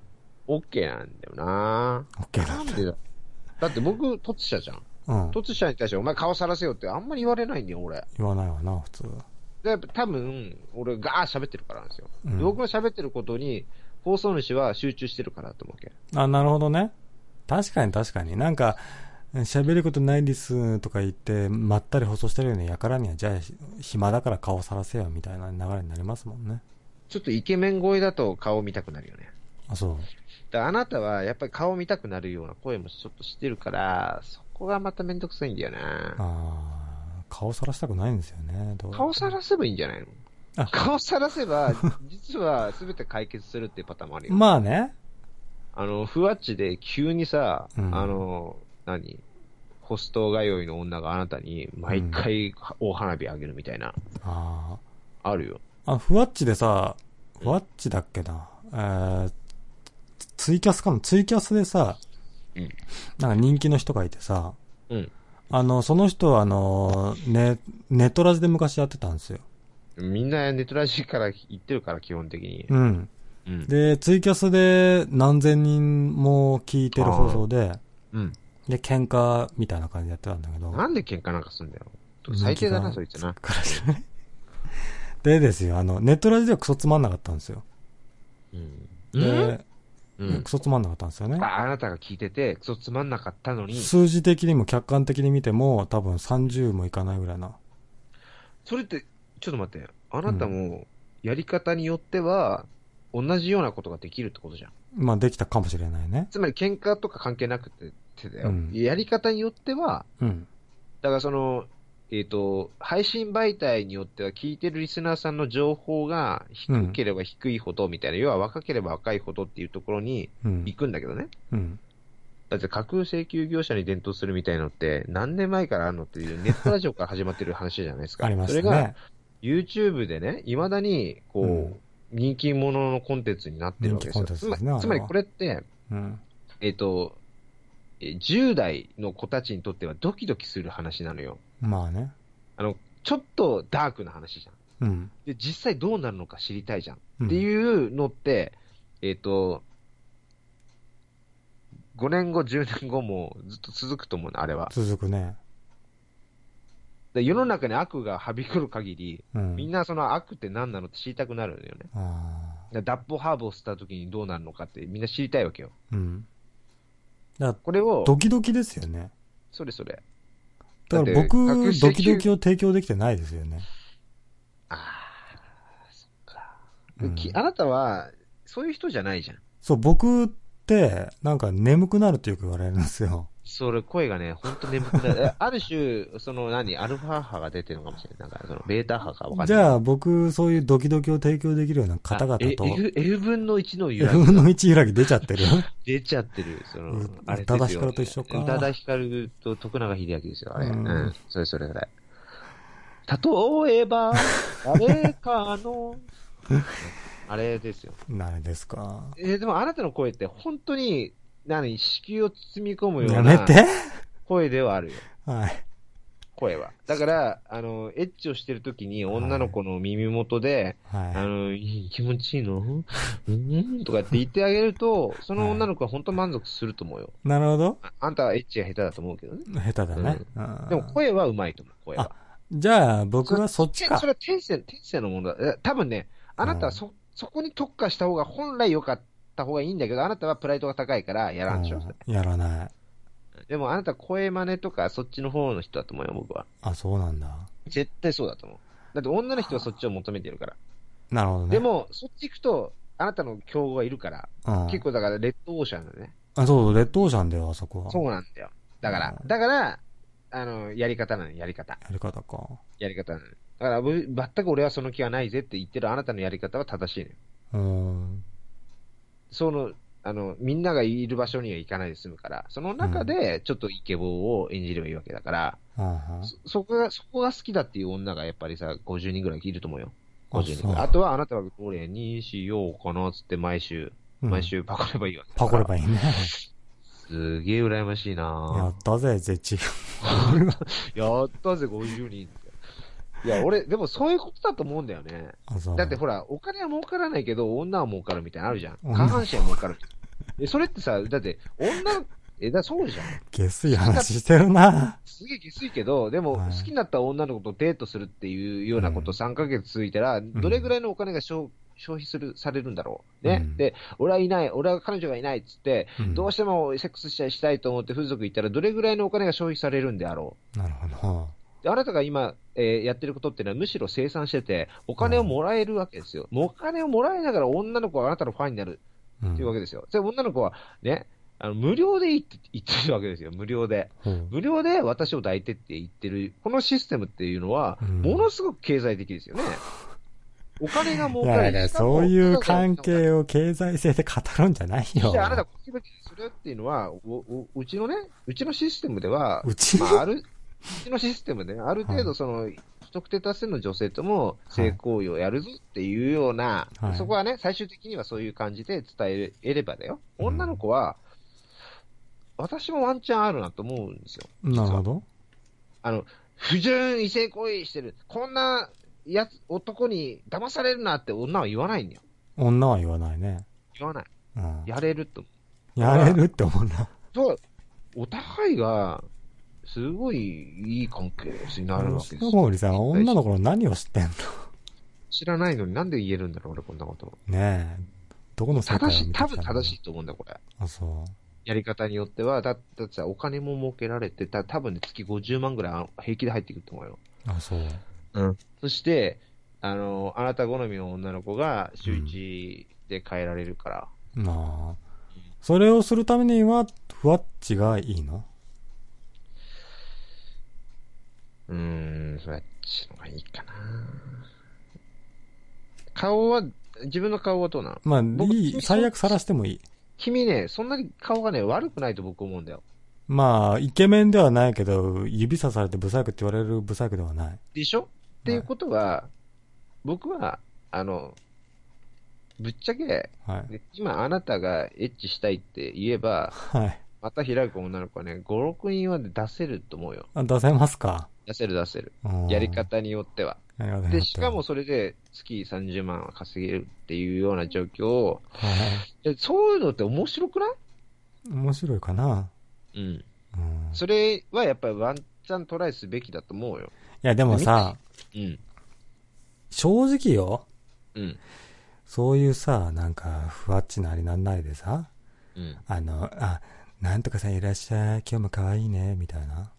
[SPEAKER 3] OK なんだよな
[SPEAKER 1] オッケーだ
[SPEAKER 3] な
[SPEAKER 1] っ
[SPEAKER 3] ん
[SPEAKER 1] て。
[SPEAKER 3] でだだって僕、突者じゃん。
[SPEAKER 1] うん。
[SPEAKER 3] 突者に対して、お前顔さらせよってあんまり言われないんだよ、俺。
[SPEAKER 1] 言わないわな、普通。
[SPEAKER 3] で、やっぱ多分、俺ガー喋ってるからなんですよ。
[SPEAKER 1] うん
[SPEAKER 3] 僕の喋ってることに、放送主は集中してるからと思うけ。
[SPEAKER 1] あ、なるほどね。確かに確かに。なんか、喋ることないですとか言って、まったり放送してるよね。やからには、じゃあ、ひ暇だから顔さらせよ、みたいな流れになりますもんね。
[SPEAKER 3] ちょっとイケメン声だと顔見たくなるよね。
[SPEAKER 1] あ、そう。
[SPEAKER 3] だからあなたはやっぱり顔見たくなるような声もちょっとしてるから、そこがまためんどくさいんだよな。
[SPEAKER 1] あー顔さらしたくないんですよね。どう
[SPEAKER 3] 顔さらせばいいんじゃないの
[SPEAKER 1] あ
[SPEAKER 3] 顔さらせば、実は全て解決するっていうパターンもあるよ。
[SPEAKER 1] まあね。
[SPEAKER 3] あの、ふわっちで急にさ、
[SPEAKER 1] うん
[SPEAKER 3] あの、何ホスト通いの女があなたに毎回大花火あげるみたいな、
[SPEAKER 1] あ
[SPEAKER 3] あるよ。
[SPEAKER 1] ーあ、ふわっちでさ、ふわっちだっけな。えー、ツツイキャスかなツイキャスでさ、
[SPEAKER 3] うん
[SPEAKER 1] なんか人気の人がいてさ、
[SPEAKER 3] うん。
[SPEAKER 1] あの、その人はあの、ね、ネトラジで昔やってたんですよ。
[SPEAKER 3] みんなネットらしいから言ってるから、基本的に。
[SPEAKER 1] うん。
[SPEAKER 3] うん。
[SPEAKER 1] で、ツイキャスで何千人も聞いてる放送で、
[SPEAKER 3] うん。
[SPEAKER 1] で、喧嘩みたいな感じでやってたんだけど。
[SPEAKER 3] なんで喧嘩なんかすんだよ。最低だな、そいつな。
[SPEAKER 1] からじゃないでですよ、あの、ネットラジではクソつまんなかったんですよ。
[SPEAKER 3] うん。
[SPEAKER 1] で、
[SPEAKER 3] うん
[SPEAKER 1] ク。ソつまんなかったんですよね。
[SPEAKER 3] ああなたが聞いてて、クソつまんなかったのに、
[SPEAKER 1] 数字的にも客観的に見ても、多分30もいかないぐらいな。
[SPEAKER 3] それって、ちょっと待って、あなたも、やり方によっては、同じようなことができるってことじゃん。
[SPEAKER 1] まあ、できたかもしれないね。
[SPEAKER 3] つまり喧嘩とか関係なくて、ってだよ、
[SPEAKER 1] うん
[SPEAKER 3] やり方によっては、
[SPEAKER 1] うん。
[SPEAKER 3] だからその、えっ、と、配信媒体によっては聞いてるリスナーさんの情報が低ければ低いほどみたいな、要は若ければ若いほどっていうところに
[SPEAKER 1] うん
[SPEAKER 3] 行。くんだけどね。
[SPEAKER 1] うん。
[SPEAKER 3] だって架空請求業者に伝統するみたいのって何年前からあるのっていうネットラジオから始まってる話じゃないですか。
[SPEAKER 1] ありま
[SPEAKER 3] それ
[SPEAKER 1] す
[SPEAKER 3] が
[SPEAKER 1] ね。
[SPEAKER 3] YouTube でね、未だにこう、
[SPEAKER 1] うん
[SPEAKER 3] 人気者のコンテンツになってるわけですよ。
[SPEAKER 1] 人気コンテンツですね
[SPEAKER 3] つ
[SPEAKER 1] あれ
[SPEAKER 3] ま
[SPEAKER 1] は
[SPEAKER 3] つまりこれって、
[SPEAKER 1] うん。
[SPEAKER 3] えっ、と、えー10代の子たちにとってはドキドキする話なのよ。
[SPEAKER 1] まあね。
[SPEAKER 3] あの、ちょっとダークな話じゃん。
[SPEAKER 1] うん。
[SPEAKER 3] で、実際どうなるのか知りたいじゃん。
[SPEAKER 1] うん
[SPEAKER 3] っていうのって、えっ、と、5年後、10年後もずっと続くと思うの、あれは。
[SPEAKER 1] 続くね。
[SPEAKER 3] で世の中に悪がはびこる限り、
[SPEAKER 1] うん。
[SPEAKER 3] みんなその悪って何なのって知りたくなるんだよね。
[SPEAKER 1] あ
[SPEAKER 3] で脱法ハーブを吸った時にどうなるのかってみんな知りたいわけよ。
[SPEAKER 1] あ。うん。だか
[SPEAKER 3] これを
[SPEAKER 1] ら、、ドキドキですよね。
[SPEAKER 3] それそれ。
[SPEAKER 1] だから
[SPEAKER 3] だって
[SPEAKER 1] 僕、ドキド
[SPEAKER 3] 学
[SPEAKER 1] キ
[SPEAKER 3] 習
[SPEAKER 1] を提供できてないですよね。
[SPEAKER 3] ああ、そっか、で
[SPEAKER 1] うん
[SPEAKER 3] きあなたは、そういう人じゃないじゃん。
[SPEAKER 1] そう、僕って、なんか眠くなるってよく言われるんですよ。
[SPEAKER 3] それ、声がね、ほんと眠く なる。えある種、その何、アルファ波が出てるのかもしれない。なんか、その、ベータ波かわかんない。
[SPEAKER 1] じゃあ、僕、そういうドキドキを提供できるような方々と、
[SPEAKER 3] え F, F 分の1の由
[SPEAKER 1] F
[SPEAKER 3] 来
[SPEAKER 1] の
[SPEAKER 3] が
[SPEAKER 1] 1揺らぎ出ちゃ ってる
[SPEAKER 3] 出ちゃってる。その
[SPEAKER 1] うん、
[SPEAKER 3] あれ
[SPEAKER 1] 宇多田ヒカルと一緒か
[SPEAKER 3] 宇多田ヒカルと徳永秀明ですよ、あれ。
[SPEAKER 1] う
[SPEAKER 3] うんん。それそれぐらい。例 えば、誰かの、あれですよ。
[SPEAKER 1] 何ですか。
[SPEAKER 3] えーでもあなたの声って本当に、何、子宮を包み込むよ
[SPEAKER 1] や
[SPEAKER 3] う
[SPEAKER 1] め
[SPEAKER 3] な
[SPEAKER 1] て
[SPEAKER 3] 声ではあるよ。
[SPEAKER 1] はい。
[SPEAKER 3] 声は。だから、あの、エッチをしてる時に女の子の耳元で、あ
[SPEAKER 1] は
[SPEAKER 3] の、いい気持ちいいのうんとかって言ってあげると、その女の子は本当満足すると思うよ。
[SPEAKER 1] い。なるほど。
[SPEAKER 3] ああんたはエッチが下手だと思うけどね。
[SPEAKER 1] 下手だね。うん
[SPEAKER 3] でも声は上手いと思う、声は。
[SPEAKER 1] じゃあ、僕はそっち
[SPEAKER 3] そ
[SPEAKER 1] か
[SPEAKER 3] れ。は天性、天性のものだ。え多分ね、あなたはそ、そこに特化した方が本来良かった方がいいんだけど、あなたはプライドが高いからやらんでしょ、
[SPEAKER 1] うんやらない。
[SPEAKER 3] でもあなた声真似とかそっちの方の人だと思うよ、僕は。
[SPEAKER 1] あ、そうなんだ。
[SPEAKER 3] 絶対そうだと思う。だって女の人はそっちを求めてるから。
[SPEAKER 1] なるほどね。
[SPEAKER 3] でも、そっち行くと、あなたの競合がいるから、
[SPEAKER 1] うん、
[SPEAKER 3] 結構だから、レッドオーシャンだね。
[SPEAKER 1] あ、そうそう、レッドオーシャンだよ、あそこは。
[SPEAKER 3] そうなんだよ。だから
[SPEAKER 1] う、
[SPEAKER 3] だから、あの、やり方なのよやり方。
[SPEAKER 1] やり方か。
[SPEAKER 3] やり方なのよだから、ぶ全く俺はその気はないぜって言ってるあなたのやり方は正しいのよ。
[SPEAKER 1] うーん。
[SPEAKER 3] その、あの、みんながいる場所には行かないで済むから、その中で、ちょっとイケボーを演じればいいわけだから、
[SPEAKER 1] うんうん
[SPEAKER 3] そ、そこが、そこが好きだっていう女がやっぱりさ、50人ぐらいいると思うよ。50人ぐらい。あ
[SPEAKER 1] あ、
[SPEAKER 3] とは、あなたはどれにしようかなっつって毎週、
[SPEAKER 1] うん
[SPEAKER 3] 毎。週パコればいいわけだから
[SPEAKER 1] パコればいいね。
[SPEAKER 3] すげえ羨まし
[SPEAKER 1] や
[SPEAKER 3] いな
[SPEAKER 1] ったぜ、ゼチ。
[SPEAKER 3] ぁやったぜ、50人って。いや、俺、でもそういうことだと思うんだよね。
[SPEAKER 1] あそう
[SPEAKER 3] だってほら、お金は儲からないけど、女は儲かるみたいなのあるじゃん。
[SPEAKER 1] うん
[SPEAKER 3] 下半身は儲かるみたいな。えそれってさ、だって、女、え、だそうじゃん。
[SPEAKER 1] 下水話してるな。
[SPEAKER 3] すげえきついけど、でも、
[SPEAKER 1] はい
[SPEAKER 3] 好きになった女の子とデートするっていうようなこと3ヶ月続いたら、どれぐらいのお金が消消費する、されるんだろう。ね。
[SPEAKER 1] うん
[SPEAKER 3] で、俺はいない、俺は彼女がいないっつって、どう
[SPEAKER 1] し
[SPEAKER 3] してもセックスしたいしたいと思って風俗行ったら、どれぐらいのお金が消費されるんであろ
[SPEAKER 1] なるほ
[SPEAKER 3] う。であなたが今、えーやってることっていうのは、むしろ生産してて、お金をもらえるわけですよ。お金をもらいながら女の子はあなたのファンになる
[SPEAKER 1] ど。
[SPEAKER 3] っていうわけ
[SPEAKER 1] で。
[SPEAKER 3] ですよ。で、女の子はね、あの無料でいいって言ってるわけですよ、無料で。
[SPEAKER 1] ほう
[SPEAKER 3] 無料で私を抱いてって言ってる、このシステムっていうのは、
[SPEAKER 1] うん
[SPEAKER 3] ものすごく経済的ですよね。お金が
[SPEAKER 1] い
[SPEAKER 3] 儲か
[SPEAKER 1] や
[SPEAKER 3] る
[SPEAKER 1] いや、そういう関係を経済性で語るんじゃないよ
[SPEAKER 3] じ。ゃあ、あなた、こっち向きにするっていうのは、おおうちのね、うちのシステムでは、
[SPEAKER 1] うち
[SPEAKER 3] まあ、ある、うちのシステムで、ある程
[SPEAKER 1] は
[SPEAKER 3] 度、その、不特定多数の女性とも性行為をやるぞっていうような、
[SPEAKER 1] はい
[SPEAKER 3] そこはね、最終的にはそういう感じで伝えればだよ。
[SPEAKER 1] うん
[SPEAKER 3] 女の子は、私もワンチャンあるなと思うんですよ。
[SPEAKER 1] なるほど。
[SPEAKER 3] あの、不純異性行為してる。こんな、やつ、男に騙されるなって女は言わないんだよ。
[SPEAKER 1] 女は言わないね。
[SPEAKER 3] 言わない。
[SPEAKER 1] うん。
[SPEAKER 3] やれると思う
[SPEAKER 1] やれるって思うな。
[SPEAKER 3] そう。お互いが、すごいいい関係になるわ
[SPEAKER 1] 吉
[SPEAKER 3] けです
[SPEAKER 1] 野
[SPEAKER 3] よ。
[SPEAKER 1] 森さん、女の子の何を知ってんの
[SPEAKER 3] 知らないのになんで言えるんだろう、俺こんなこと。
[SPEAKER 1] ねえ。どこの世界を
[SPEAKER 3] 正し
[SPEAKER 1] 見てき
[SPEAKER 3] い、
[SPEAKER 1] た
[SPEAKER 3] 多
[SPEAKER 1] んだ
[SPEAKER 3] 分正しいと思うんだ、これ。
[SPEAKER 1] あ、そ
[SPEAKER 3] やり方によっては、だだってさ、お金も儲けられて、た多分ね、月50万ぐらいあの平気で入ってくると思うよ。
[SPEAKER 1] う。あ、そう。
[SPEAKER 3] そして、あの、あなた好みの女の子が週一で変えられるから。
[SPEAKER 1] なあ。それをするためには、ふわっちがいいの
[SPEAKER 3] うーん、そっちの方がいいかな。顔は、自分の顔はどうなの
[SPEAKER 1] まあ、
[SPEAKER 3] 僕
[SPEAKER 1] いい、最悪晒してもいい。
[SPEAKER 3] 君ね、そんなに顔がね、悪くないと僕思うんだよ。
[SPEAKER 1] まあ、イケメンではないけど、指さされてブサイクって言われるブサイクではない。
[SPEAKER 3] でしょっていうことは、僕は、あの、ぶっちゃけ、
[SPEAKER 1] はい。
[SPEAKER 3] で今あなたがエッチしたいって言えば、
[SPEAKER 1] はい。
[SPEAKER 3] また開く女の子はね、5、6人は出せると思うよ。
[SPEAKER 1] あ出せますか
[SPEAKER 3] 出せる出せる。
[SPEAKER 1] うん
[SPEAKER 3] やり方によっては。
[SPEAKER 1] やり方によって
[SPEAKER 3] で、
[SPEAKER 1] は
[SPEAKER 3] しかも、それで月30万は稼げるっていうような状況を、
[SPEAKER 1] はい。
[SPEAKER 3] でそういうのって面白くない
[SPEAKER 1] 面白いかな。
[SPEAKER 3] うん。
[SPEAKER 1] うん。い
[SPEAKER 3] それはやっぱりワンチャントライすべきだと思うよ。
[SPEAKER 1] や、でもさ、
[SPEAKER 3] うん。
[SPEAKER 1] 正直よ。
[SPEAKER 3] うん。
[SPEAKER 1] そういうさ、なんか、ふわっちなりなんなりでさ、
[SPEAKER 3] うん。
[SPEAKER 1] あの、あ、なんとかさんいらっしゃい、今日も可愛いね、みたいな。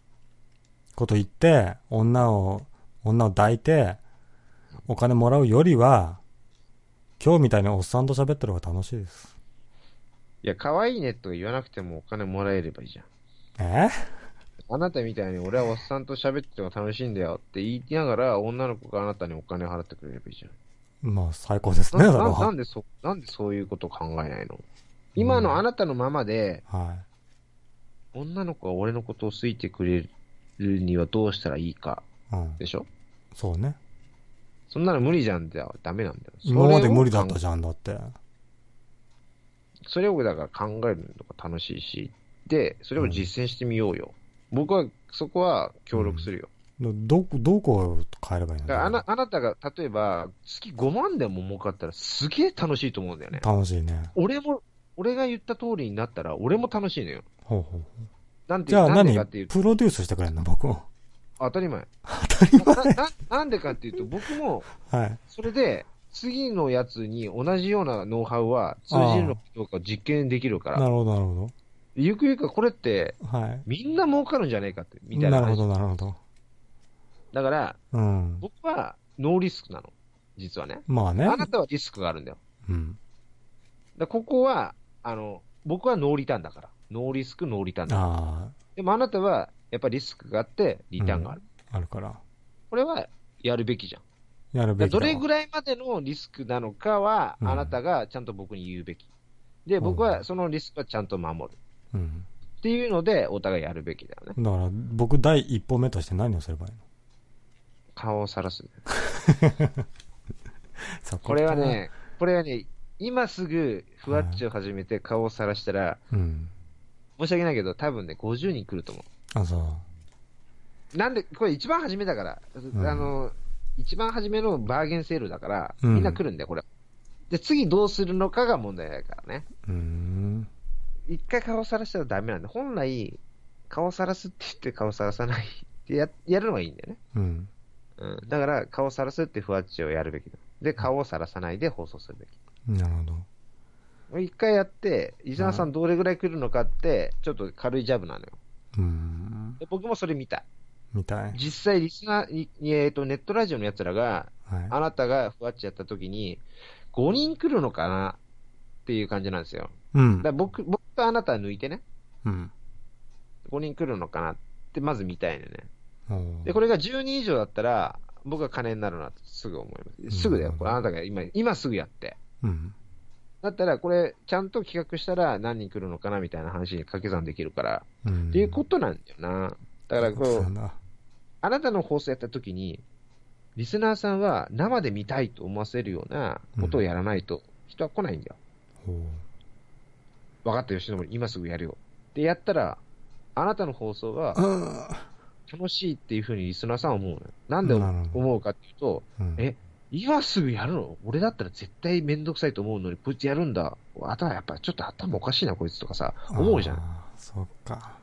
[SPEAKER 1] こと言って、女を、女を抱いて、お金もらうよりは、今日みたいにおっさんと喋ってる方が楽しいです。
[SPEAKER 3] いや、可愛いねとか言わなくてもお金もらえればいいじゃん。
[SPEAKER 1] え
[SPEAKER 3] あなたみたいに俺はおっさんと喋っても楽しいんだよって言いながら、女の子があなたにお金払ってくれればいいじゃん。
[SPEAKER 1] まあ、最高ですね、そ
[SPEAKER 3] な
[SPEAKER 1] れ
[SPEAKER 3] なな
[SPEAKER 1] は
[SPEAKER 3] ん。でそ、なんでそういうことを考えないの今のあなたのままで、
[SPEAKER 1] は
[SPEAKER 3] 女の子が俺のことを好いてくれるにはどうしたらいいか
[SPEAKER 1] い。うん。
[SPEAKER 3] でしょ
[SPEAKER 1] そうね。
[SPEAKER 3] そんなの無理じゃんじゃダメなんだよ。
[SPEAKER 1] 今まで無理だった
[SPEAKER 3] じ
[SPEAKER 1] じゃん、だって。
[SPEAKER 3] ゃん。それをだから考えるのが楽しいし、で、それを実践してみようよ。僕は、そこは協力するよ。
[SPEAKER 1] ど、どこ、どこを変えればいいの
[SPEAKER 3] だからあな、あなたが、例えば、月5万でも儲かったらすげえ楽しいと思うんだよね。
[SPEAKER 1] 楽しいね。
[SPEAKER 3] 俺も、俺が言った通りになったら、俺も楽しいのよ。
[SPEAKER 1] ほうほう。
[SPEAKER 3] なんて、
[SPEAKER 1] じゃあ
[SPEAKER 3] なん
[SPEAKER 1] 何
[SPEAKER 3] でかっていうと、
[SPEAKER 1] プロデュースしてくれんの僕を。
[SPEAKER 3] 当たり前。
[SPEAKER 1] 当たり
[SPEAKER 3] なななんでかっていうと、僕も、
[SPEAKER 1] 前。はい。
[SPEAKER 3] それで、次のやつに同じようなノウハウは通じるのかどうか実験できるか
[SPEAKER 1] な
[SPEAKER 3] ら、
[SPEAKER 1] るほど、なるほ
[SPEAKER 3] ゆくゆくはこれって、
[SPEAKER 1] ど。はい。
[SPEAKER 3] みんな儲かるんじゃないかって、みたいな
[SPEAKER 1] なる
[SPEAKER 3] 話
[SPEAKER 1] ほど、なるほど。
[SPEAKER 3] だから、
[SPEAKER 1] うん。
[SPEAKER 3] 僕はノーリスクなの。実はね。
[SPEAKER 1] まあね
[SPEAKER 3] あ。なたはリスクがあるんだよ。
[SPEAKER 1] うん。
[SPEAKER 3] だからここは、あの、僕はノーリターンだから。ノーリスク、ノーリターンだ。
[SPEAKER 1] あ
[SPEAKER 3] でもあなたは、やっぱりリスクがあって、リターンがある。
[SPEAKER 1] あ、あるから。
[SPEAKER 3] これは、やるべきじゃん。
[SPEAKER 1] やるべきだ
[SPEAKER 3] ど
[SPEAKER 1] わ
[SPEAKER 3] れぐらいまでのリスクなのかは、
[SPEAKER 1] うん
[SPEAKER 3] あなたがちゃんと僕に言うべき。で、
[SPEAKER 1] うん
[SPEAKER 3] 僕はそのリスクはちゃんと守る。
[SPEAKER 1] うん。
[SPEAKER 3] っていうので、お互いやるべきだよね。
[SPEAKER 1] だから、僕第一歩目として何をすればいいの
[SPEAKER 3] 顔を晒す。
[SPEAKER 1] さ
[SPEAKER 3] これは、ね、これはね、今すぐ、ふわっちを始めて顔を晒したら、
[SPEAKER 1] うん。
[SPEAKER 3] 申し訳ないけど、多分ね、50人来ると思
[SPEAKER 1] あ、そう。
[SPEAKER 3] う。なんで、これ一番初めだから、
[SPEAKER 1] ん
[SPEAKER 3] あの、一番初めのバーゲンセールだから、
[SPEAKER 1] うん
[SPEAKER 3] みんな来るんだよ、これ。で、次どうするのかが問題だからね。
[SPEAKER 1] うーん。
[SPEAKER 3] 一回顔さらしたらダメなんで、本来、顔さらすって言って顔さらさないってややるのがいいんだよね。
[SPEAKER 1] うん。
[SPEAKER 3] うん。だから、顔さらすってふわっちをやるべきだ。で、顔をさらさないで放送するべき。
[SPEAKER 1] なるほど。
[SPEAKER 3] もう一回やって、伊沢さんどれぐらい来るのかって、ちょっと軽いジャブなのよ。
[SPEAKER 1] うーん。
[SPEAKER 3] で僕もそれ見た。
[SPEAKER 1] みたい。
[SPEAKER 3] 実際、リスナーに、にえっ、と、ネットラジオの奴らが、
[SPEAKER 1] はい。
[SPEAKER 3] あなたがふわっちやった時に、5人来るのかなっていう感じなんですよ。
[SPEAKER 1] う
[SPEAKER 3] だ
[SPEAKER 1] ん
[SPEAKER 3] から。僕、僕とあなた抜いてね、
[SPEAKER 1] うん。
[SPEAKER 3] 5人来るのかなって、まず見たいのね。
[SPEAKER 1] おー
[SPEAKER 3] で、これが10人以上だったら、僕は金になるなってすぐ思います。すぐだよ。
[SPEAKER 1] うん
[SPEAKER 3] これあなたが今、今すぐやって。
[SPEAKER 1] うん。
[SPEAKER 3] だったら、これ、ちゃんと企画したら何人来るのかなみたいな話に掛け算できるから、
[SPEAKER 1] うん。
[SPEAKER 3] っていうことなんだよな。だから、こ
[SPEAKER 1] そうな
[SPEAKER 3] う、
[SPEAKER 1] んだ
[SPEAKER 3] あなたの放送やった時に、リスナーさんは生で見たいと思わせるようなことをやらないと、人は来ないんだよ。
[SPEAKER 1] ほう。
[SPEAKER 3] 分かった、吉野森、今すぐやるよ。で、やったら、あなたの放送は楽しいっていうふうにリスナーさんは思うのよ。なんで
[SPEAKER 1] なるほど
[SPEAKER 3] 思うかっていうと、
[SPEAKER 1] うん。
[SPEAKER 3] え今すぐやるの俺だったら絶対めんどくさいと思うのに、こいつやるんだ。あとはやっぱちょっと頭おかしいな、こいつとかさ、思うじゃん。
[SPEAKER 1] ん。そっか。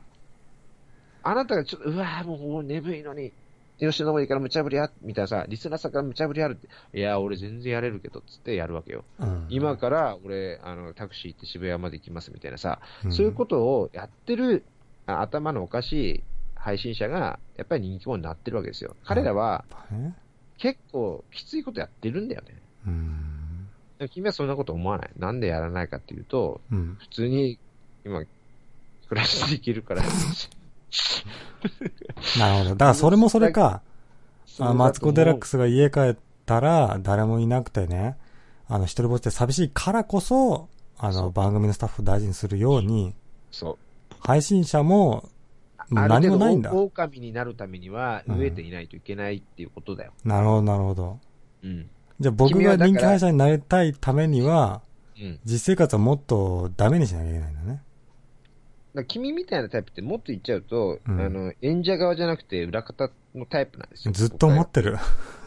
[SPEAKER 3] あなたがちょっと、うわーもう眠いのに、吉野森から無茶ぶりあ、みたいなさ、リスナーさんから無茶ぶりあるって、いやー、俺全然やれるけど、つってやるわけよ。
[SPEAKER 1] うん
[SPEAKER 3] 今から俺、あの、タクシー行って渋谷まで行きますみたいなさ、
[SPEAKER 1] うん
[SPEAKER 3] そういうことをやってるあ頭のおかしい配信者が、やっぱり人気者になってるわけですよ。彼らは
[SPEAKER 1] ね
[SPEAKER 3] 結構きついことやってるんだよね。
[SPEAKER 1] うん
[SPEAKER 3] でも君はそんなこと思わない。なんでやらないかっていうと、
[SPEAKER 1] うん
[SPEAKER 3] 普通に今、暮らしていけるから。
[SPEAKER 1] なるほど。だからそれもそれか。
[SPEAKER 3] そうだ
[SPEAKER 1] あ
[SPEAKER 3] と思う
[SPEAKER 1] マツコ・デラックスが家帰ったら誰もいなくてね、あの、一人ぼっちで寂しいからこそ、あ
[SPEAKER 3] そ
[SPEAKER 1] の、
[SPEAKER 3] う
[SPEAKER 1] 番組のスタッフを大事にするように、
[SPEAKER 3] そう。
[SPEAKER 1] 配信者も
[SPEAKER 3] ある
[SPEAKER 1] 何も
[SPEAKER 3] 程
[SPEAKER 1] ないんだ
[SPEAKER 3] 度、。狼になるためには、飢えていないといけないっていうことだよ。
[SPEAKER 1] なるほど、なるほど。
[SPEAKER 3] うん。
[SPEAKER 1] じゃあ僕
[SPEAKER 3] 君
[SPEAKER 1] が
[SPEAKER 3] はだから
[SPEAKER 1] 人気配信者になりたいためには、
[SPEAKER 3] うん。だか
[SPEAKER 1] 実生活をもっとダメにしなきゃいけないんだね。
[SPEAKER 3] ら君みたいなタイプってもっと言っちゃうと、
[SPEAKER 1] うん
[SPEAKER 3] あの、演者側じゃなくて裏方のタイプなんですよ。
[SPEAKER 1] ずっと思
[SPEAKER 3] 僕
[SPEAKER 1] っ
[SPEAKER 3] は
[SPEAKER 1] てる。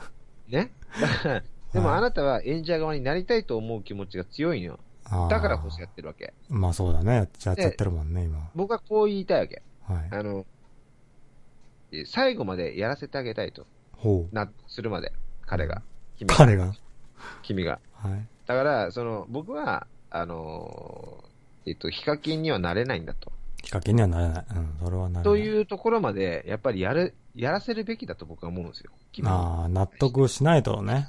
[SPEAKER 3] ね。だからで
[SPEAKER 1] は
[SPEAKER 3] も
[SPEAKER 1] い
[SPEAKER 3] あなたは演者側になりたいと思う気持ちが強いのよ。
[SPEAKER 1] あー
[SPEAKER 3] だからこそやってるわけ。
[SPEAKER 1] まあそうだね。やっちゃやっちゃってるもんね、今。
[SPEAKER 3] 僕はこう言いたいわけ。
[SPEAKER 1] はい。
[SPEAKER 3] あの、え最後までやらせてあげたいと。
[SPEAKER 1] ほう。
[SPEAKER 3] な、するまで。彼が。君が。
[SPEAKER 1] 彼が。
[SPEAKER 3] 君が。
[SPEAKER 1] はい。
[SPEAKER 3] だから、その、僕は、あのーえっと、ヒカキンにはなれないんだと。
[SPEAKER 1] ヒカキンにはなれない。うん、それはなれない。
[SPEAKER 3] というところまで、やっぱりやる、やらせるべきだと僕は思うんですよ。君は
[SPEAKER 1] ああ、納得しないとね。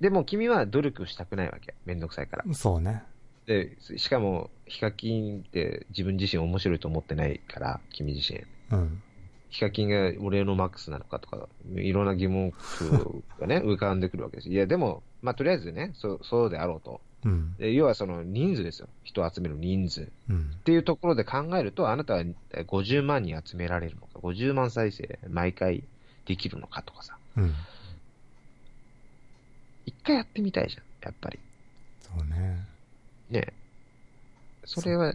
[SPEAKER 3] でも君は努力したくないわけ。めんどくさいから。
[SPEAKER 1] そうね。
[SPEAKER 3] で、しかも、ヒカキンって自分自身面白いと思ってないから、君自身。
[SPEAKER 1] うん。
[SPEAKER 3] ヒカキンが俺のマックスなのかとか、いろんな疑問符がね、浮かんでくるわけです。いや、でも、まあ、とりあえずね、そう、そうであろうと。
[SPEAKER 1] うん。
[SPEAKER 3] で要はその人数ですよ。人を集める人数。っ
[SPEAKER 1] うん。
[SPEAKER 3] ていうところで考えると、あなたはえ50万人集められるのか、50万再生毎回できるのかとかさ。
[SPEAKER 1] うん。
[SPEAKER 3] 一回やってみたいじゃん、やっぱり。
[SPEAKER 1] そうね。
[SPEAKER 3] ねえそれは、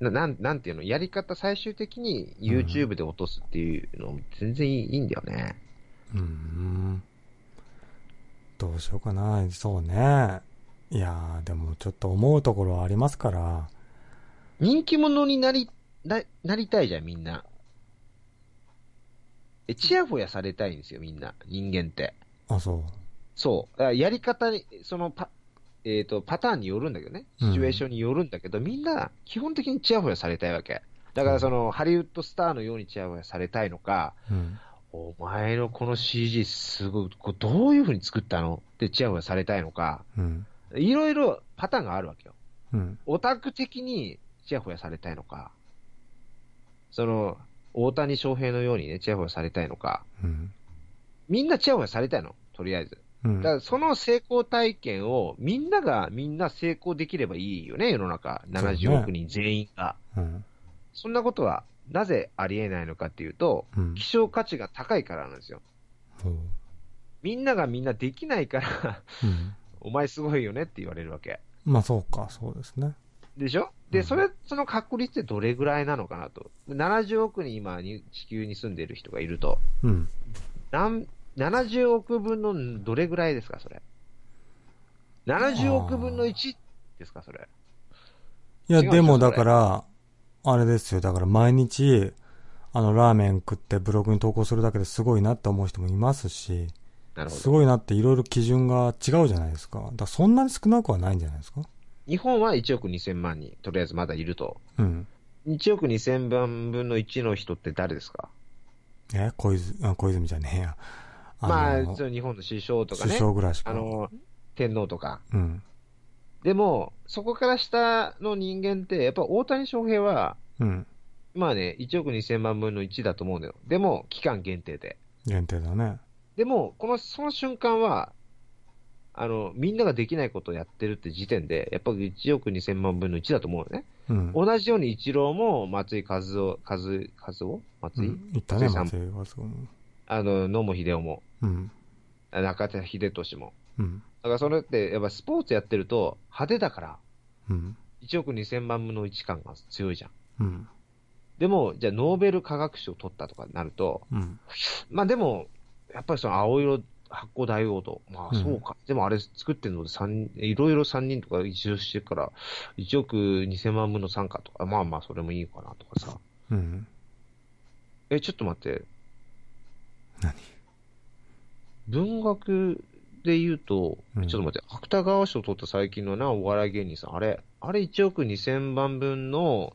[SPEAKER 3] ななんなんていうの、やり方最終的に YouTube で落とすっていうのも全然いいいいんだよね。
[SPEAKER 1] うん。どうしようかな。そうね。いやー、でもちょっと思うところはありますから。
[SPEAKER 3] 人気者になり、な、なりたいじゃん、みんな。え、ちやほやされたいんですよ、みんな。人間って。
[SPEAKER 1] あ、そ
[SPEAKER 3] そう。だからやり方に、そのパ、えっ、と、パターンによるんだけどね。シチュエーションによるんだけど、みんな、基本的にちやほやされたいわけ。だからその、ハリウッドスターのようにちやほやされたいのか、
[SPEAKER 1] う。うん。
[SPEAKER 3] お前のこの CG すごい、これどういう風に作ったのってちやほやされたいのか、
[SPEAKER 1] うん。
[SPEAKER 3] いろいろパターンがあるわけよ。
[SPEAKER 1] うん。
[SPEAKER 3] オタク的にちやほやされたいのか、その、大谷翔平のようにね、ちやほやされたいのか、
[SPEAKER 1] うん。
[SPEAKER 3] みんなちやほやされたいの、とりあえず。
[SPEAKER 1] うん
[SPEAKER 3] だからその成功体験をみんながみんな成功できればいいよね、世の中。70億人全員が。
[SPEAKER 1] うん。
[SPEAKER 3] そんなことは、なぜありえないのかっていうと、
[SPEAKER 1] うん。
[SPEAKER 3] 希少価値が高いからなんですよ。
[SPEAKER 1] ほう
[SPEAKER 3] みんながみんなできないから、
[SPEAKER 1] うん。
[SPEAKER 3] お前すごいよねって言われるわけ。
[SPEAKER 1] まあそうか、そうですね。
[SPEAKER 3] でしょ
[SPEAKER 1] う
[SPEAKER 3] で、
[SPEAKER 1] ん
[SPEAKER 3] それ、その確率ってどれぐらいなのかなと。70億人今に、地球に住んでる人がいると。
[SPEAKER 1] うん。
[SPEAKER 3] なん70億分のどれぐらいですか、それ。70億分の1ですか、それ。
[SPEAKER 1] いや、
[SPEAKER 3] 違う
[SPEAKER 1] でも
[SPEAKER 3] 違うそれ
[SPEAKER 1] だから、あれですよ。だから毎日、あの、ラーメン食ってブログに投稿するだけですごいなって思う人もいますし、
[SPEAKER 3] なるほ
[SPEAKER 1] す
[SPEAKER 3] ど。
[SPEAKER 1] ごいなっていろいろ基準が違うじゃないですか。だからそんなに少なくはないんじゃないですか
[SPEAKER 3] 日本は1億2000万人、とりあえずまだいると。
[SPEAKER 1] うん。
[SPEAKER 3] 1億2000万分の1の人って誰ですか
[SPEAKER 1] え小泉、あ小泉じゃねえや。
[SPEAKER 3] まあ、
[SPEAKER 1] の
[SPEAKER 3] その日本の首相とか
[SPEAKER 1] 首
[SPEAKER 3] ね。
[SPEAKER 1] 相ぐらいしか。
[SPEAKER 3] あの、天皇とか。
[SPEAKER 1] うん。
[SPEAKER 3] でも、そこから下の人間って、やっぱ大谷翔平は、
[SPEAKER 1] うん。
[SPEAKER 3] まあね、1億2000万分の1だと思うのよ。でも、期間限定で。
[SPEAKER 1] 限定だね。
[SPEAKER 3] でも、この、その瞬間は、あの、みんなができないことをやってるって時点で、やっぱり1億2000万分の1だと思うのね。
[SPEAKER 1] うん。
[SPEAKER 3] 同じように一郎も松井和夫、和、和夫
[SPEAKER 1] う
[SPEAKER 3] 松井、
[SPEAKER 1] ん、言ったね、
[SPEAKER 3] 松井さん
[SPEAKER 1] 松井和子も。
[SPEAKER 3] あの、野茂秀夫も、
[SPEAKER 1] うん。
[SPEAKER 3] 中田秀俊も。
[SPEAKER 1] うん。
[SPEAKER 3] だからそれって、やっぱスポーツやってると派手だから、
[SPEAKER 1] うん。
[SPEAKER 3] 1億2000万分の1感が強いじゃん。
[SPEAKER 1] うん。
[SPEAKER 3] でも、じゃあノーベル化学賞取ったとかになると、
[SPEAKER 1] うん。
[SPEAKER 3] まあでも、やっぱりその青色発光ダイオード、まあ
[SPEAKER 1] うん
[SPEAKER 3] そうか、でもあれ作ってるので三いろいろ3人とか一応してるから、1億2000万分の3かとか、まあまあそれもいいかなとかさ、
[SPEAKER 1] うん。
[SPEAKER 3] え、ちょっと待って。
[SPEAKER 1] 何
[SPEAKER 3] 文学で言うと、
[SPEAKER 1] うん
[SPEAKER 3] ちょっと待って、芥川賞取った最近のな、お笑い芸人さん、あれ、あれ1億2000万分の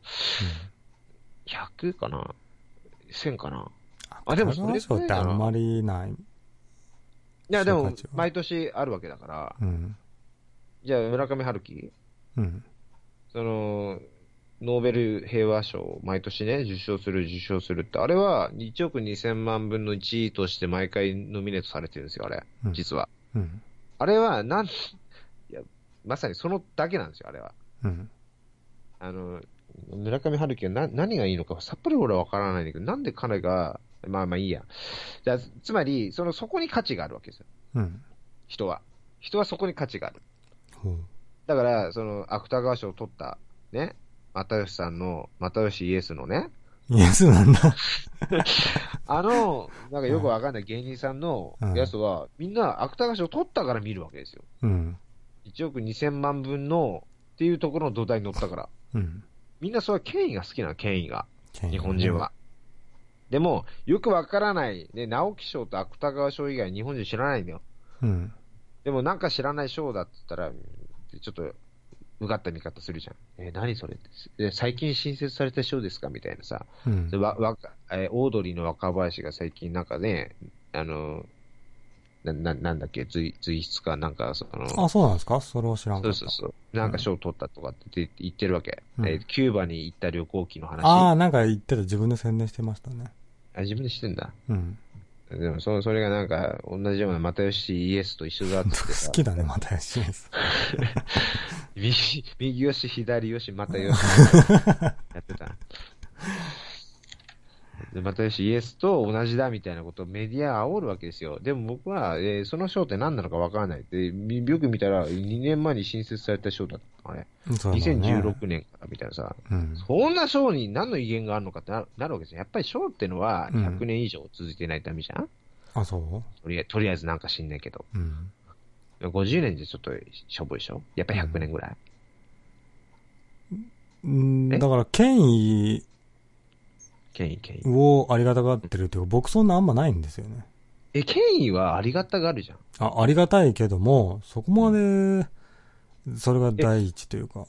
[SPEAKER 3] 100かな ?1000 かなあでもそれ
[SPEAKER 1] 芥川賞ってあんまりない。
[SPEAKER 3] いや、で
[SPEAKER 1] そう
[SPEAKER 3] も
[SPEAKER 1] かちょ、
[SPEAKER 3] 毎年あるわけだから、
[SPEAKER 1] うん。
[SPEAKER 3] じゃあ、村上春樹、
[SPEAKER 1] うん。
[SPEAKER 3] その、ノーベル平和賞を毎年ね、受賞する、受賞するって、あれは1億2000万分の1として毎回ノミネートされてるんですよ、あれ
[SPEAKER 1] う、ん
[SPEAKER 3] 実は。
[SPEAKER 1] うん。
[SPEAKER 3] あれは、なん、いや、まさにそのだけなんですよ、あれは。
[SPEAKER 1] うん。
[SPEAKER 3] あの、村上春樹がな何がいいのか、さっぱり俺はわからないんだけど、なんで彼が、まあまあいいや。じゃあつまり、その、そこに価値があるわけですよ、
[SPEAKER 1] うん。
[SPEAKER 3] 人は。人はそこに価値がある。
[SPEAKER 1] ほう。
[SPEAKER 3] だから、その、芥川賞を取った、ね、又吉さんの、又吉イエスのね、
[SPEAKER 1] イエスなんだ。
[SPEAKER 3] あの、なんかよくわかんない芸人さんのやつは、みんな芥川賞を取ったから見るわけですよ。
[SPEAKER 1] うん。
[SPEAKER 3] 1億2000万分の、っていうところの土台に乗ったから。
[SPEAKER 1] うん。
[SPEAKER 3] みんなそれは権威が好きなの、権威が。
[SPEAKER 1] 権威
[SPEAKER 3] 日本人は。。でも、よくわからない、ね、直木賞と芥川賞以外日本人知らないんだよ。
[SPEAKER 1] うん。
[SPEAKER 3] でもなんか知らない賞だって言ったら、ちょっと、うがった見方するじゃん。えー何それえ最近新設された賞ですかみたいなさ。
[SPEAKER 1] うん
[SPEAKER 3] で。わわえーオードリーの若林が最近なんかね、あの、な、ななんだっけ、随随筆かなんか、その、
[SPEAKER 1] あ、そうなんですかそれを知らん
[SPEAKER 3] そ
[SPEAKER 1] か
[SPEAKER 3] う
[SPEAKER 1] った
[SPEAKER 3] そう。そう、なんか賞取ったとかって言って言ってるわけ、
[SPEAKER 1] うん
[SPEAKER 3] えーキューバに行った旅行記の話。
[SPEAKER 1] ああ、なんか言ってた。自分で宣伝してましたね。
[SPEAKER 3] あ自分でしてんだ。
[SPEAKER 1] うん。
[SPEAKER 3] でもそ、それがなんか、同じような又吉イエスと一緒だって言ってさ
[SPEAKER 1] 好きだ ね、また吉です。
[SPEAKER 3] 右、 右よし、左よし、又吉。やってた。で、又吉イエスと同じだみたいなことをメディア煽るわけですよ。でも僕は、えーその賞って何なのか分からない。で、みよく見たら、2年前に新設された賞だった。あれ
[SPEAKER 1] そうだね
[SPEAKER 3] ?2016。年からみたいなさ。
[SPEAKER 1] うん。
[SPEAKER 3] そんな賞に何の威厳があるのかってななるわけですよ。やっぱり賞ってのは
[SPEAKER 1] うん
[SPEAKER 3] 100年以上続いてないためじゃん、
[SPEAKER 1] あ、そ
[SPEAKER 3] とりあえずとりあえずなんか知んないけど。
[SPEAKER 1] ううん。
[SPEAKER 3] 50年でちょっとしょぼいでしょやっぱ100年ぐらい。
[SPEAKER 1] うん
[SPEAKER 3] え
[SPEAKER 1] だから、権威
[SPEAKER 3] 権威、権威。
[SPEAKER 1] をありがたがってるというか、僕そんなあんまないんですよね。
[SPEAKER 3] え、権威はありがたがあるじゃん。
[SPEAKER 1] あ、ありがたいけども、そこまで、それが第一というか、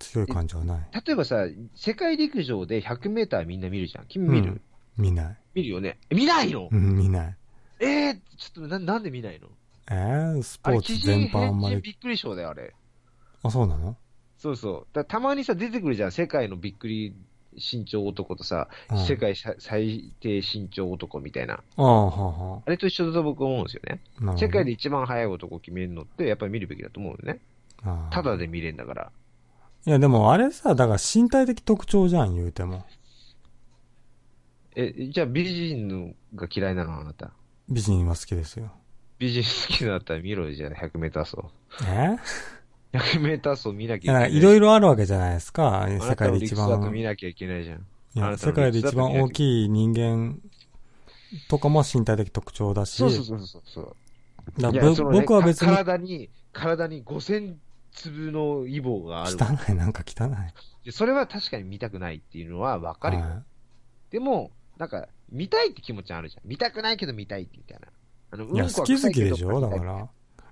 [SPEAKER 1] 強い感じはない。
[SPEAKER 3] 例えばさ、世界陸上で100メーターみんな見るじゃん。君見
[SPEAKER 1] う
[SPEAKER 3] る、
[SPEAKER 1] ん見ない。
[SPEAKER 3] 見るよね。え見ないの、
[SPEAKER 1] うん、見ない。
[SPEAKER 3] えー、ちょっとななんで見ないの
[SPEAKER 1] えー、ス
[SPEAKER 3] あ
[SPEAKER 1] ポ
[SPEAKER 3] れ、
[SPEAKER 1] ーツ全般あんま
[SPEAKER 3] 人
[SPEAKER 1] り。
[SPEAKER 3] びっくり賞だよ、あれ。
[SPEAKER 1] あ、そうなの
[SPEAKER 3] そうそう。だたまにさ、出てくるじゃん。世界のびっくり身長男とさ、
[SPEAKER 1] うん
[SPEAKER 3] 世界さ最低身長男みたいな。
[SPEAKER 1] ああ、はあ、は
[SPEAKER 3] あれと一緒だと僕思うんですよね。
[SPEAKER 1] あ。なるほど
[SPEAKER 3] 世界で一番速い男を決めるのって、やっぱり見るべきだと思うよね。
[SPEAKER 1] ああ
[SPEAKER 3] ただで見れんだから。
[SPEAKER 1] いや、でもあれさ、だから身体的特徴じゃん、言うても。
[SPEAKER 3] え、じゃあ美人のが嫌いなのあなた。
[SPEAKER 1] 美人は好きですよ。
[SPEAKER 3] 美人好きだったら見ろよ、じゃあ100メーター走。
[SPEAKER 1] え
[SPEAKER 3] 100メーター走見なき
[SPEAKER 1] いや、
[SPEAKER 3] ゃ
[SPEAKER 1] ないん
[SPEAKER 3] け
[SPEAKER 1] か
[SPEAKER 3] ない。
[SPEAKER 1] いろいろあるわけじゃないですか。
[SPEAKER 3] あ
[SPEAKER 1] 世
[SPEAKER 3] なた
[SPEAKER 1] 界
[SPEAKER 3] の
[SPEAKER 1] で
[SPEAKER 3] 理
[SPEAKER 1] 一
[SPEAKER 3] 屈だと
[SPEAKER 1] 番。
[SPEAKER 3] 見
[SPEAKER 1] い
[SPEAKER 3] なきゃいけないじゃん。あ
[SPEAKER 1] や、
[SPEAKER 3] なた
[SPEAKER 1] 世
[SPEAKER 3] の
[SPEAKER 1] 界で
[SPEAKER 3] 理屈だ
[SPEAKER 1] 一
[SPEAKER 3] と見な
[SPEAKER 1] 番
[SPEAKER 3] い
[SPEAKER 1] 大きい人間とかも身体的特徴だし、
[SPEAKER 3] そうそうそうそうそう。
[SPEAKER 1] だ
[SPEAKER 3] い
[SPEAKER 1] か
[SPEAKER 3] や
[SPEAKER 1] らぶ
[SPEAKER 3] そのね
[SPEAKER 1] 僕は別に
[SPEAKER 3] か体に、体に5000粒のイボがある。
[SPEAKER 1] 汚い、なんか汚い。
[SPEAKER 3] でそれは確かに見たくないっていうのはわかるよ。
[SPEAKER 1] はい
[SPEAKER 3] でも、なんか、見たいって気持ちあるじゃん。見たくないけど見たいみたいな。あの、うん
[SPEAKER 1] いや、
[SPEAKER 3] こ
[SPEAKER 1] 好
[SPEAKER 3] は
[SPEAKER 1] き
[SPEAKER 3] 臭
[SPEAKER 1] 好
[SPEAKER 3] い
[SPEAKER 1] き
[SPEAKER 3] け
[SPEAKER 1] で
[SPEAKER 3] ど
[SPEAKER 1] しょだか
[SPEAKER 3] 嗅ぎたい
[SPEAKER 1] ら。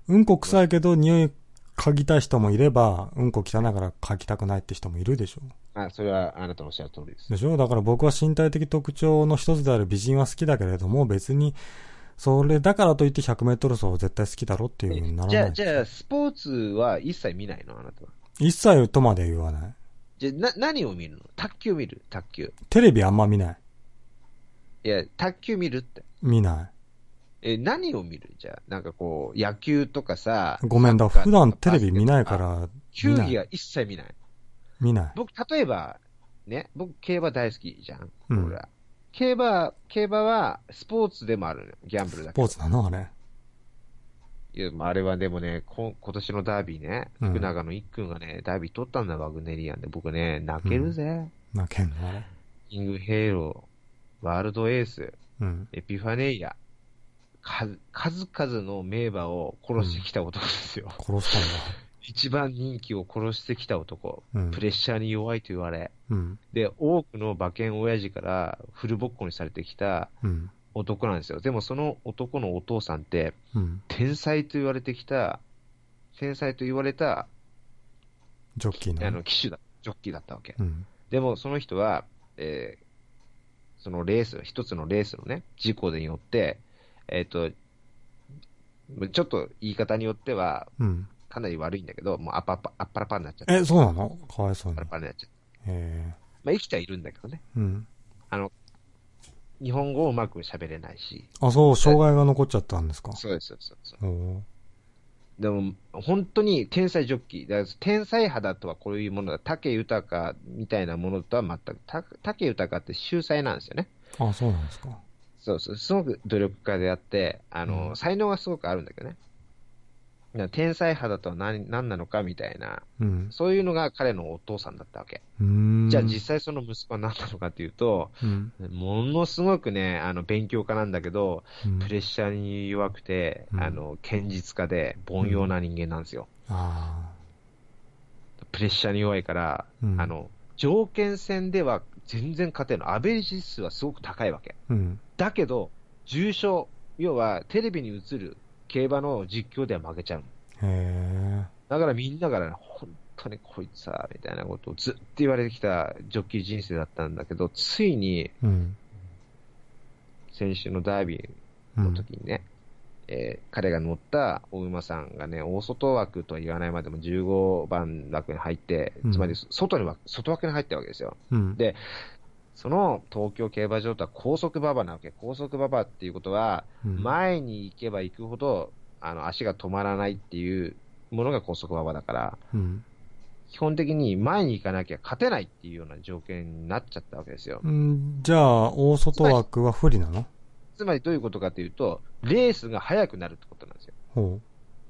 [SPEAKER 1] うんこ臭いけど、匂い嗅ぎたい人もいれば、うんこ汚いから嗅ぎたくないって人もいるでしょ
[SPEAKER 3] あ、それはあなたのおっしゃる通りです。
[SPEAKER 1] でしょだから僕は身体的特徴の一つである美人は好きだけれども、別に、それだからといって100メートル走絶対好きだろっていうふうにな
[SPEAKER 3] じ
[SPEAKER 1] ら
[SPEAKER 3] ゃ
[SPEAKER 1] な
[SPEAKER 3] あ、
[SPEAKER 1] い。
[SPEAKER 3] じゃあ、スポーツは一切見ないのあなたは。
[SPEAKER 1] 一切とまで言わない。
[SPEAKER 3] じゃあ、な、何を見るの卓球見る卓球。
[SPEAKER 1] テレビあんま見ない。
[SPEAKER 3] いや、卓球見るって。
[SPEAKER 1] 見な
[SPEAKER 3] え、何を見るじゃあ、なんかこう、野球とかさ
[SPEAKER 1] い。、ごめんだ、
[SPEAKER 3] サッカー
[SPEAKER 1] 普段テレビ見ないから、
[SPEAKER 3] 球
[SPEAKER 1] 見な
[SPEAKER 3] 技
[SPEAKER 1] い。
[SPEAKER 3] は一切見ない。
[SPEAKER 1] 見ない。
[SPEAKER 3] 僕、例えば、ね、僕、競馬大好きじゃん。
[SPEAKER 1] うん
[SPEAKER 3] 俺ら。競馬、競馬は、スポーツでもあるのよ。ギャンブルだ
[SPEAKER 1] ス
[SPEAKER 3] け
[SPEAKER 1] ポ
[SPEAKER 3] ど
[SPEAKER 1] ー。ツなのあれ。
[SPEAKER 3] いや、まあ、あれはでもね、こ今年のダービーね、
[SPEAKER 1] うん
[SPEAKER 3] 福永の一君がね、ダービー取ったんだ、ワグネリアンで。僕ね、泣けるぜ。
[SPEAKER 1] 泣けんのあれ。
[SPEAKER 3] キングヘイロー、ワールドエース、
[SPEAKER 1] うん。
[SPEAKER 3] エピファネイア。か数々の名馬を殺してきた男ですよ。
[SPEAKER 1] 殺したんだ。
[SPEAKER 3] 一番人気を殺してきた男、
[SPEAKER 1] うん
[SPEAKER 3] プレッシャーに弱いと言われ、
[SPEAKER 1] うん
[SPEAKER 3] で、多くの馬券親父からフルボッコにされてきた
[SPEAKER 1] うん
[SPEAKER 3] 男なんですよ。でもその男のお父さんって、
[SPEAKER 1] うん
[SPEAKER 3] 天才と言われてきた、天才と言われた、
[SPEAKER 1] ジョッキーのね
[SPEAKER 3] あの、騎手だ、ジョッキーだったわけ。
[SPEAKER 1] うん
[SPEAKER 3] でもその人は、えーそのレース、一つのレースのね、事故によって、えっ、と、ちょっと言い方によっては、
[SPEAKER 1] うん
[SPEAKER 3] かなり悪いんだけど、もうアッパパ、アッパラパになっちゃった。
[SPEAKER 1] えそうなのかわいそう
[SPEAKER 3] ア
[SPEAKER 1] に
[SPEAKER 3] ッ
[SPEAKER 1] へ
[SPEAKER 3] パラパになっちゃった。
[SPEAKER 1] え
[SPEAKER 3] まあ生きてはいるんだけどね。
[SPEAKER 1] うん
[SPEAKER 3] 日本語をうまく喋れないし。
[SPEAKER 1] あそう障害が残っちゃったんですか
[SPEAKER 3] そうです、そうですそうです。
[SPEAKER 1] おお
[SPEAKER 3] でも、本当に天才ジョッキー。だから天才派だとはこういうものだ。竹豊みたいなものとは全く、た竹豊って秀才なんですよね。
[SPEAKER 1] あそうなんですか
[SPEAKER 3] そうそう、すごく努力家であって、あの、
[SPEAKER 1] うん
[SPEAKER 3] 才能がすごくあるんだけどね。だから天才派だとは何何なのかみたいな、
[SPEAKER 1] うん
[SPEAKER 3] そういうのが彼のお父さんだったわけ。
[SPEAKER 1] うーん
[SPEAKER 3] じゃあ実際その息子は何なのかというと、
[SPEAKER 1] うん
[SPEAKER 3] ものすごくね、あの、勉強家なんだけど、
[SPEAKER 1] うん
[SPEAKER 3] プレッシャーに弱くて、
[SPEAKER 1] うん
[SPEAKER 3] あの、堅実家で、凡庸な人間なんですよ。
[SPEAKER 1] あ
[SPEAKER 3] プレッシャーに弱いから、
[SPEAKER 1] あうん
[SPEAKER 3] あの、条件戦では全然勝てない。アベレージ数はすごく高いわけ。
[SPEAKER 1] うん
[SPEAKER 3] だけど、重賞、要はテレビに映る競馬の実況では負けちゃうの。
[SPEAKER 1] へえ
[SPEAKER 3] だからみんなからね、本当にこいつは、みたいなことをずっと言われてきたジョッキー人生だったんだけど、ついに
[SPEAKER 1] うん
[SPEAKER 3] 先週のダービ
[SPEAKER 1] う
[SPEAKER 3] ーの
[SPEAKER 1] ん
[SPEAKER 3] 時にね、えー彼が乗った大馬さんがね、大外枠とは言わないまでも15番枠に入って
[SPEAKER 1] う、ん
[SPEAKER 3] つまり外に枠、外枠に入ったわけですよ。
[SPEAKER 1] うん
[SPEAKER 3] でその東京競馬場とは高速馬場なわけ。高速馬場っていうことは、
[SPEAKER 1] うん
[SPEAKER 3] 前に行けば行くほど、あの、足が止まらないっていうものが高速馬場だから、
[SPEAKER 1] うん
[SPEAKER 3] 基本的に前に行かなきゃ勝てないっていうような条件になっちゃったわけですよ。
[SPEAKER 1] うんじゃあ大外枠は不利なの
[SPEAKER 3] つまりどういうことかというと、レースが速くなるってことなんですよ。
[SPEAKER 1] ほ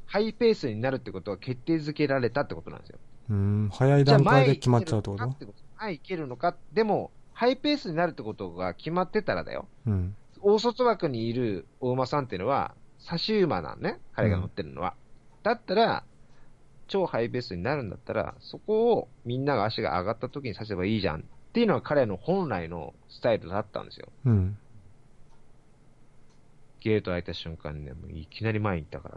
[SPEAKER 3] ハイペースになるってことは決定づけられたってことなんですよ。
[SPEAKER 1] ううん早い
[SPEAKER 3] じゃあ
[SPEAKER 1] 段階
[SPEAKER 3] 前
[SPEAKER 1] で
[SPEAKER 3] 行
[SPEAKER 1] 決まっちゃうってこ
[SPEAKER 3] ける
[SPEAKER 1] と
[SPEAKER 3] のか前行けるのか、でも、ハイペースになるってことが決まってたらだよ。
[SPEAKER 1] うん
[SPEAKER 3] 大外枠にいる大馬さんっていうのは、差し馬なんね、彼が乗ってるのは。だったら、超ハイペースになるんだったら、そこをみんなが足が上がった時に刺せばいいじゃんっていうのは彼の本来のスタイルだったんですよ。
[SPEAKER 1] うん
[SPEAKER 3] ゲート開いた瞬間にね、もういきなり前に行ったから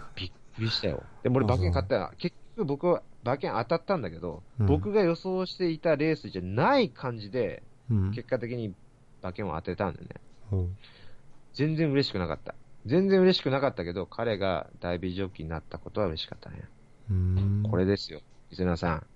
[SPEAKER 3] ね。 びっくりしたよ。でも俺馬券買ったら、結局僕は馬券当たったんだけど、
[SPEAKER 1] うん
[SPEAKER 3] 僕が予想していたレースじゃない感じで、
[SPEAKER 1] うん
[SPEAKER 3] 結果的に馬券を当てたんだよね。
[SPEAKER 1] ほう
[SPEAKER 3] 全然嬉しくなかった。全然嬉しくなかったけど、彼が大ビジョッキーになったことは嬉しかったね。
[SPEAKER 1] うん
[SPEAKER 3] これですよ、リスナーさん。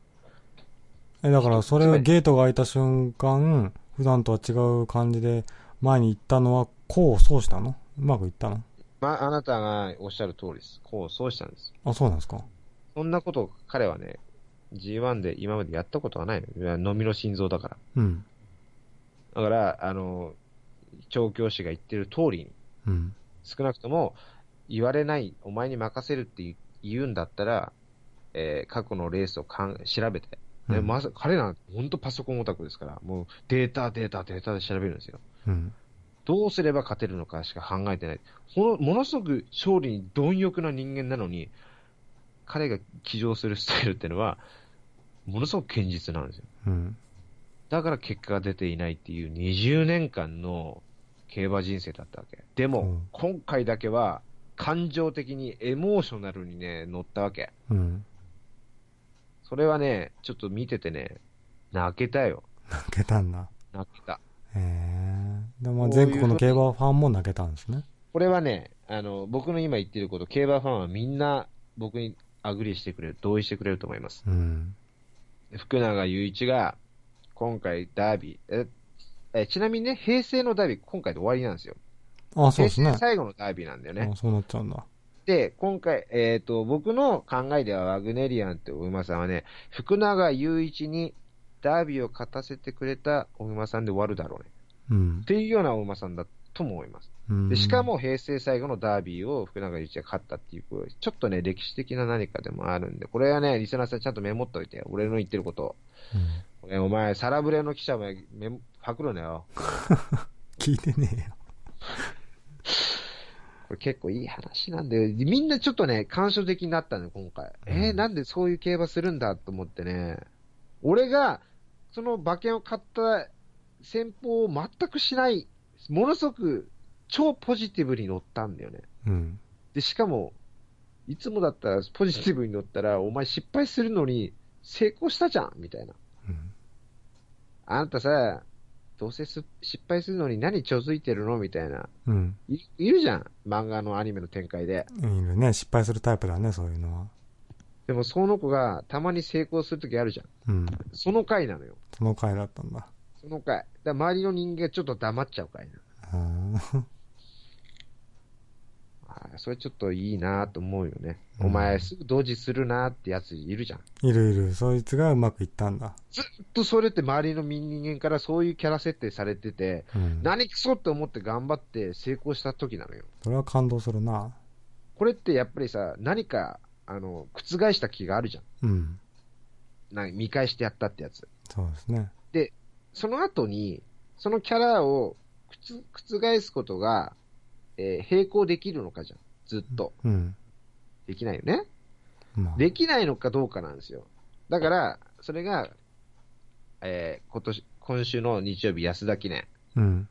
[SPEAKER 1] え、だからそれはゲートが開いた瞬間、普段とは違う感じで前に行ったのは、こうそうしたのうまくいったの
[SPEAKER 3] まあ、あなたがおっしゃる通りです。こう、そうしたんです。
[SPEAKER 1] あ、そうなんですか
[SPEAKER 3] そんなことを彼はね、G1 で今までやったことはないの。いや飲みの心臓だから。
[SPEAKER 1] うん。
[SPEAKER 3] だから、あの、調教師が言ってる通りに、
[SPEAKER 1] うん。
[SPEAKER 3] 少なくとも、言われない、お前に任せるって言う言うんだったら、えー過去のレースをかん調べて、
[SPEAKER 1] う
[SPEAKER 3] ね
[SPEAKER 1] ん
[SPEAKER 3] まず、彼なんて本当パソコンオタクですから、もうデータ、データ、データで調べるんですよ。
[SPEAKER 1] うん。
[SPEAKER 3] どうすれば勝てるのかしか考えてない。ほのものすごく勝利に貪欲な人間なのに、彼が騎乗するスタイルっていうのは、ものすごく堅実なんですよ。
[SPEAKER 1] うん。
[SPEAKER 3] だから結果が出ていないっていう20年間の競馬人生だったわけ。でも、
[SPEAKER 1] うん
[SPEAKER 3] 今回だけは感情的にエモーショナルにね、乗ったわけ。
[SPEAKER 1] うん。
[SPEAKER 3] それはね、ちょっと見ててね、泣けたよ。
[SPEAKER 1] 泣けたんだ。
[SPEAKER 3] 泣けた。
[SPEAKER 1] へえ。でまあ、全国の競馬ファンも泣けたんですね。
[SPEAKER 3] これはね、あの、僕の今言ってること、競馬ファンはみんな僕にアグリーしてくれる、同意してくれると思います。
[SPEAKER 1] うん。
[SPEAKER 3] 福永祐一が、今回ダービー、え、えちなみにね、平成のダービー、今回で終わりなんですよ。
[SPEAKER 1] あ、そうです
[SPEAKER 3] 平
[SPEAKER 1] ね
[SPEAKER 3] 成。最後のダービーなんだよね
[SPEAKER 1] あ。そうなっちゃうんだ。
[SPEAKER 3] で、今回、えっ、と、僕の考えではワグネリアンってお馬さんはね、福永祐一にダービーを勝たせてくれたお馬さんで終わるだろうね。
[SPEAKER 1] うん
[SPEAKER 3] っ。ていうようなお馬さんだとも思います。
[SPEAKER 1] うん
[SPEAKER 3] でしか、も平成最後のダービーを福永祐一が勝ったっていう、ちょっとね、歴史的な何かでもあるんで、これはね、リスナーさんちゃんとメモっておいて、俺の言ってること
[SPEAKER 1] うん
[SPEAKER 3] を。ねお前、サラブレの記者もメモ、パクるなよ。
[SPEAKER 1] 聞いてねえよ。
[SPEAKER 3] ここれ結構いい話なんだよ。みんなちょっとね、感傷的になったのよ、今回。えー
[SPEAKER 1] うん
[SPEAKER 3] なんでそういう競馬するんだと思ってね。俺が、その馬券を買った戦法を全くしない、ものすごく超ポジティブに乗ったんだよね。
[SPEAKER 1] うん。
[SPEAKER 3] で、しかも、いつもだったらポジティブに乗ったら、お前失敗するのに成功したじゃんみたいな。
[SPEAKER 1] うん。
[SPEAKER 3] あんたさ、どうせす失敗するのに何ちょづいてるのみたいな。
[SPEAKER 1] うん。
[SPEAKER 3] いいるじゃん漫画のアニメの展開で。
[SPEAKER 1] いるね。失敗するタイプだね、そういうのは。
[SPEAKER 3] でもその子がたまに成功するときあるじゃん。
[SPEAKER 1] うん。
[SPEAKER 3] その回なのよ。
[SPEAKER 1] その回だったんだ。
[SPEAKER 3] その回。だから周りの人間がちょっと黙っちゃう回なの。
[SPEAKER 1] うん。
[SPEAKER 3] ああ、それちょっといいなと思うよね。お前すぐ同時するなってやついるじゃん。
[SPEAKER 1] いるいる。そいつがうまくいったんだ。
[SPEAKER 3] ずっとそれって周りの人間からそういうキャラ設定されてて、
[SPEAKER 1] うん。
[SPEAKER 3] 何クソって思って頑張って成功した時なのよ。
[SPEAKER 1] それは感動するな。
[SPEAKER 3] これってやっぱりさ、何か、あの、覆した気があるじゃ
[SPEAKER 1] うん。
[SPEAKER 3] ん。な見返してやったってやつ。
[SPEAKER 1] そうですね。
[SPEAKER 3] その後に、そのキャラを覆覆すことが、えー並行できるのかじゃん。ずっと。
[SPEAKER 1] うん。
[SPEAKER 3] できないよね。
[SPEAKER 1] まあ。
[SPEAKER 3] できないのかどうかなんですよ。だから、それが、えー今年、今週の日曜日安田記念、
[SPEAKER 1] うん。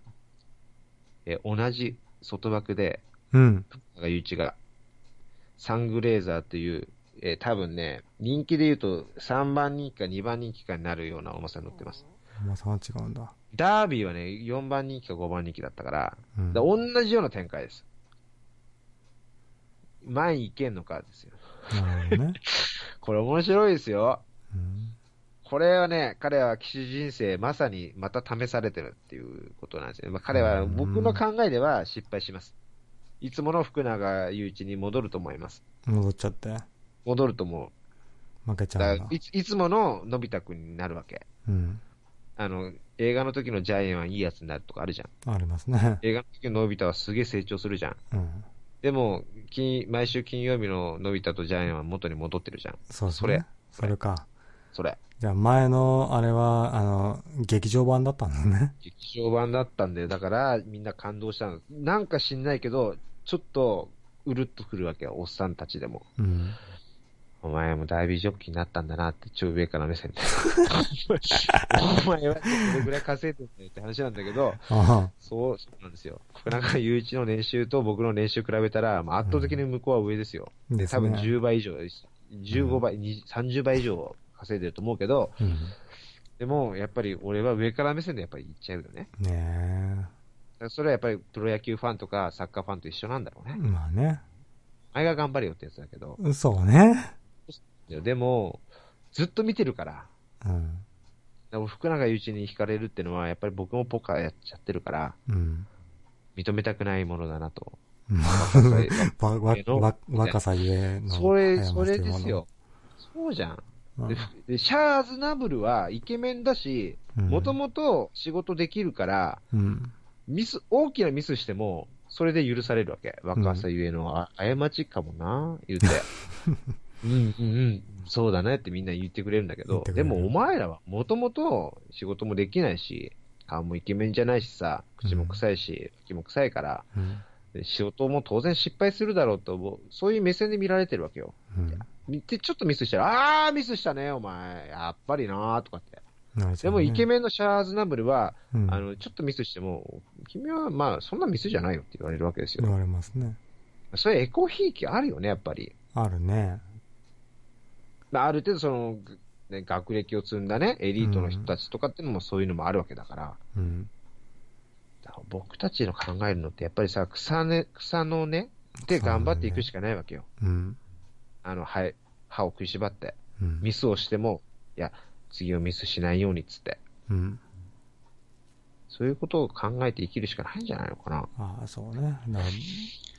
[SPEAKER 3] えー同じ外枠で、
[SPEAKER 1] うん。
[SPEAKER 3] がゆういちが、サングレーザーという、えー多分ね、人気で言うと3番人気か2番人気かになるような重さに乗ってます。
[SPEAKER 1] まあ、それは違うんだ。
[SPEAKER 3] ダービーはね、4番人気か5番人気だったから、
[SPEAKER 1] うん。
[SPEAKER 3] だ同じような展開です。前に行けんのかですよ。
[SPEAKER 1] なるほどね。
[SPEAKER 3] これ面白いですよ。
[SPEAKER 1] うん。
[SPEAKER 3] これはね、彼は騎手人生まさにまた試されてるっていうことなんですよね。まあ、彼は
[SPEAKER 1] うん
[SPEAKER 3] 僕の考えでは失敗します。いつもの福永祐一に戻ると思います。
[SPEAKER 1] 戻っちゃって。
[SPEAKER 3] 戻ると思う。
[SPEAKER 1] 負けちゃ
[SPEAKER 3] だ
[SPEAKER 1] うん
[SPEAKER 3] か
[SPEAKER 1] だ
[SPEAKER 3] ら。いついつもののび太くんになるわけ。
[SPEAKER 1] うん。
[SPEAKER 3] あの、映画の時のジャイアンはいいやつになるとかあるじゃん。
[SPEAKER 1] ありますね。
[SPEAKER 3] 映画の時ののび太はすげえ成長するじゃん。
[SPEAKER 1] うん。
[SPEAKER 3] でも、金、毎週金曜日ののび太とジャイアンは元に戻ってるじゃん。
[SPEAKER 1] そうです
[SPEAKER 3] それ
[SPEAKER 1] ね。それか。
[SPEAKER 3] それ。
[SPEAKER 1] じゃあ前の、あれは、あの、劇場版だったんだね。
[SPEAKER 3] 劇場版だったんだよ。だから、みんな感動したの。なんか知んないけど、ちょっと、うるっとくるわけよ。おっさんたちでも。
[SPEAKER 1] うん。
[SPEAKER 3] お前もダイビージョッキーになったんだなって、超上から目 線で。お前はどれぐらい稼いでんだよって話なんだけど、
[SPEAKER 1] あ
[SPEAKER 3] そう、そうなんですよ。 福永祐一の年収と僕の年収比べたら、まあ、圧倒的に向こうは上ですよ。
[SPEAKER 1] あ。
[SPEAKER 3] で、
[SPEAKER 1] です
[SPEAKER 3] 多分
[SPEAKER 1] ね。
[SPEAKER 3] 10倍以上、15倍、20 30倍以上稼いでると思うけど、
[SPEAKER 1] うん。
[SPEAKER 3] でも、やっぱり俺は上から目線でやっぱり言っちゃうよね。
[SPEAKER 1] ね
[SPEAKER 3] だからそれはやっぱりプロ野球ファンとかサッカーファンと一緒なんだろう
[SPEAKER 1] え。
[SPEAKER 3] ね。
[SPEAKER 1] まあね。
[SPEAKER 3] 前が頑張れよってやつだけど。
[SPEAKER 1] そうね。
[SPEAKER 3] でも、ずっと見てるから、
[SPEAKER 1] うん。
[SPEAKER 3] でも福永祐一に惹かれるってのは、やっぱり僕もポカやっちゃってるから、
[SPEAKER 1] うん。
[SPEAKER 3] 認めたくないものだなと。
[SPEAKER 1] わ、わ、わ、若さゆえの。
[SPEAKER 3] それ、
[SPEAKER 1] 葉
[SPEAKER 3] そ
[SPEAKER 1] 山
[SPEAKER 3] れ
[SPEAKER 1] というも
[SPEAKER 3] で
[SPEAKER 1] の
[SPEAKER 3] すよ。。そうじゃん。
[SPEAKER 1] うん
[SPEAKER 3] ででシャーズナブルはイケメンだし、もともと仕事できるから、
[SPEAKER 1] うん。
[SPEAKER 3] ミス、大きなミスしても、それで許されるわけ。若さゆえの、あ過ちかもな、言う て。うんうんうん、そうだねってみんな言ってくれるんだけ
[SPEAKER 1] 言
[SPEAKER 3] ど
[SPEAKER 1] っ、てく
[SPEAKER 3] で
[SPEAKER 1] れる
[SPEAKER 3] もお前らはもともと仕事もできないし、顔もイケメンじゃないしさ、口も臭いし、脇も臭いから、
[SPEAKER 1] うん。
[SPEAKER 3] で仕事も当然失敗するだろうと思う、そういう目線で見られてるわけよ。
[SPEAKER 1] うん。
[SPEAKER 3] で、ちょっとミスしたら、あー、ミスしたね、お前。やっぱりなーとかって。
[SPEAKER 1] なるほどね
[SPEAKER 3] でも、イケメンのシャアーズナブルは、
[SPEAKER 1] うん
[SPEAKER 3] あの、ちょっとミスしても、君は、まあ、そんなミスじゃないよって言われるわけです
[SPEAKER 1] 言
[SPEAKER 3] よ。
[SPEAKER 1] われますね。
[SPEAKER 3] それ、エコひいきあるよね、やっぱり。
[SPEAKER 1] あるね。
[SPEAKER 3] まあ、ある程度、その、ね、学歴を積んだね、エリートの人たちとかっていうのも、そういうのもあるわけだから。
[SPEAKER 1] うん。
[SPEAKER 3] だから僕たちの考えるのって、やっぱりさ、草ね、草のね、で頑張っていくしかないわけよ。
[SPEAKER 1] うん。
[SPEAKER 3] あの、歯、歯を食いしばって。
[SPEAKER 1] うん。
[SPEAKER 3] ミスをしても、いや、次をミスしないようにっつって。
[SPEAKER 1] うん。
[SPEAKER 3] そういうことを考えて生きるしかないんじゃないのかな。
[SPEAKER 1] ああ、そうね。だから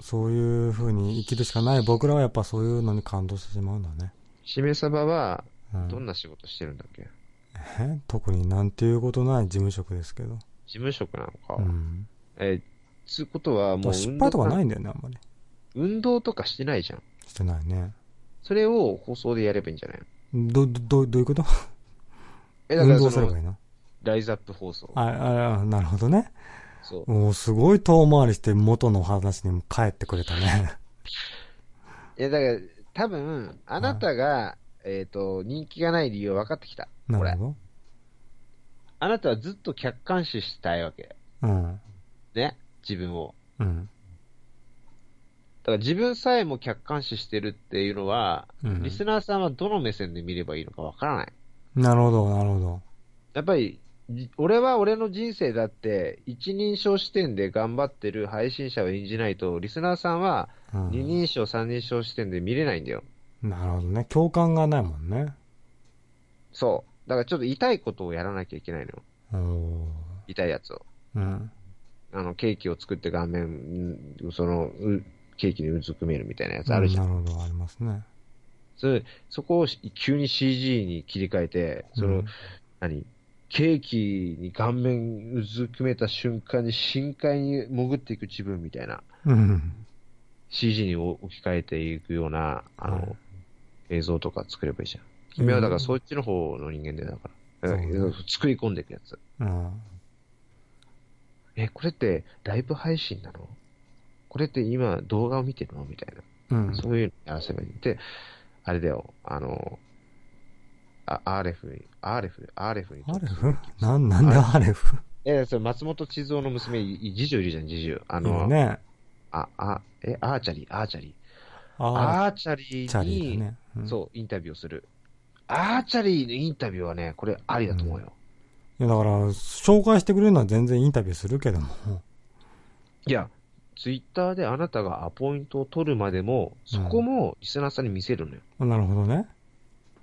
[SPEAKER 1] そういう風に生きるしかない僕らはやっぱそういうのに感動してしまうんだね。
[SPEAKER 3] しめ鯖は、
[SPEAKER 1] うん、
[SPEAKER 3] どんな仕事してるんだっけ、
[SPEAKER 1] え特になんていうことない事務職ですけど。
[SPEAKER 3] 事務職なのか。
[SPEAKER 1] うん。
[SPEAKER 3] えーつうこと
[SPEAKER 1] だか
[SPEAKER 3] はもう
[SPEAKER 1] ら失敗とかないいんだよね、あんまり。
[SPEAKER 3] 運動とかしてないじゃん。
[SPEAKER 1] してないね。
[SPEAKER 3] それを放送でやればいいんじゃないの
[SPEAKER 1] ど、ど、どどういうこと
[SPEAKER 3] え、だか
[SPEAKER 1] 運
[SPEAKER 3] ら
[SPEAKER 1] 動
[SPEAKER 3] そ
[SPEAKER 1] すれ
[SPEAKER 3] の
[SPEAKER 1] ばい、いの
[SPEAKER 3] ライズアップ放送。
[SPEAKER 1] あ、あ、なるほどね。
[SPEAKER 3] そう。
[SPEAKER 1] もうすごい遠回りして元の話にも帰ってくれたね。
[SPEAKER 3] いや、だから、多分、あなたが、えっ、と、人気がない理由は分かってきた。
[SPEAKER 1] な
[SPEAKER 3] こ
[SPEAKER 1] る
[SPEAKER 3] れ。
[SPEAKER 1] ほ
[SPEAKER 3] あなたはずっと客観視したいわけ。
[SPEAKER 1] ど。うん。
[SPEAKER 3] ね。自分を。
[SPEAKER 1] うん。
[SPEAKER 3] だから自分さえも客観視してるっていうのは、
[SPEAKER 1] うん
[SPEAKER 3] リスナーさんはどの目線で見ればいいのかわからない。
[SPEAKER 1] なるほど、なるほど。
[SPEAKER 3] やっぱり、じ俺は俺の人生だって、一人称視点で頑張ってる配信者を演じないと、リスナーさんは
[SPEAKER 1] う
[SPEAKER 3] 二
[SPEAKER 1] ん、
[SPEAKER 3] 人称、三人称視点で見れないんだよ。
[SPEAKER 1] なるほどね。共感がないもんね。
[SPEAKER 3] そう。だからちょっと痛いことをやらなきゃいけないのよ。
[SPEAKER 1] おー
[SPEAKER 3] 痛いやつを。
[SPEAKER 1] うん。
[SPEAKER 3] あの、ケーキを作って顔面、うんその、うケーキにうずくめるみたいなやつあるじゃん。
[SPEAKER 1] なるほど、ありますね。
[SPEAKER 3] それそこをし急に CG に切り替えて、その、
[SPEAKER 1] うん
[SPEAKER 3] 何ケーキに顔面うずくめた瞬間に深海に潜っていく自分みたいな
[SPEAKER 1] うん。
[SPEAKER 3] CG に置き換えていくようなあの、
[SPEAKER 1] はい
[SPEAKER 3] 映像とか作ればいいじゃん。君はだからそっちの方の人間でだから、
[SPEAKER 1] そうね
[SPEAKER 3] 作り込んでいくやつ。
[SPEAKER 1] うん。
[SPEAKER 3] え、これってライブ配信なのこれって今動画を見てるのみたいな。
[SPEAKER 1] うん。
[SPEAKER 3] そういうのやらせばいい。で、あれだよ、あの、あ、RF に、RF、RF に。
[SPEAKER 1] アレフなん、なんでアレフ
[SPEAKER 3] え、それ松本千鶴の娘、いい次女いるじゃん、次女。あ
[SPEAKER 1] い
[SPEAKER 3] の、
[SPEAKER 1] いね。
[SPEAKER 3] あ、あ、え、アーチャリー、アーチャリー。
[SPEAKER 1] あ
[SPEAKER 3] アーチャリ
[SPEAKER 1] ー、チャ
[SPEAKER 3] ー
[SPEAKER 1] リー
[SPEAKER 3] に、
[SPEAKER 1] だね。うん
[SPEAKER 3] そう、インタビューをする。アーチャリーのインタビューはね、これありだと思うよ。
[SPEAKER 1] いや、だから、紹介してくれるのは全然インタビューするけども。
[SPEAKER 3] いや、ツイッターであなたがアポイントを取るまでも、そこもリスナーさんに見せるのよ。
[SPEAKER 1] なるほどね。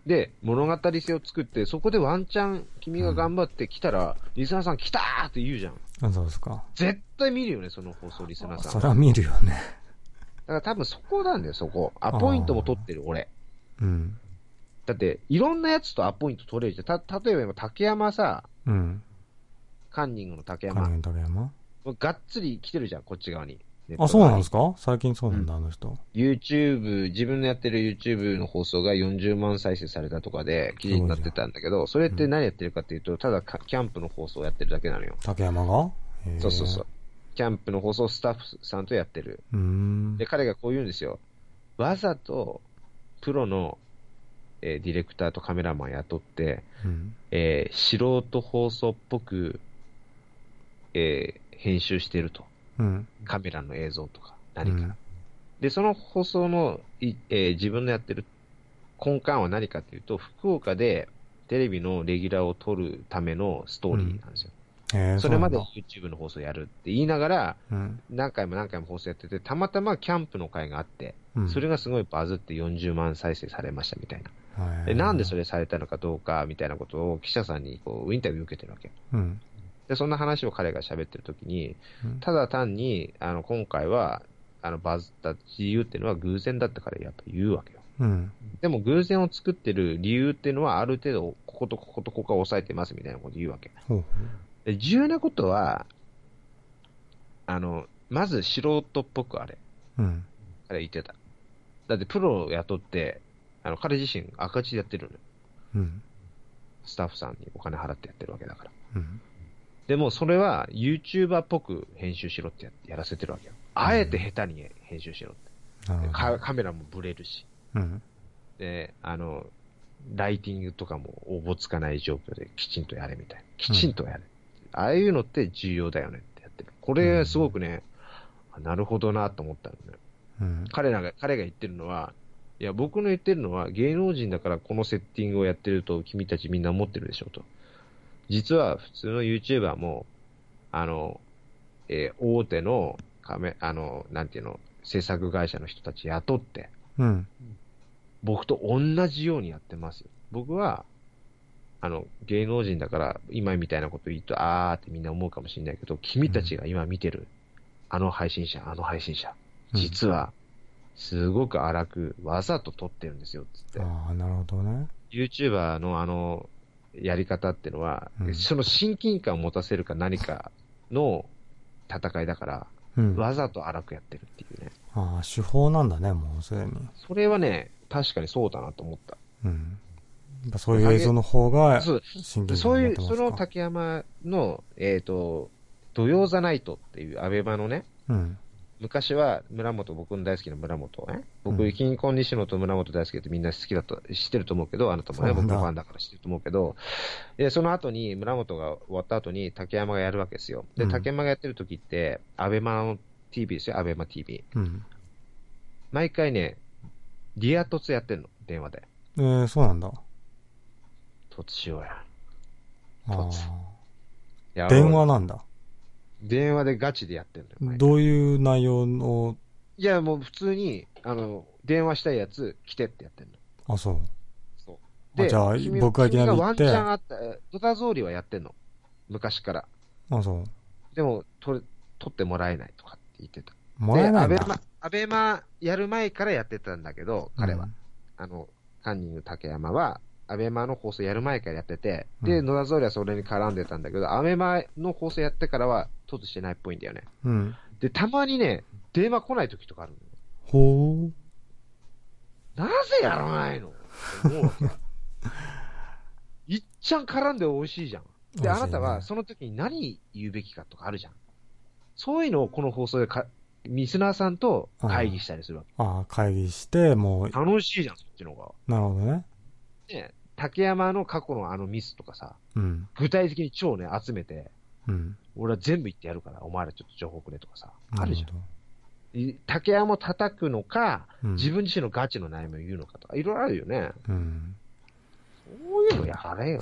[SPEAKER 3] で、物語性を作って、そこでワンチャン君が頑張ってきたら、リスナーさん来たーって言うじゃん。
[SPEAKER 1] あそうですか。
[SPEAKER 3] 絶対見るよね、その放送リスナーさ
[SPEAKER 1] そ
[SPEAKER 3] ん。
[SPEAKER 1] り
[SPEAKER 3] だ
[SPEAKER 1] ゃ見るよね。
[SPEAKER 3] から多分そこなんだよ、そこ。アポイントも取ってる、俺。
[SPEAKER 1] うん。
[SPEAKER 3] だって、いろんなやつとアポイント取れるじゃん。た、例えば今、竹山さ、
[SPEAKER 1] うん。
[SPEAKER 3] カンニングの竹
[SPEAKER 1] カ
[SPEAKER 3] 山
[SPEAKER 1] ニ、の竹山
[SPEAKER 3] がっつり来てるじゃん、こっち側に。
[SPEAKER 1] あ、そうなんですすか最近そうなんだ、あの人。
[SPEAKER 3] ?YouTube、自分のやってる YouTube の放送が40万再生されたとかで記事になってたんだけど、それって何やってるかっていうと、ただかキャンプの放送をやってるだけなのよ。
[SPEAKER 1] 竹山がへー
[SPEAKER 3] そうそうそう。キャンプの放送をスタッフさんとやってる。
[SPEAKER 1] うーん
[SPEAKER 3] で、。彼がこう言うんですよ。わざと、プロの、えーディレクターとカメラマン雇って、
[SPEAKER 1] うん。
[SPEAKER 3] えー素人放送っぽく、えー編集してると。
[SPEAKER 1] うん。
[SPEAKER 3] カメラの映像とか、
[SPEAKER 1] う
[SPEAKER 3] 何か。
[SPEAKER 1] ん。
[SPEAKER 3] で、その放送の、いえー自分のやってる根幹は何かっていうと、福岡でテレビのレギュラーを撮るためのストーリーなんですよ。
[SPEAKER 1] へー
[SPEAKER 3] それまで
[SPEAKER 1] う
[SPEAKER 3] YouTube の放送やるって言いながら、
[SPEAKER 1] なんだ
[SPEAKER 3] 何回も何回も放送やってて、たまたまキャンプの会があって、
[SPEAKER 1] うん。
[SPEAKER 3] それがすごいバズって40万再生されましたみたいな。
[SPEAKER 1] が
[SPEAKER 3] で、なんでそ
[SPEAKER 1] れ
[SPEAKER 3] れされたのかどうかみたいなことを記者さんにこうインタビュー受けてるわけ。
[SPEAKER 1] うん。
[SPEAKER 3] で、そんな話を彼が喋ってるときに、
[SPEAKER 1] うん
[SPEAKER 3] ただ単に、あの、今回は、あの、バズった理由っていうのは偶然だったからやっぱ言うわけよ。
[SPEAKER 1] うん。
[SPEAKER 3] でも偶然を作ってる理由っていうのはある程度、こことこことここは抑えてますみたいなこと言うわけ。
[SPEAKER 1] ほう。
[SPEAKER 3] で、重要なことは、あの、まず素人っぽくあれ。
[SPEAKER 1] うん。
[SPEAKER 3] 彼言ってた。だってプロを雇って、あの彼自身赤字でやってるのよ。
[SPEAKER 1] うん。
[SPEAKER 3] スタッフさんにお金払ってやってるわけだから。
[SPEAKER 1] うん。
[SPEAKER 3] でもそれは YouTuber っぽく編集しろってややらせてるわけよ。あえて下手に編集しろって。
[SPEAKER 1] なる
[SPEAKER 3] で
[SPEAKER 1] ほ
[SPEAKER 3] カ
[SPEAKER 1] ど。
[SPEAKER 3] カメラもブレるし。
[SPEAKER 1] うん。
[SPEAKER 3] で、あの、ライティングとかもおぼつかない状況できちんとやれみたいな。きちんとやれ。ああいうのって重要だよねってやってる。これすごくね、あなるほどなと思ったのね。
[SPEAKER 1] うん。
[SPEAKER 3] 彼らが、彼が言ってるのは、いや、僕の言ってるのは、芸能人だからこのセッティングをやってると君たちみんな思ってるでしょと。実は普通の YouTuber も、あの、えー大手のカメ、あの、なんていうの、制作会社の人たち雇って、
[SPEAKER 1] うん。
[SPEAKER 3] 僕と同じようにやってますよ。僕は、あの、芸能人だから、今みたいなこと言うと、あーってみんな思うかもしれないけど、君たちが今見てる、あの配信者、あの配信者、
[SPEAKER 1] うん
[SPEAKER 3] 実は、すごく荒く、わざと撮ってるんですよ、つって。
[SPEAKER 1] ああ、なるほどね。
[SPEAKER 3] YouTuber のあの、やり方ってのは、
[SPEAKER 1] うん
[SPEAKER 3] その親近感を持たせるか何かの戦いだから、
[SPEAKER 1] うん。
[SPEAKER 3] わざと荒くやってるっていうね。
[SPEAKER 1] ああ、手法なんだね、もうすでに。
[SPEAKER 3] それはね、確かにそうだなと思った。
[SPEAKER 1] うん。やっぱそういう映像の方が、
[SPEAKER 3] そう
[SPEAKER 1] 真
[SPEAKER 3] で
[SPEAKER 1] 剣
[SPEAKER 3] そういう、
[SPEAKER 1] と
[SPEAKER 3] その竹山の、えっ、と、土曜ザナイトっていうアベマのね、
[SPEAKER 1] うん。
[SPEAKER 3] 昔は村本、僕の大好きな村本をね、
[SPEAKER 1] う
[SPEAKER 3] 僕、
[SPEAKER 1] ん
[SPEAKER 3] 金婚西野と村本大好きだってみんな好きだと、知ってると思うけど、あなたも
[SPEAKER 1] そうな
[SPEAKER 3] ね、
[SPEAKER 1] ん
[SPEAKER 3] 僕
[SPEAKER 1] だ
[SPEAKER 3] のファンだから知ってると思うけど、で、その後に村本が終わった後に竹山がやるわけですよ。で、
[SPEAKER 1] うん
[SPEAKER 3] 竹山がやってる時って、アベマの TV ですよ、アベマ TV。
[SPEAKER 1] うん。
[SPEAKER 3] 毎回ね、リア突やってんの、電話で。
[SPEAKER 1] えー、そうなんだ。
[SPEAKER 3] 突しようや。
[SPEAKER 1] あ
[SPEAKER 3] こっち
[SPEAKER 1] ー
[SPEAKER 3] やろう
[SPEAKER 1] 電話なんだ。
[SPEAKER 3] 電話でガチでやってんのよ毎回。
[SPEAKER 1] どういう内容の、
[SPEAKER 3] いや、もう普通に、あの、電話したいやつ、来てってやってんの。
[SPEAKER 1] あ、そう。
[SPEAKER 3] そう。
[SPEAKER 1] あじゃあ
[SPEAKER 3] 君
[SPEAKER 1] 僕がいきなり
[SPEAKER 3] 君
[SPEAKER 1] 行
[SPEAKER 3] ワ
[SPEAKER 1] っ
[SPEAKER 3] ン
[SPEAKER 1] て
[SPEAKER 3] チャンあった、ドタゾーリはやってんの。昔から。
[SPEAKER 1] あ、そう。
[SPEAKER 3] でも、取れ、取ってもらえないとかって言ってた。
[SPEAKER 1] もらえないん
[SPEAKER 3] で、
[SPEAKER 1] だ
[SPEAKER 3] アベ。マ、アベマやる前からやってたんだけど、彼は。あの、カンニング竹山は、アベマの放送やる前からやってて、で、
[SPEAKER 1] うん
[SPEAKER 3] 野田ゾーリはそれに絡んでたんだけど、アベマの放送やってからは、取ってしてないっぽいんだよね。
[SPEAKER 1] うん。うん。
[SPEAKER 3] で、たまにね、電話来ない時とかあるのよ。
[SPEAKER 1] ほ
[SPEAKER 3] なぜやらないのって思うわけよいっちゃん絡んで美味しいじゃん。
[SPEAKER 1] う。
[SPEAKER 3] で、あなたは
[SPEAKER 1] そ
[SPEAKER 3] その時に何言うべきかとかあるじゃん。そういうのをこの放送でか、ミスナーさんと会議したりするわけ。
[SPEAKER 1] あー会議して、もう、
[SPEAKER 3] 楽しいじゃん、そっちの方
[SPEAKER 1] なるほどね。
[SPEAKER 3] が。ね竹山の過去のあのミスとかさ、
[SPEAKER 1] うん。
[SPEAKER 3] 具体的に超ね、集めて、
[SPEAKER 1] うん。
[SPEAKER 3] 俺は全部言ってやるから、お前らちょっと情報くれとかさ、あるじ
[SPEAKER 1] なほ
[SPEAKER 3] ゃん。い竹山を叩くのか、
[SPEAKER 1] ど。うん
[SPEAKER 3] 自分自身のガチの悩みを言うのかとか、いろいろあるよね。
[SPEAKER 1] うん。
[SPEAKER 3] そういうのやれよ。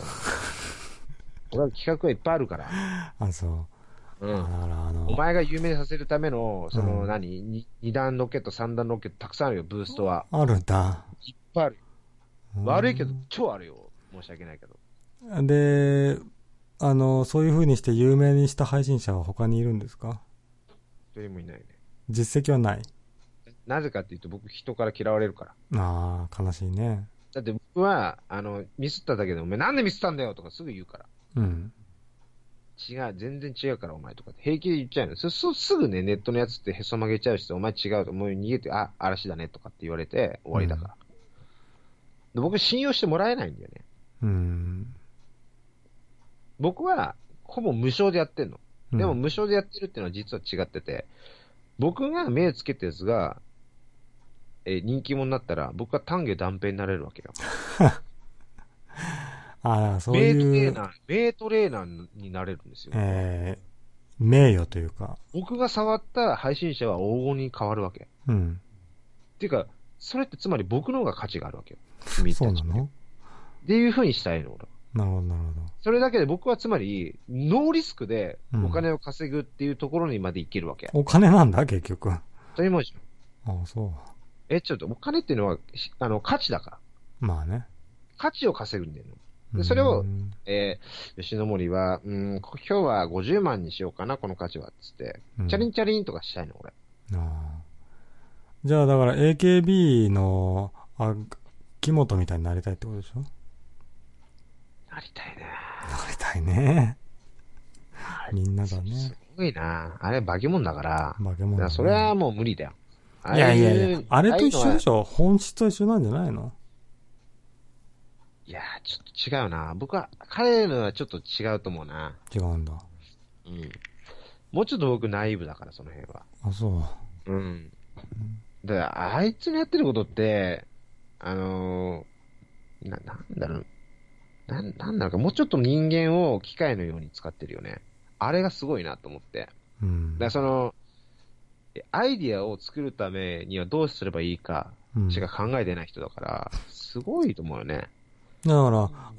[SPEAKER 3] 俺は企画はいっぱいあるから。
[SPEAKER 1] あ、そう。
[SPEAKER 3] う
[SPEAKER 1] だ
[SPEAKER 3] ん。
[SPEAKER 1] から、あの
[SPEAKER 3] お、前が有名にさせるための、そ
[SPEAKER 1] うん
[SPEAKER 3] の何、に二段ロケット、三段ロケット、たくさんあるよ、ブーストは。
[SPEAKER 1] あるんだ。
[SPEAKER 3] いっぱいある。
[SPEAKER 1] うん
[SPEAKER 3] 悪いけど、超あるよ。申し訳ないけど。
[SPEAKER 1] で、あの、そういう風にして有名にした配信者は他にいるんですか
[SPEAKER 3] 一人もいないね。
[SPEAKER 1] 実績はない。
[SPEAKER 3] なぜかっていうと、僕、人から嫌われるから。
[SPEAKER 1] ああ、悲しいね。
[SPEAKER 3] だって僕は、あの、ミスっただけで、お前なんでミスったんだよとかすぐ言うから。
[SPEAKER 1] うん。
[SPEAKER 3] 違う、全然違うから、お前とかって平気で言っちゃうの。そ、そ、すぐね、ネットのやつってへそ曲げちゃうし、お前違うと、もう逃げて、あ、嵐だねとかって言われて、終わりだから。で僕、信用してもらえないんだよね。
[SPEAKER 1] うん。
[SPEAKER 3] 僕は、ほぼ無償でやってんの。
[SPEAKER 1] うん
[SPEAKER 3] でも、無償でやってるっていうのは実は違ってて、僕が目つけたやつが、えー人気者になったら、僕は丹下断平になれるわけよ。
[SPEAKER 1] ああ、そう
[SPEAKER 3] 名ト
[SPEAKER 1] い
[SPEAKER 3] レー
[SPEAKER 1] う、
[SPEAKER 3] ナー、名トレーナーになれるんですよ。
[SPEAKER 1] えー、名誉というか、
[SPEAKER 3] 僕が触った配信者は黄金に変わるわけ。っ
[SPEAKER 1] うん。
[SPEAKER 3] ていうか、それってつまり僕の方が価値があるわけよ。君たち
[SPEAKER 1] そうな
[SPEAKER 3] っ
[SPEAKER 1] の
[SPEAKER 3] ていうふうにしたいの、俺は。
[SPEAKER 1] なるほど、なるほ
[SPEAKER 3] それだけで僕はつまり、ノーリスクで
[SPEAKER 1] うん
[SPEAKER 3] お金を稼ぐっていうところにまでいけるわけ。
[SPEAKER 1] ど。お金なんだ、結局。あ
[SPEAKER 3] というもんじゃん
[SPEAKER 1] あ、そう。
[SPEAKER 3] え、ちょっと、お金っていうのは、しあの、価値だから。
[SPEAKER 1] まあね。
[SPEAKER 3] 価値を稼ぐんだよ。
[SPEAKER 1] うん
[SPEAKER 3] でそれを、えー吉野森は、うーん、今日は50万にしようかな、この価値は、つって、チャリ
[SPEAKER 1] ン。
[SPEAKER 3] ンチャリンとかしたいの、俺。
[SPEAKER 1] ああじゃあ、だから AKB の、あ、木本みたいになりたいってことでしょ
[SPEAKER 3] なりたいね。
[SPEAKER 1] なりたいね。みんながね
[SPEAKER 3] す。ごいな。あれ、化け物だから、
[SPEAKER 1] 化け物
[SPEAKER 3] だか
[SPEAKER 1] だね
[SPEAKER 3] らそれはもう無理だよ。あ
[SPEAKER 1] い
[SPEAKER 3] あ
[SPEAKER 1] や
[SPEAKER 3] う
[SPEAKER 1] いやいや、あれと一緒で
[SPEAKER 3] あ
[SPEAKER 1] しょ本質と一緒なんじゃないの
[SPEAKER 3] あいうのはいや、ちょっと違うな。僕は、彼のはちょっと違うと思うな。
[SPEAKER 1] 違うんだ。
[SPEAKER 3] うん。もうちょっと僕、ナイーブだから、その辺は。
[SPEAKER 1] あ、そう。
[SPEAKER 3] うん。だから、あいつのやってることって、あのーな、なんだろう、なん、なんだろうか、もうちょっと人間を機械のように使ってるよね。あれがすごいなと思って。だか
[SPEAKER 1] うん。
[SPEAKER 3] らその、えアイディアを作るためにはどうすればいいか
[SPEAKER 1] うん
[SPEAKER 3] しか考えてない人だから、すごいと思うよね。
[SPEAKER 1] だか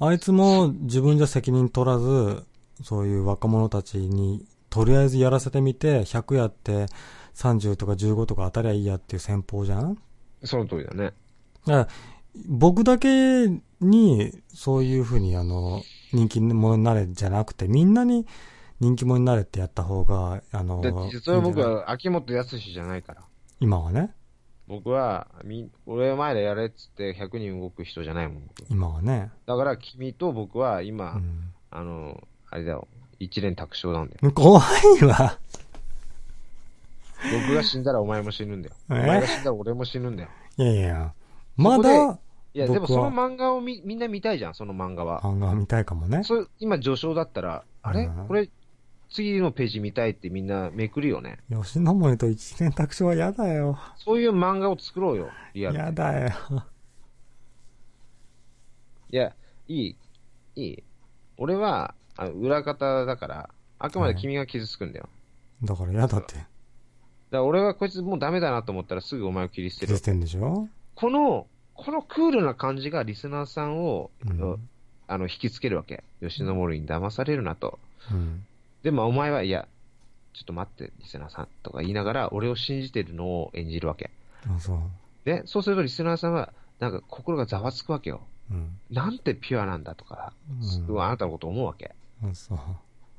[SPEAKER 1] ら、あいつも自分じゃ責任取らず、そういう若者たちに、とりあえずやらせてみて、100やって、30とか15とか当たりゃいいやっていう戦法じゃん
[SPEAKER 3] その通りだね。
[SPEAKER 1] だから僕だけに、そういうふうに、あの、人気者になれじゃなくて、みんなに人気者になれってやった方が、あの、
[SPEAKER 3] だって実はい
[SPEAKER 1] いん
[SPEAKER 3] 僕
[SPEAKER 1] じゃない、
[SPEAKER 3] は秋元康じゃないから。
[SPEAKER 1] 今はね、
[SPEAKER 3] 僕は、み、俺前でやれっつって100人動く人じゃないもん。僕
[SPEAKER 1] 今はね、
[SPEAKER 3] だから君と僕は今、
[SPEAKER 1] うん
[SPEAKER 3] あの、あれだよ、一連卓勝なんだよ。
[SPEAKER 1] 怖いわ。
[SPEAKER 3] 僕が死んだらお前も死ぬんだよ。
[SPEAKER 1] え
[SPEAKER 3] お前が死んだら俺も死ぬんだよ。
[SPEAKER 1] いやいや、
[SPEAKER 3] そ
[SPEAKER 1] ま
[SPEAKER 3] こで
[SPEAKER 1] だ
[SPEAKER 3] いや、
[SPEAKER 1] 僕
[SPEAKER 3] で
[SPEAKER 1] は
[SPEAKER 3] もその漫画をみみんな見たいじゃん、その漫画は。
[SPEAKER 1] 漫画見たいかもね。
[SPEAKER 3] そう今、序章だったら、あれ
[SPEAKER 1] うん
[SPEAKER 3] これ、次のページ見たいってみんなめくるよね。
[SPEAKER 1] 吉野森と一年卓勝は嫌だよ。
[SPEAKER 3] そういう漫画を作ろうよ、リアルに
[SPEAKER 1] 嫌だよ。
[SPEAKER 3] いや、いい、いい。俺は、あ裏方だから、あくまで君が傷つくんだよ。
[SPEAKER 1] だから嫌だって。
[SPEAKER 3] だから俺はこいつもうダメだなと思ったらすぐお前を切り捨て
[SPEAKER 1] 出
[SPEAKER 3] る。
[SPEAKER 1] てんでしょ
[SPEAKER 3] この、このクールな感じがリスナーさんを、
[SPEAKER 1] うん。
[SPEAKER 3] あの、引きつけるわけ。吉野森に騙されるなと。
[SPEAKER 1] うん。
[SPEAKER 3] でもお前は、いや、ちょっと待って、リスナーさんとか言いながら、俺を信じてるのを演じるわけ。
[SPEAKER 1] あ、そう。
[SPEAKER 3] で、そうするとリスナーさんは、なんか心がざわつくわけよ。
[SPEAKER 1] うん。
[SPEAKER 3] なんてピュアなんだとか、
[SPEAKER 1] うん
[SPEAKER 3] うわあなたのこと思うわけ。
[SPEAKER 1] あ、そう。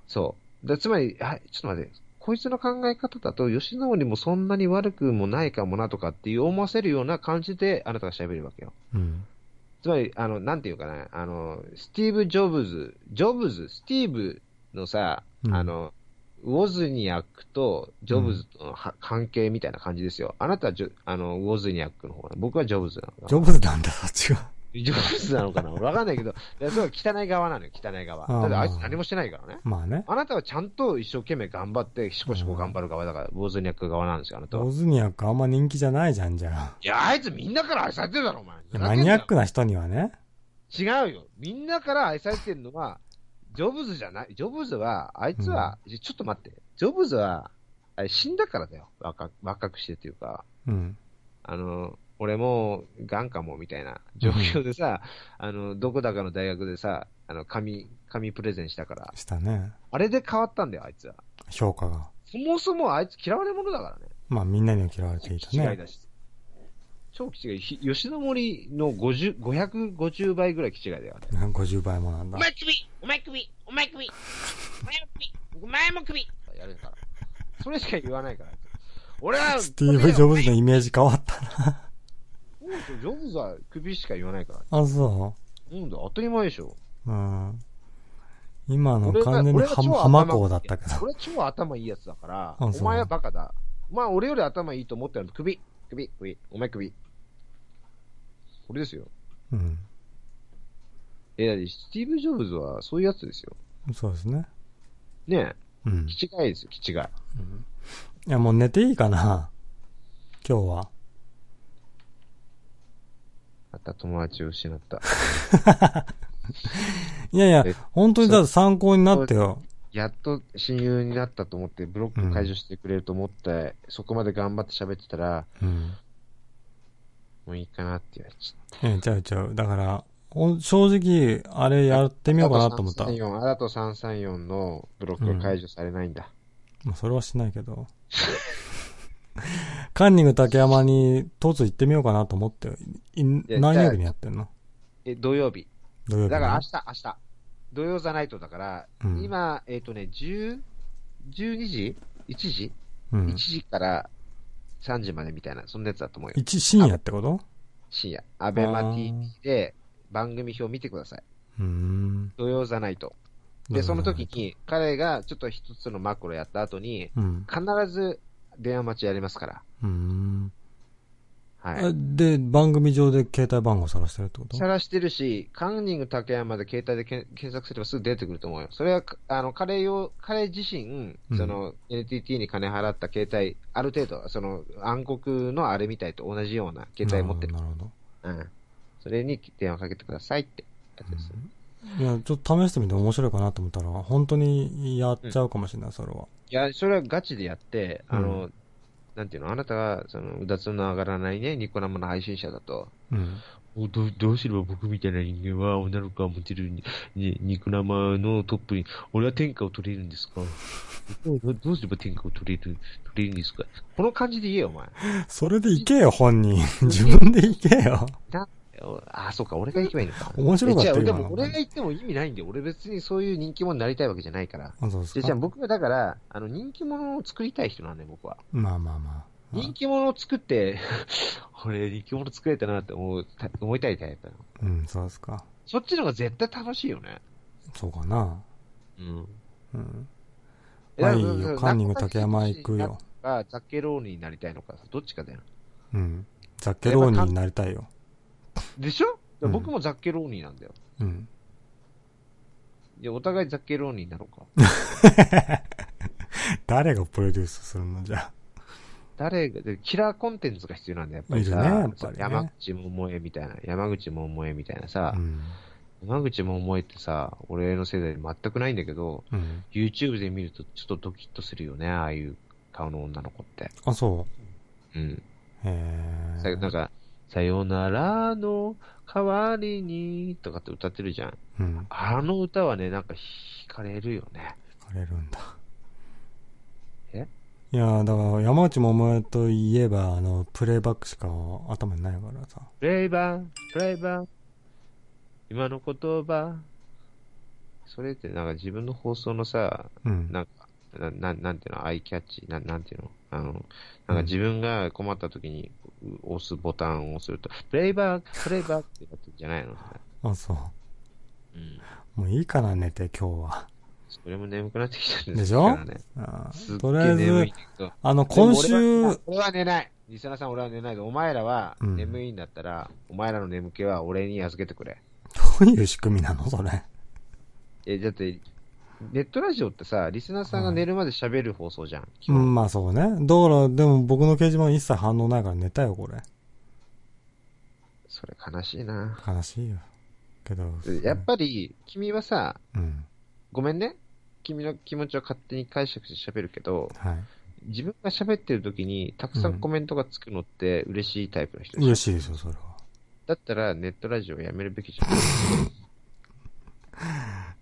[SPEAKER 3] そう。でつまり、はい、ちょっと待って、こいつの考え方だと、吉野にもそんなに悪くもないかもなとかっていう思わせるような感じで、あなたが喋るわけよ。
[SPEAKER 1] うん。
[SPEAKER 3] つまり、あの、なんていうかな、あの、スティーブ・ジョブズ、ジョブズ、スティーブのさ、
[SPEAKER 1] うん
[SPEAKER 3] あの、ウォズニアックとジョブズとのは関係みたいな感じですよ。あなたはジョあのウォズニアックの方僕はジョブズなの
[SPEAKER 1] ジ
[SPEAKER 3] か
[SPEAKER 1] ョブズなんだ、そっちが。
[SPEAKER 3] な。ジョブズなのかなわかんないけど、いやそれは汚い側なのよ、汚い側。
[SPEAKER 1] あー
[SPEAKER 3] だってあいつ何もしてないからね。
[SPEAKER 1] まあね。
[SPEAKER 3] あなたはちゃんと一生懸命頑張って、しこしこ頑張る側だから、ウォズニャック側なんですよ、あなたは
[SPEAKER 1] ボ。ズニアックあんま人気じゃないじゃん、じゃ
[SPEAKER 3] いや、あいつみんなから愛されてるだろ、お前。
[SPEAKER 1] あ。マニアックな人にはね。
[SPEAKER 3] 違うよ。みんなから愛されてるのは、ジョブズじゃない。ジョブズは、あいつは、いやちょっと待って。ジョブズは、あれ死んだからだよ。若若くしてっていうか、
[SPEAKER 1] うん。
[SPEAKER 3] あの、俺もう、ガンかも、みたいな状況でさ、あの、どこだかの大学でさ、あの、紙、紙プレゼンしたから。
[SPEAKER 1] したね。
[SPEAKER 3] あれで変わったんだよ、あいつは。
[SPEAKER 1] 評価が。
[SPEAKER 3] そもそもあいつ嫌われ者だからね。
[SPEAKER 1] まあみんなには嫌われていた
[SPEAKER 3] 違い
[SPEAKER 1] ね。
[SPEAKER 3] だし。超気違い。ひ吉野森の50 550倍ぐらい気違いだよ。
[SPEAKER 1] なんか50倍もなん
[SPEAKER 4] お
[SPEAKER 1] だ。
[SPEAKER 4] 前首お前首お前首お前も首お前も首
[SPEAKER 3] やるから。それしか言わないから。俺は、
[SPEAKER 1] スティーブ・ジョブズのイメージ変わったな。
[SPEAKER 3] そうですよジョブズは首しか言わないから。
[SPEAKER 1] あ、そ
[SPEAKER 3] うんだ、当たり前でしょ。
[SPEAKER 1] う。うん。今の
[SPEAKER 3] 俺は
[SPEAKER 1] 完全に
[SPEAKER 3] 俺は超
[SPEAKER 1] ハ
[SPEAKER 3] 頭
[SPEAKER 1] マコだったけど。
[SPEAKER 3] 俺は超頭いいやつだから、
[SPEAKER 1] あ
[SPEAKER 3] お
[SPEAKER 1] そう
[SPEAKER 3] 前はバカだ。まあ、俺より頭いいと思ったら、首、首、首、お前首。これですよ。
[SPEAKER 1] うん。
[SPEAKER 3] え、だってスティーブ・ジョブズはそういうやつですよ。
[SPEAKER 1] そうですね。
[SPEAKER 3] ね
[SPEAKER 1] うん
[SPEAKER 3] え、。気違いですよ、気違い。
[SPEAKER 1] いや、もう寝ていいかな今日は。
[SPEAKER 3] また友達を失った。
[SPEAKER 1] いやいや
[SPEAKER 3] え、
[SPEAKER 1] 本当にだから参考になってよ。
[SPEAKER 3] やっと親友になったと思って、ブロック解除してくれると思って、そこまで頑張って喋ってたら、
[SPEAKER 1] うん。
[SPEAKER 3] もういいかなって言われちゃっ
[SPEAKER 1] ええ、ちゃうちゃう。だから、ほん正直、あれやって
[SPEAKER 3] た。
[SPEAKER 1] みようかなと思った。
[SPEAKER 3] あなたと334のブロックは解除されないんだ。
[SPEAKER 1] まあ、それはしないけど。カンニング竹山に突行ってみようかなと思って、い
[SPEAKER 3] や
[SPEAKER 1] 何曜日にやってんの
[SPEAKER 3] え、土曜日。
[SPEAKER 1] 土曜
[SPEAKER 3] だ
[SPEAKER 1] 日に。
[SPEAKER 3] から明日、明日。土曜ザナイトだから、
[SPEAKER 1] うん
[SPEAKER 3] 今、えっ、とね、10、12時 ?1 時、
[SPEAKER 1] うん
[SPEAKER 3] ?1。時から3時までみたいな、そんなやつだと思うよ。
[SPEAKER 1] 一深夜ってこと
[SPEAKER 3] 深夜。アベ
[SPEAKER 1] あー
[SPEAKER 3] マ TV で番組表見てください。
[SPEAKER 1] うーん。
[SPEAKER 3] 土曜ザナイト。で、その時に、彼がちょっと一つのマクロやった後に、
[SPEAKER 1] うん。
[SPEAKER 3] 必ず電話待ちやりますから。
[SPEAKER 1] うーん。
[SPEAKER 3] はい。
[SPEAKER 1] で、番組上で携帯番号探してるってこと
[SPEAKER 3] 探してるし、カンニング竹山で携帯でけん検索すればすぐ出てくると思うよ。それは、あの、彼用、彼自身
[SPEAKER 1] うん、
[SPEAKER 3] その、NTT に金払った携帯、ある程度、その、暗黒のあれみたいと同じような携帯持ってる。
[SPEAKER 1] なるほど。
[SPEAKER 3] うん。それに電話かけてくださいってやつです。
[SPEAKER 1] いや、ちょっと試してみて面白いかなと思ったら、本当にやっちゃうかもしれない、それは。
[SPEAKER 3] いや、それはガチでやって、あの、
[SPEAKER 1] う
[SPEAKER 3] なんていうの、あなたが、その、うだつの上がらないね、ニコ生の配信者だと、
[SPEAKER 1] うん。
[SPEAKER 5] おどうどうすれば僕みたいな人間は女の子が持てるに、に肉生のトップに、俺は天下を取れるんですかどうどうすれば天下を取れる、取れるんですか
[SPEAKER 3] この感じで言えよ、お前。
[SPEAKER 1] それで行けよ、本人。 自分で行け よ。
[SPEAKER 3] おあ、そうか、俺が行けばいいのか。
[SPEAKER 1] 面白かったよ
[SPEAKER 3] えじゃ
[SPEAKER 1] 今
[SPEAKER 3] あで
[SPEAKER 1] の
[SPEAKER 3] も俺が行っても意味ないんで、俺別にそういう人気者になりたいわけじゃないから。
[SPEAKER 1] あ、そうです
[SPEAKER 3] でじゃあ
[SPEAKER 1] か。
[SPEAKER 3] 僕がだから、あの、人気者を作りたい人なんで、僕は。
[SPEAKER 1] まあまあまあ。
[SPEAKER 3] 人気者を作って、 俺、人気者作れたなって思う、た思いたいタイプなの。
[SPEAKER 1] うん、そうですか。
[SPEAKER 3] そっちの方が絶対楽しいよね。
[SPEAKER 1] そうかな。
[SPEAKER 3] うん。
[SPEAKER 1] うん。まあいい
[SPEAKER 3] だか
[SPEAKER 1] よ。
[SPEAKER 3] ら
[SPEAKER 1] カンニング竹山行くよ。。
[SPEAKER 3] あ、ザッケローニになりたいのか、どっちかだよ。
[SPEAKER 1] うん。ザッケローニになりたいよ。
[SPEAKER 3] でしょだから
[SPEAKER 1] うん
[SPEAKER 3] 僕もザッケローニなんだよ。
[SPEAKER 1] うん。
[SPEAKER 3] じゃあお互いザッケローニになろうか。
[SPEAKER 1] 誰がプロデュースするのじゃあ。
[SPEAKER 3] 誰が、でキラーコンテンツが必要なんだよ、やっぱり
[SPEAKER 1] いる
[SPEAKER 3] さ。
[SPEAKER 1] ねやっぱりね
[SPEAKER 3] 山口百恵みたいな、山口百恵みたいなさ、
[SPEAKER 1] うん。
[SPEAKER 3] 山口百恵ってさ、俺の世代に全くないんだけど、
[SPEAKER 1] うん。
[SPEAKER 3] YouTube で見るとちょっとドキッとするよね、ああいう顔の女の子って。
[SPEAKER 1] あ、そ
[SPEAKER 3] うん。
[SPEAKER 1] う。へ
[SPEAKER 3] さ
[SPEAKER 1] え。
[SPEAKER 3] なんか、さよならの代わりにとかって歌ってるじゃん。
[SPEAKER 1] うん。
[SPEAKER 3] あの歌はね、なんか惹かれるよね。
[SPEAKER 1] 惹かれるんだ。
[SPEAKER 3] え
[SPEAKER 1] いや、だから山内百恵といえば、あの、プレイバックしか頭にないからさ。
[SPEAKER 3] プレイバー、プレイバー、今の言葉。それってなんか自分の放送のさ、
[SPEAKER 1] うん。
[SPEAKER 3] なんか、なななんていうの、アイキャッチ、ななんていうの、あの、なんか自分が困った時にう押すボタンを押すると、プレイバック、プレイバックってなってるんじゃないの
[SPEAKER 1] あ、そう。
[SPEAKER 3] うん。
[SPEAKER 1] もういいかな、寝て、今日は。
[SPEAKER 3] それも眠くなってきたんです
[SPEAKER 1] でしょ
[SPEAKER 3] からね
[SPEAKER 1] あー
[SPEAKER 3] すっげ
[SPEAKER 1] とりあえ
[SPEAKER 3] え眠い
[SPEAKER 1] ず
[SPEAKER 3] ん、だけど。
[SPEAKER 1] あの、今
[SPEAKER 3] でも俺
[SPEAKER 1] 週
[SPEAKER 3] は、俺は寝ない。リサナさん、俺は寝ないで、お前らは
[SPEAKER 1] うん
[SPEAKER 3] 眠いんだったら、お前らの眠気は俺に預けてくれ。
[SPEAKER 1] どういう仕組みな のそれ。
[SPEAKER 3] え、だって、ネットラジオってさ、リスナーさんが寝るまで喋る放送じゃん。基
[SPEAKER 1] う
[SPEAKER 3] 本
[SPEAKER 1] ん、まあそうね。だから、でも僕の掲示板一切反応ないから寝たよ、これ。
[SPEAKER 3] それ悲しいな。
[SPEAKER 1] 悲しいよ。けど、
[SPEAKER 3] やっぱり、君はさ、
[SPEAKER 1] うん。
[SPEAKER 3] ごめんね。君の気持ちを勝手に解釈して喋るけど、
[SPEAKER 1] はい。
[SPEAKER 3] 自分が喋ってる時にたくさんコメントがつくのって嬉しいタイプの人でしょ
[SPEAKER 1] 嬉しいですよ、それは。
[SPEAKER 3] だったらネットラジオやめるべきじゃん。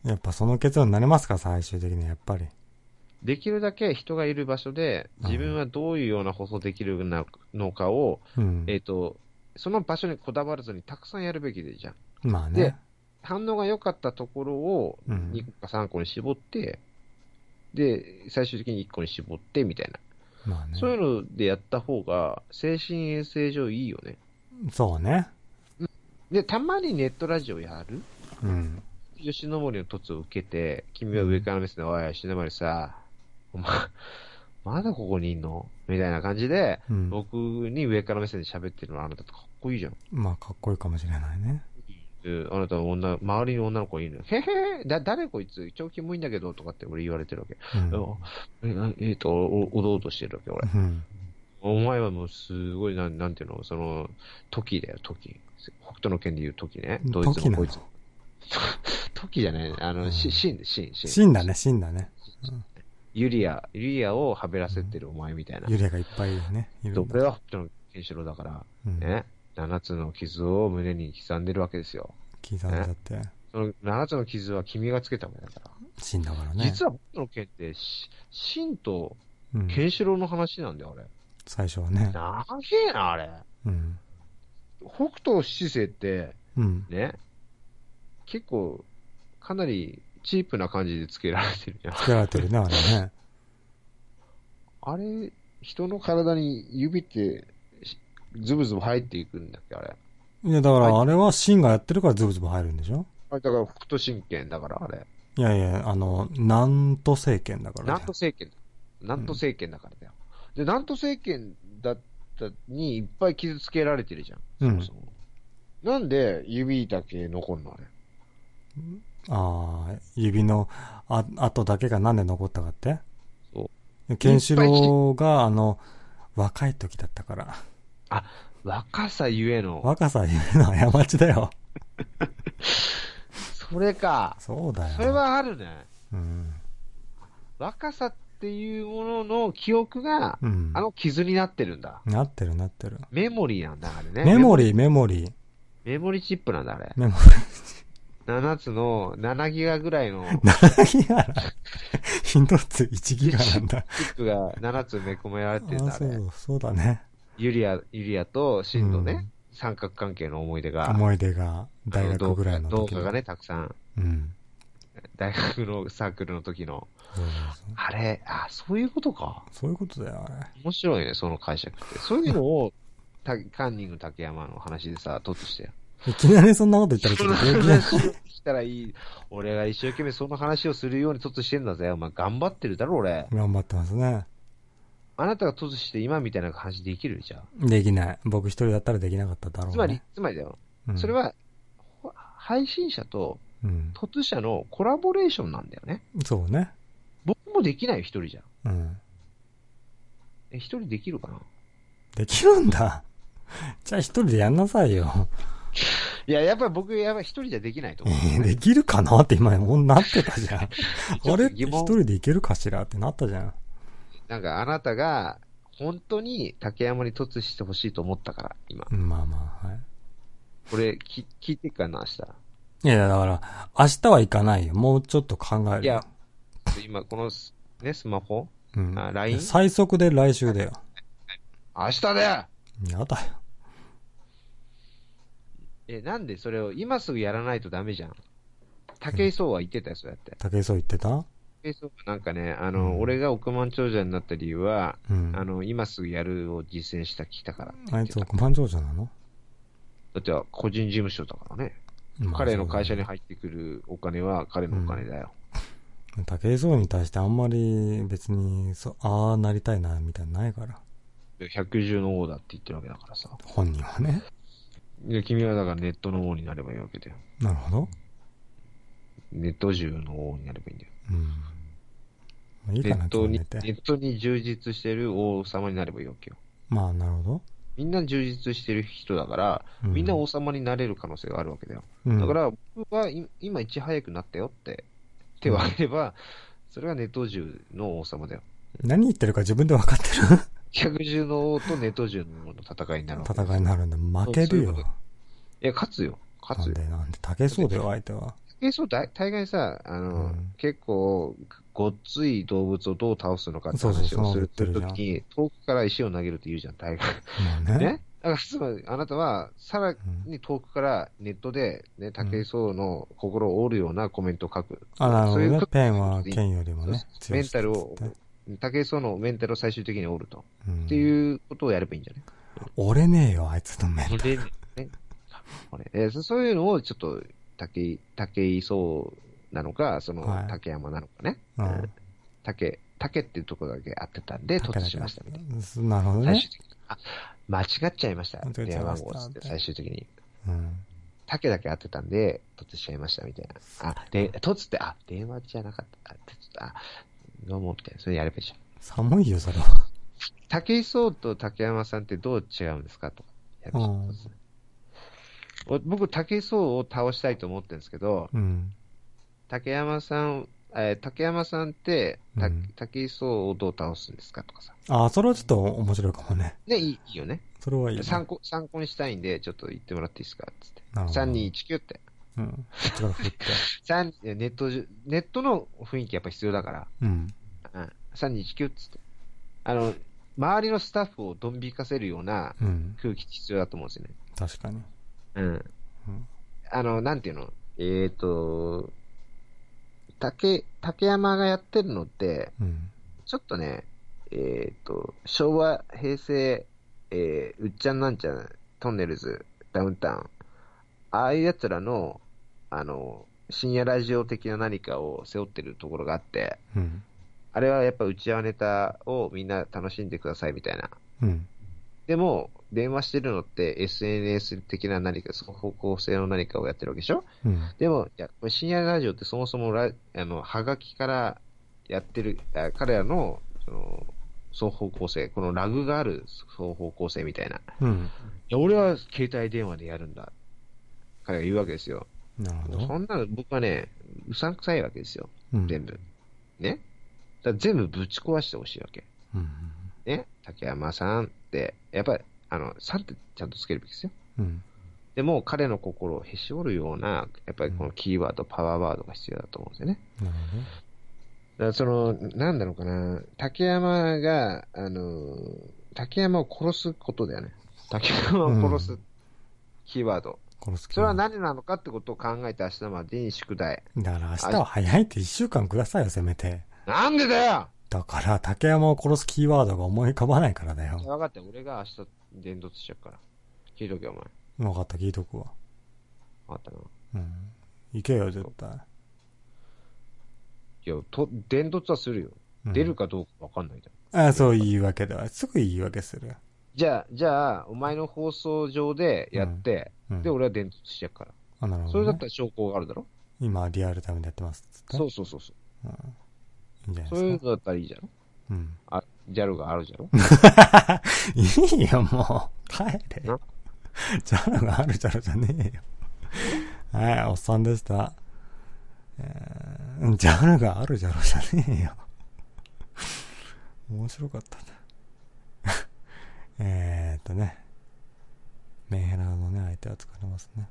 [SPEAKER 1] やっぱその結論になりますか、最終的に、やっぱり。
[SPEAKER 3] できるだけ人がいる場所で、自分はどういうような放送できるなのかを、
[SPEAKER 1] うん。
[SPEAKER 3] えっ、と、その場所にこだわらずにたくさんやるべきでじゃん。
[SPEAKER 1] まあね。
[SPEAKER 3] 反応が良かったところを
[SPEAKER 1] う
[SPEAKER 3] 2
[SPEAKER 1] ん。
[SPEAKER 3] 個か3個に絞って、で、最終的に1個に絞ってみたいな。
[SPEAKER 1] まあね。
[SPEAKER 3] そういうのでやった方が、精神衛生上いいよね。
[SPEAKER 1] そうね。
[SPEAKER 3] で、たまにネットラジオやる
[SPEAKER 1] うん。
[SPEAKER 3] 吉野森の凸を受けて、君は上から目線で、おい、吉野森さ、お前、まだここにいんのみたいな感じで、
[SPEAKER 1] うん。
[SPEAKER 3] 僕に上から目線で喋ってるのあなたってかっこいいじゃん。
[SPEAKER 1] まあ、かっこいいかもしれないね。
[SPEAKER 3] うんあなたは女、周りに女の子いるの。へへへ、だ、誰こいつ、超キモいんだけど、とかって俺言われてるわけ。
[SPEAKER 1] うん。
[SPEAKER 3] うんええっと、お、おどおどしてるわけ、俺。
[SPEAKER 1] うん。
[SPEAKER 3] お前はもうすごい、なん、なんていうの、その、時だよ、時。北斗の拳で言う時ね。ドイツ
[SPEAKER 1] 時な
[SPEAKER 3] の
[SPEAKER 1] の
[SPEAKER 3] こいつ。時じゃない、あの、しシン、シン、シン。
[SPEAKER 1] 死んだね、死んだね。
[SPEAKER 3] ユリア、ユリアをはべらせてるお前みたいな。
[SPEAKER 1] 幽霊がいっぱいいるね。いるん
[SPEAKER 3] 俺
[SPEAKER 1] だ。
[SPEAKER 3] は北斗の拳四郎だから、
[SPEAKER 1] うん。
[SPEAKER 3] ね、7つの傷を胸に刻んでるわけですよ。
[SPEAKER 1] 刻んじゃって。
[SPEAKER 3] その7つの傷は君がつけたわけだから。
[SPEAKER 1] 死んだからね。
[SPEAKER 3] 実は北斗の拳って、しシンと
[SPEAKER 1] うん
[SPEAKER 3] ケンシロウの話なんだよ、あれ。
[SPEAKER 1] 最初はね。
[SPEAKER 3] 長えな、あれ。
[SPEAKER 1] うん。
[SPEAKER 3] 北斗七星って、
[SPEAKER 1] うん。
[SPEAKER 3] ね、結構、かなりチープな感じでつけられてるじゃん。
[SPEAKER 1] つけられてるね、あれね。
[SPEAKER 3] あれ、人の体に指ってし、ズブズブ入っていくんだっけ、あれ。
[SPEAKER 1] いや、だからあれはシンがやってるからズブズブ入るんでしょ
[SPEAKER 3] あれだから、北斗神拳だから、あれ。
[SPEAKER 1] いやいや、あの、南都政権だから
[SPEAKER 3] 南
[SPEAKER 1] ね
[SPEAKER 3] 都。政権だ。南都政権だからだよ。で、南都政権だったにいっぱい傷つけられてるじゃん。そもそも。なんで指だけ残るの、あれ。
[SPEAKER 1] ああ、指のあ跡だけがなんで残ったかって
[SPEAKER 3] そ
[SPEAKER 1] ケンシロウが、あの、若い時だったから。
[SPEAKER 3] 若さゆえの。
[SPEAKER 1] 若さゆえの過ちだよ。
[SPEAKER 3] それか。
[SPEAKER 1] そうだよ。
[SPEAKER 3] それ、はあるね。
[SPEAKER 1] うん。
[SPEAKER 3] 若さっていうものの記憶が、
[SPEAKER 1] うん。
[SPEAKER 3] あの傷になってるんだ。
[SPEAKER 1] なってるなってる。
[SPEAKER 3] メモリーなんだ、あれね。
[SPEAKER 1] メモ
[SPEAKER 3] ー
[SPEAKER 1] リー、メモリー。
[SPEAKER 3] メモリーチップなんだ、あれ。
[SPEAKER 1] メモ
[SPEAKER 3] 7つの7ギガぐらいの
[SPEAKER 1] リー。7ギガな。一つ1ギガなんだ。
[SPEAKER 3] チップが7つ埋め込められてるん
[SPEAKER 1] あ
[SPEAKER 3] だ、あ
[SPEAKER 1] そ
[SPEAKER 3] れ。
[SPEAKER 1] う、そうだね。
[SPEAKER 3] ユリア、ユリアとシンのね、三角関係の思い出が、
[SPEAKER 1] 思い出が、大学ぐらいの
[SPEAKER 3] 動
[SPEAKER 1] 時
[SPEAKER 3] 画
[SPEAKER 1] の
[SPEAKER 3] がね、たくさん、
[SPEAKER 1] うん。
[SPEAKER 3] 大学のサークルの時の。
[SPEAKER 1] そうそう
[SPEAKER 3] あれ、あ、そういうことか。
[SPEAKER 1] そうそういうことだよ、あれ。
[SPEAKER 3] 面白いね、その解釈って。そういうのを、たカンニング竹山の話でさ、取ってしてよ。
[SPEAKER 1] いきなりそんなこと言ったらち
[SPEAKER 3] そ
[SPEAKER 1] ょ
[SPEAKER 3] の
[SPEAKER 1] っと病気だ
[SPEAKER 3] 話 をしたらいい。俺が一生懸命その話をするように突してんだぜ。お前頑張ってるだろ、俺。
[SPEAKER 1] 頑張ってますね。
[SPEAKER 3] あなたが突して今みたいな話できるじゃん。
[SPEAKER 1] できない。僕一人だったらできなかっただろう、ね。
[SPEAKER 3] つまり、つまりだよ。
[SPEAKER 1] うん
[SPEAKER 3] それ、は、ほ配信者と
[SPEAKER 1] うん。
[SPEAKER 3] 突者のコラボレーションなんだよね。
[SPEAKER 1] そうね。
[SPEAKER 3] 僕もできないよ一人じ
[SPEAKER 1] う
[SPEAKER 3] ゃん。
[SPEAKER 1] うん。
[SPEAKER 3] え、一人できるかな
[SPEAKER 1] できるんだ。 じゃあ一人でやんなさいよ。
[SPEAKER 3] いや、やっぱり僕、やっぱ一人じゃできないと思う。
[SPEAKER 1] できるかなって今、もうなってたじゃん。
[SPEAKER 3] ち
[SPEAKER 1] あ
[SPEAKER 3] ょっと
[SPEAKER 1] れ
[SPEAKER 3] 疑
[SPEAKER 1] 一
[SPEAKER 3] 問
[SPEAKER 1] 人でいけるかしらってなったじゃん。
[SPEAKER 3] なんかあなたが、本当に竹山に突してほしいと思ったから、今。
[SPEAKER 1] うんまあまあ、はい。
[SPEAKER 3] これ、き聞いてっからな、明
[SPEAKER 1] いや、だから、明日は行かないよ。もうちょっと考えるよ。
[SPEAKER 3] 日。いや、今このス、ね、スマホ
[SPEAKER 1] うん。
[SPEAKER 3] あ LINE？
[SPEAKER 1] 最速で来週だよ。
[SPEAKER 3] 明日だよ
[SPEAKER 1] やだよ。
[SPEAKER 3] え、なんでそれを今すぐやらないとダメじゃん。武井壮は言ってたよ、そうやって。
[SPEAKER 1] 竹井壮言ってた
[SPEAKER 3] 武井壮はなんかね、あの、
[SPEAKER 1] うん
[SPEAKER 3] 俺が億万長者になった理由は、
[SPEAKER 1] うん。
[SPEAKER 3] あの、今すぐやるを実践した、聞いたからって
[SPEAKER 1] あ
[SPEAKER 3] 言っ
[SPEAKER 1] い
[SPEAKER 3] て
[SPEAKER 1] つ
[SPEAKER 3] た。
[SPEAKER 1] 億万長者なの
[SPEAKER 3] だっては個人事務所だからね。彼の会社に。入ってくるお金は彼のお金だ
[SPEAKER 1] まあ
[SPEAKER 3] よ。
[SPEAKER 1] そうだね竹井壮に対してあんまり別に、そう、ああなりたいな、みたいなのないから。
[SPEAKER 3] 百獣の王だって言ってるわけだからさ。
[SPEAKER 1] 本人はね。
[SPEAKER 3] で君はだからネットの王になればいいわけだよ。
[SPEAKER 1] なるほど。
[SPEAKER 3] ネット中の王になればいいんだよ。
[SPEAKER 1] うん。まあ、いい
[SPEAKER 3] ネ
[SPEAKER 1] かな、
[SPEAKER 3] ッ
[SPEAKER 1] 決
[SPEAKER 3] トに、
[SPEAKER 1] め
[SPEAKER 3] ネ
[SPEAKER 1] て。
[SPEAKER 3] ットに充実してる王様になればいいわけよ。
[SPEAKER 1] まあ、なるほど。
[SPEAKER 3] みんな充実してる人だから、
[SPEAKER 1] うん
[SPEAKER 3] みんな王様になれる可能性があるわけだよ。
[SPEAKER 1] うん、
[SPEAKER 3] だから、僕はい今いち早くなったよって手を挙げれば、それがネット中の王様だよ。
[SPEAKER 1] 何言ってるか自分で分かってる
[SPEAKER 3] 百獣の王とネット中の王の戦いになるわけ
[SPEAKER 1] 戦いになるんだ。負けるよ。
[SPEAKER 3] そうそういうこいや、勝つよ。勝
[SPEAKER 1] な
[SPEAKER 3] つ
[SPEAKER 1] ん
[SPEAKER 3] よ
[SPEAKER 1] で、。なんで、竹井壮だよ、相手は。
[SPEAKER 3] え、そう、大大概さ、あの、
[SPEAKER 1] うん
[SPEAKER 3] 結構、ごっつい動物をどう倒すのかって
[SPEAKER 1] そうそう
[SPEAKER 3] 話をす
[SPEAKER 1] そう
[SPEAKER 3] る
[SPEAKER 1] 言ってるじ
[SPEAKER 3] と
[SPEAKER 1] ゃん
[SPEAKER 3] きに、遠くから石を投げるって言うじゃん、大概。
[SPEAKER 1] まあね。
[SPEAKER 3] ねだから、つまり、あなたは、さら
[SPEAKER 1] うん、
[SPEAKER 3] に遠くからネットで、ね、武井壮の心を折るようなコメントを書く。
[SPEAKER 1] あ、なるほ
[SPEAKER 3] そう
[SPEAKER 1] ど
[SPEAKER 3] いう
[SPEAKER 1] ね
[SPEAKER 3] こ。と
[SPEAKER 1] ペンは剣よりも
[SPEAKER 3] そう
[SPEAKER 1] ね
[SPEAKER 3] そ、う
[SPEAKER 1] 強しって言って
[SPEAKER 3] メン武井壮のメンタルを最終的に折ると。
[SPEAKER 1] うん
[SPEAKER 3] っていうことをやればいいんじゃない
[SPEAKER 1] 折れねえよ、あいつのメン
[SPEAKER 5] こ
[SPEAKER 1] タル。
[SPEAKER 5] れ、
[SPEAKER 3] これえーそそういうのを、ちょっと、武井、武井壮なのか、その
[SPEAKER 1] はい、
[SPEAKER 3] 竹山なのかね。
[SPEAKER 1] う
[SPEAKER 3] うん
[SPEAKER 1] ん
[SPEAKER 3] 竹、竹っていうところだけ合ってたんで、突
[SPEAKER 1] 竹だ
[SPEAKER 3] 出
[SPEAKER 1] け
[SPEAKER 3] しましたみたいな。
[SPEAKER 1] なるほど
[SPEAKER 3] 最
[SPEAKER 1] ね
[SPEAKER 3] 終。的に。あ、間違っちゃいました。
[SPEAKER 1] 間違っちゃいました
[SPEAKER 3] 電話番号っつって、最終的に。
[SPEAKER 1] うん。
[SPEAKER 3] 竹だけ合ってたんで、突出しちゃいましたみたいな。あ、で、突って、あ、電話じゃなかった。あ、突って、あ、どうも、みたいな。それやればいいじゃん。
[SPEAKER 1] 寒いよ、それは。
[SPEAKER 3] 竹井壮と竹山さんってどう違うんですかとか。やるじゃん
[SPEAKER 1] うん
[SPEAKER 3] お僕、竹井壮を倒したいと思ってるんですけど、
[SPEAKER 1] うん。
[SPEAKER 3] 竹山さん、えー竹山さんって、た
[SPEAKER 1] うん
[SPEAKER 3] 竹井壮をどう倒すんですかとかさ。
[SPEAKER 1] あ、それはちょっと面白いかもね。
[SPEAKER 3] ね、いいいいよね。
[SPEAKER 1] それはいいね。
[SPEAKER 3] 参考、参考にしたいんで、ちょっと言ってもらっていいですかつって。
[SPEAKER 1] なるほど
[SPEAKER 3] 3219って。
[SPEAKER 1] うん。こっちから振 って。
[SPEAKER 3] 三ネットじゅ、ネットの雰囲気やっぱ必要だから。
[SPEAKER 1] うん。
[SPEAKER 3] うん。3219っつって。あの、周りのスタッフをドン引かせるような
[SPEAKER 1] うん。
[SPEAKER 3] 空気って必要だと思うんですよね。
[SPEAKER 1] 確かに。
[SPEAKER 3] うん。
[SPEAKER 1] うん
[SPEAKER 3] あの、なんていうのえっ、ー、と、竹、竹山がやってるのって、
[SPEAKER 1] うん。
[SPEAKER 3] ちょっとね、えっ、と、昭和、平成、えー、うっちゃんなんちゃん、トンネルズ、ダウンタウン、ああいう奴らの、あの、深夜ラジオ的な何かを背負ってるところがあって、
[SPEAKER 1] うん。
[SPEAKER 3] あれはやっぱ打ち合わネタをみんな楽しんでくださいみたいな。
[SPEAKER 1] うん。
[SPEAKER 3] でも、電話してるのって SNS 的な何か、その方向性の何かをやってるわけでしょ
[SPEAKER 1] うん。
[SPEAKER 3] でも、いや、これ深夜ラジオってそもそもラ、あの、はがきからやってる、あ彼らの、その、双方向性、このラグがある双方向性みたいな。い
[SPEAKER 1] うん。
[SPEAKER 3] や、俺は携帯電話でやるんだ。彼が言うわけですよ。
[SPEAKER 1] なるほ
[SPEAKER 3] そ
[SPEAKER 1] ど。
[SPEAKER 3] んなの僕はね、うさんくさいわけですよ。
[SPEAKER 1] うん。
[SPEAKER 3] 全部。ねだから全部ぶち壊してほしいわけ。
[SPEAKER 1] うん。
[SPEAKER 3] ね竹山さんって、やっぱり、あの、さんってちゃんとつけるべきですよ。
[SPEAKER 1] うん。
[SPEAKER 3] でも、彼の心をへし折るような、やっぱりこのキーワード、パワーワードが必要だと思うんですよね。
[SPEAKER 1] なる
[SPEAKER 3] だからその、なんだろうかな、竹山が、あの、竹山を殺すことだよね。竹山を殺すキーワード。
[SPEAKER 1] ほど。殺す気
[SPEAKER 3] それは何なのかってことを考えて明日までに宿題。
[SPEAKER 1] だから明日は早いって1週間くださいよ、せめて。
[SPEAKER 3] なんでだよ
[SPEAKER 1] だから、竹山を殺すキーワードが思い浮かばないからだよ。
[SPEAKER 3] 分かった、俺が明日伝達しちゃうから。聞いとけよ、お前。
[SPEAKER 1] 分かった、聞いとくわ。
[SPEAKER 3] 分かったな。
[SPEAKER 1] うん。行けよ、絶対。
[SPEAKER 3] いや、と、伝達はするよ。
[SPEAKER 1] うん
[SPEAKER 3] 出るかどうか分かんないだろ。
[SPEAKER 1] あそう、言い訳だわ。すぐ言い訳する。
[SPEAKER 3] じゃあ、じゃあ、お前の放送上でやって、
[SPEAKER 1] うん、
[SPEAKER 3] で、俺は伝達しちゃうから。
[SPEAKER 1] あ、なるほど、ね。
[SPEAKER 3] それだったら証拠があるだろ
[SPEAKER 1] 今、リアルタイムでやってますっつって。
[SPEAKER 3] そうそうそうそう。
[SPEAKER 1] うん。いいんじゃない
[SPEAKER 3] そ
[SPEAKER 1] で
[SPEAKER 3] う
[SPEAKER 1] す
[SPEAKER 3] い
[SPEAKER 1] か
[SPEAKER 3] う。のだったらいいじゃん。
[SPEAKER 1] うん。
[SPEAKER 3] あ、ジャルがあるじゃろ
[SPEAKER 1] いいよ、もう。帰れよ。ジャロがあるジャロじゃねえよ。はい、おっさんでした。えー、ジャロがあるジャロじゃねえよ。面白かったな。 えーっとね。メンヘラのね、相手は疲れますね。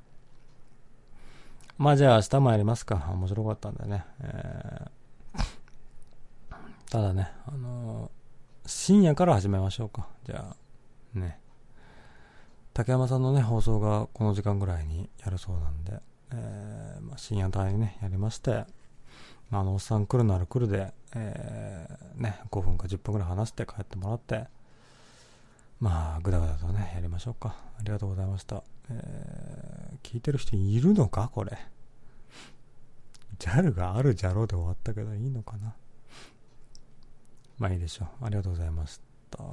[SPEAKER 1] まあじゃあ明日もやりますか。面白かったんだね。えー、ただね、あのー深夜から始めましょうか。じゃあ、ね。竹山さんのね、放送がこの時間ぐらいにやるそうなんで、えーまあ、深夜帯にね、やりまして、まあ、あの、おっさん来るなら来るで、えーね、5分か10分ぐらい話して帰ってもらって、まあ、ぐだぐだとね、やりましょうか。ありがとうございました。えー聞いてる人いるのかこれ。JAL があるじゃろうで終わったけど、いいのかなまあいいでしょう。ありがとうございました。ど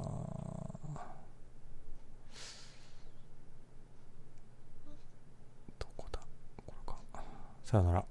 [SPEAKER 1] こだこれか。さよなら。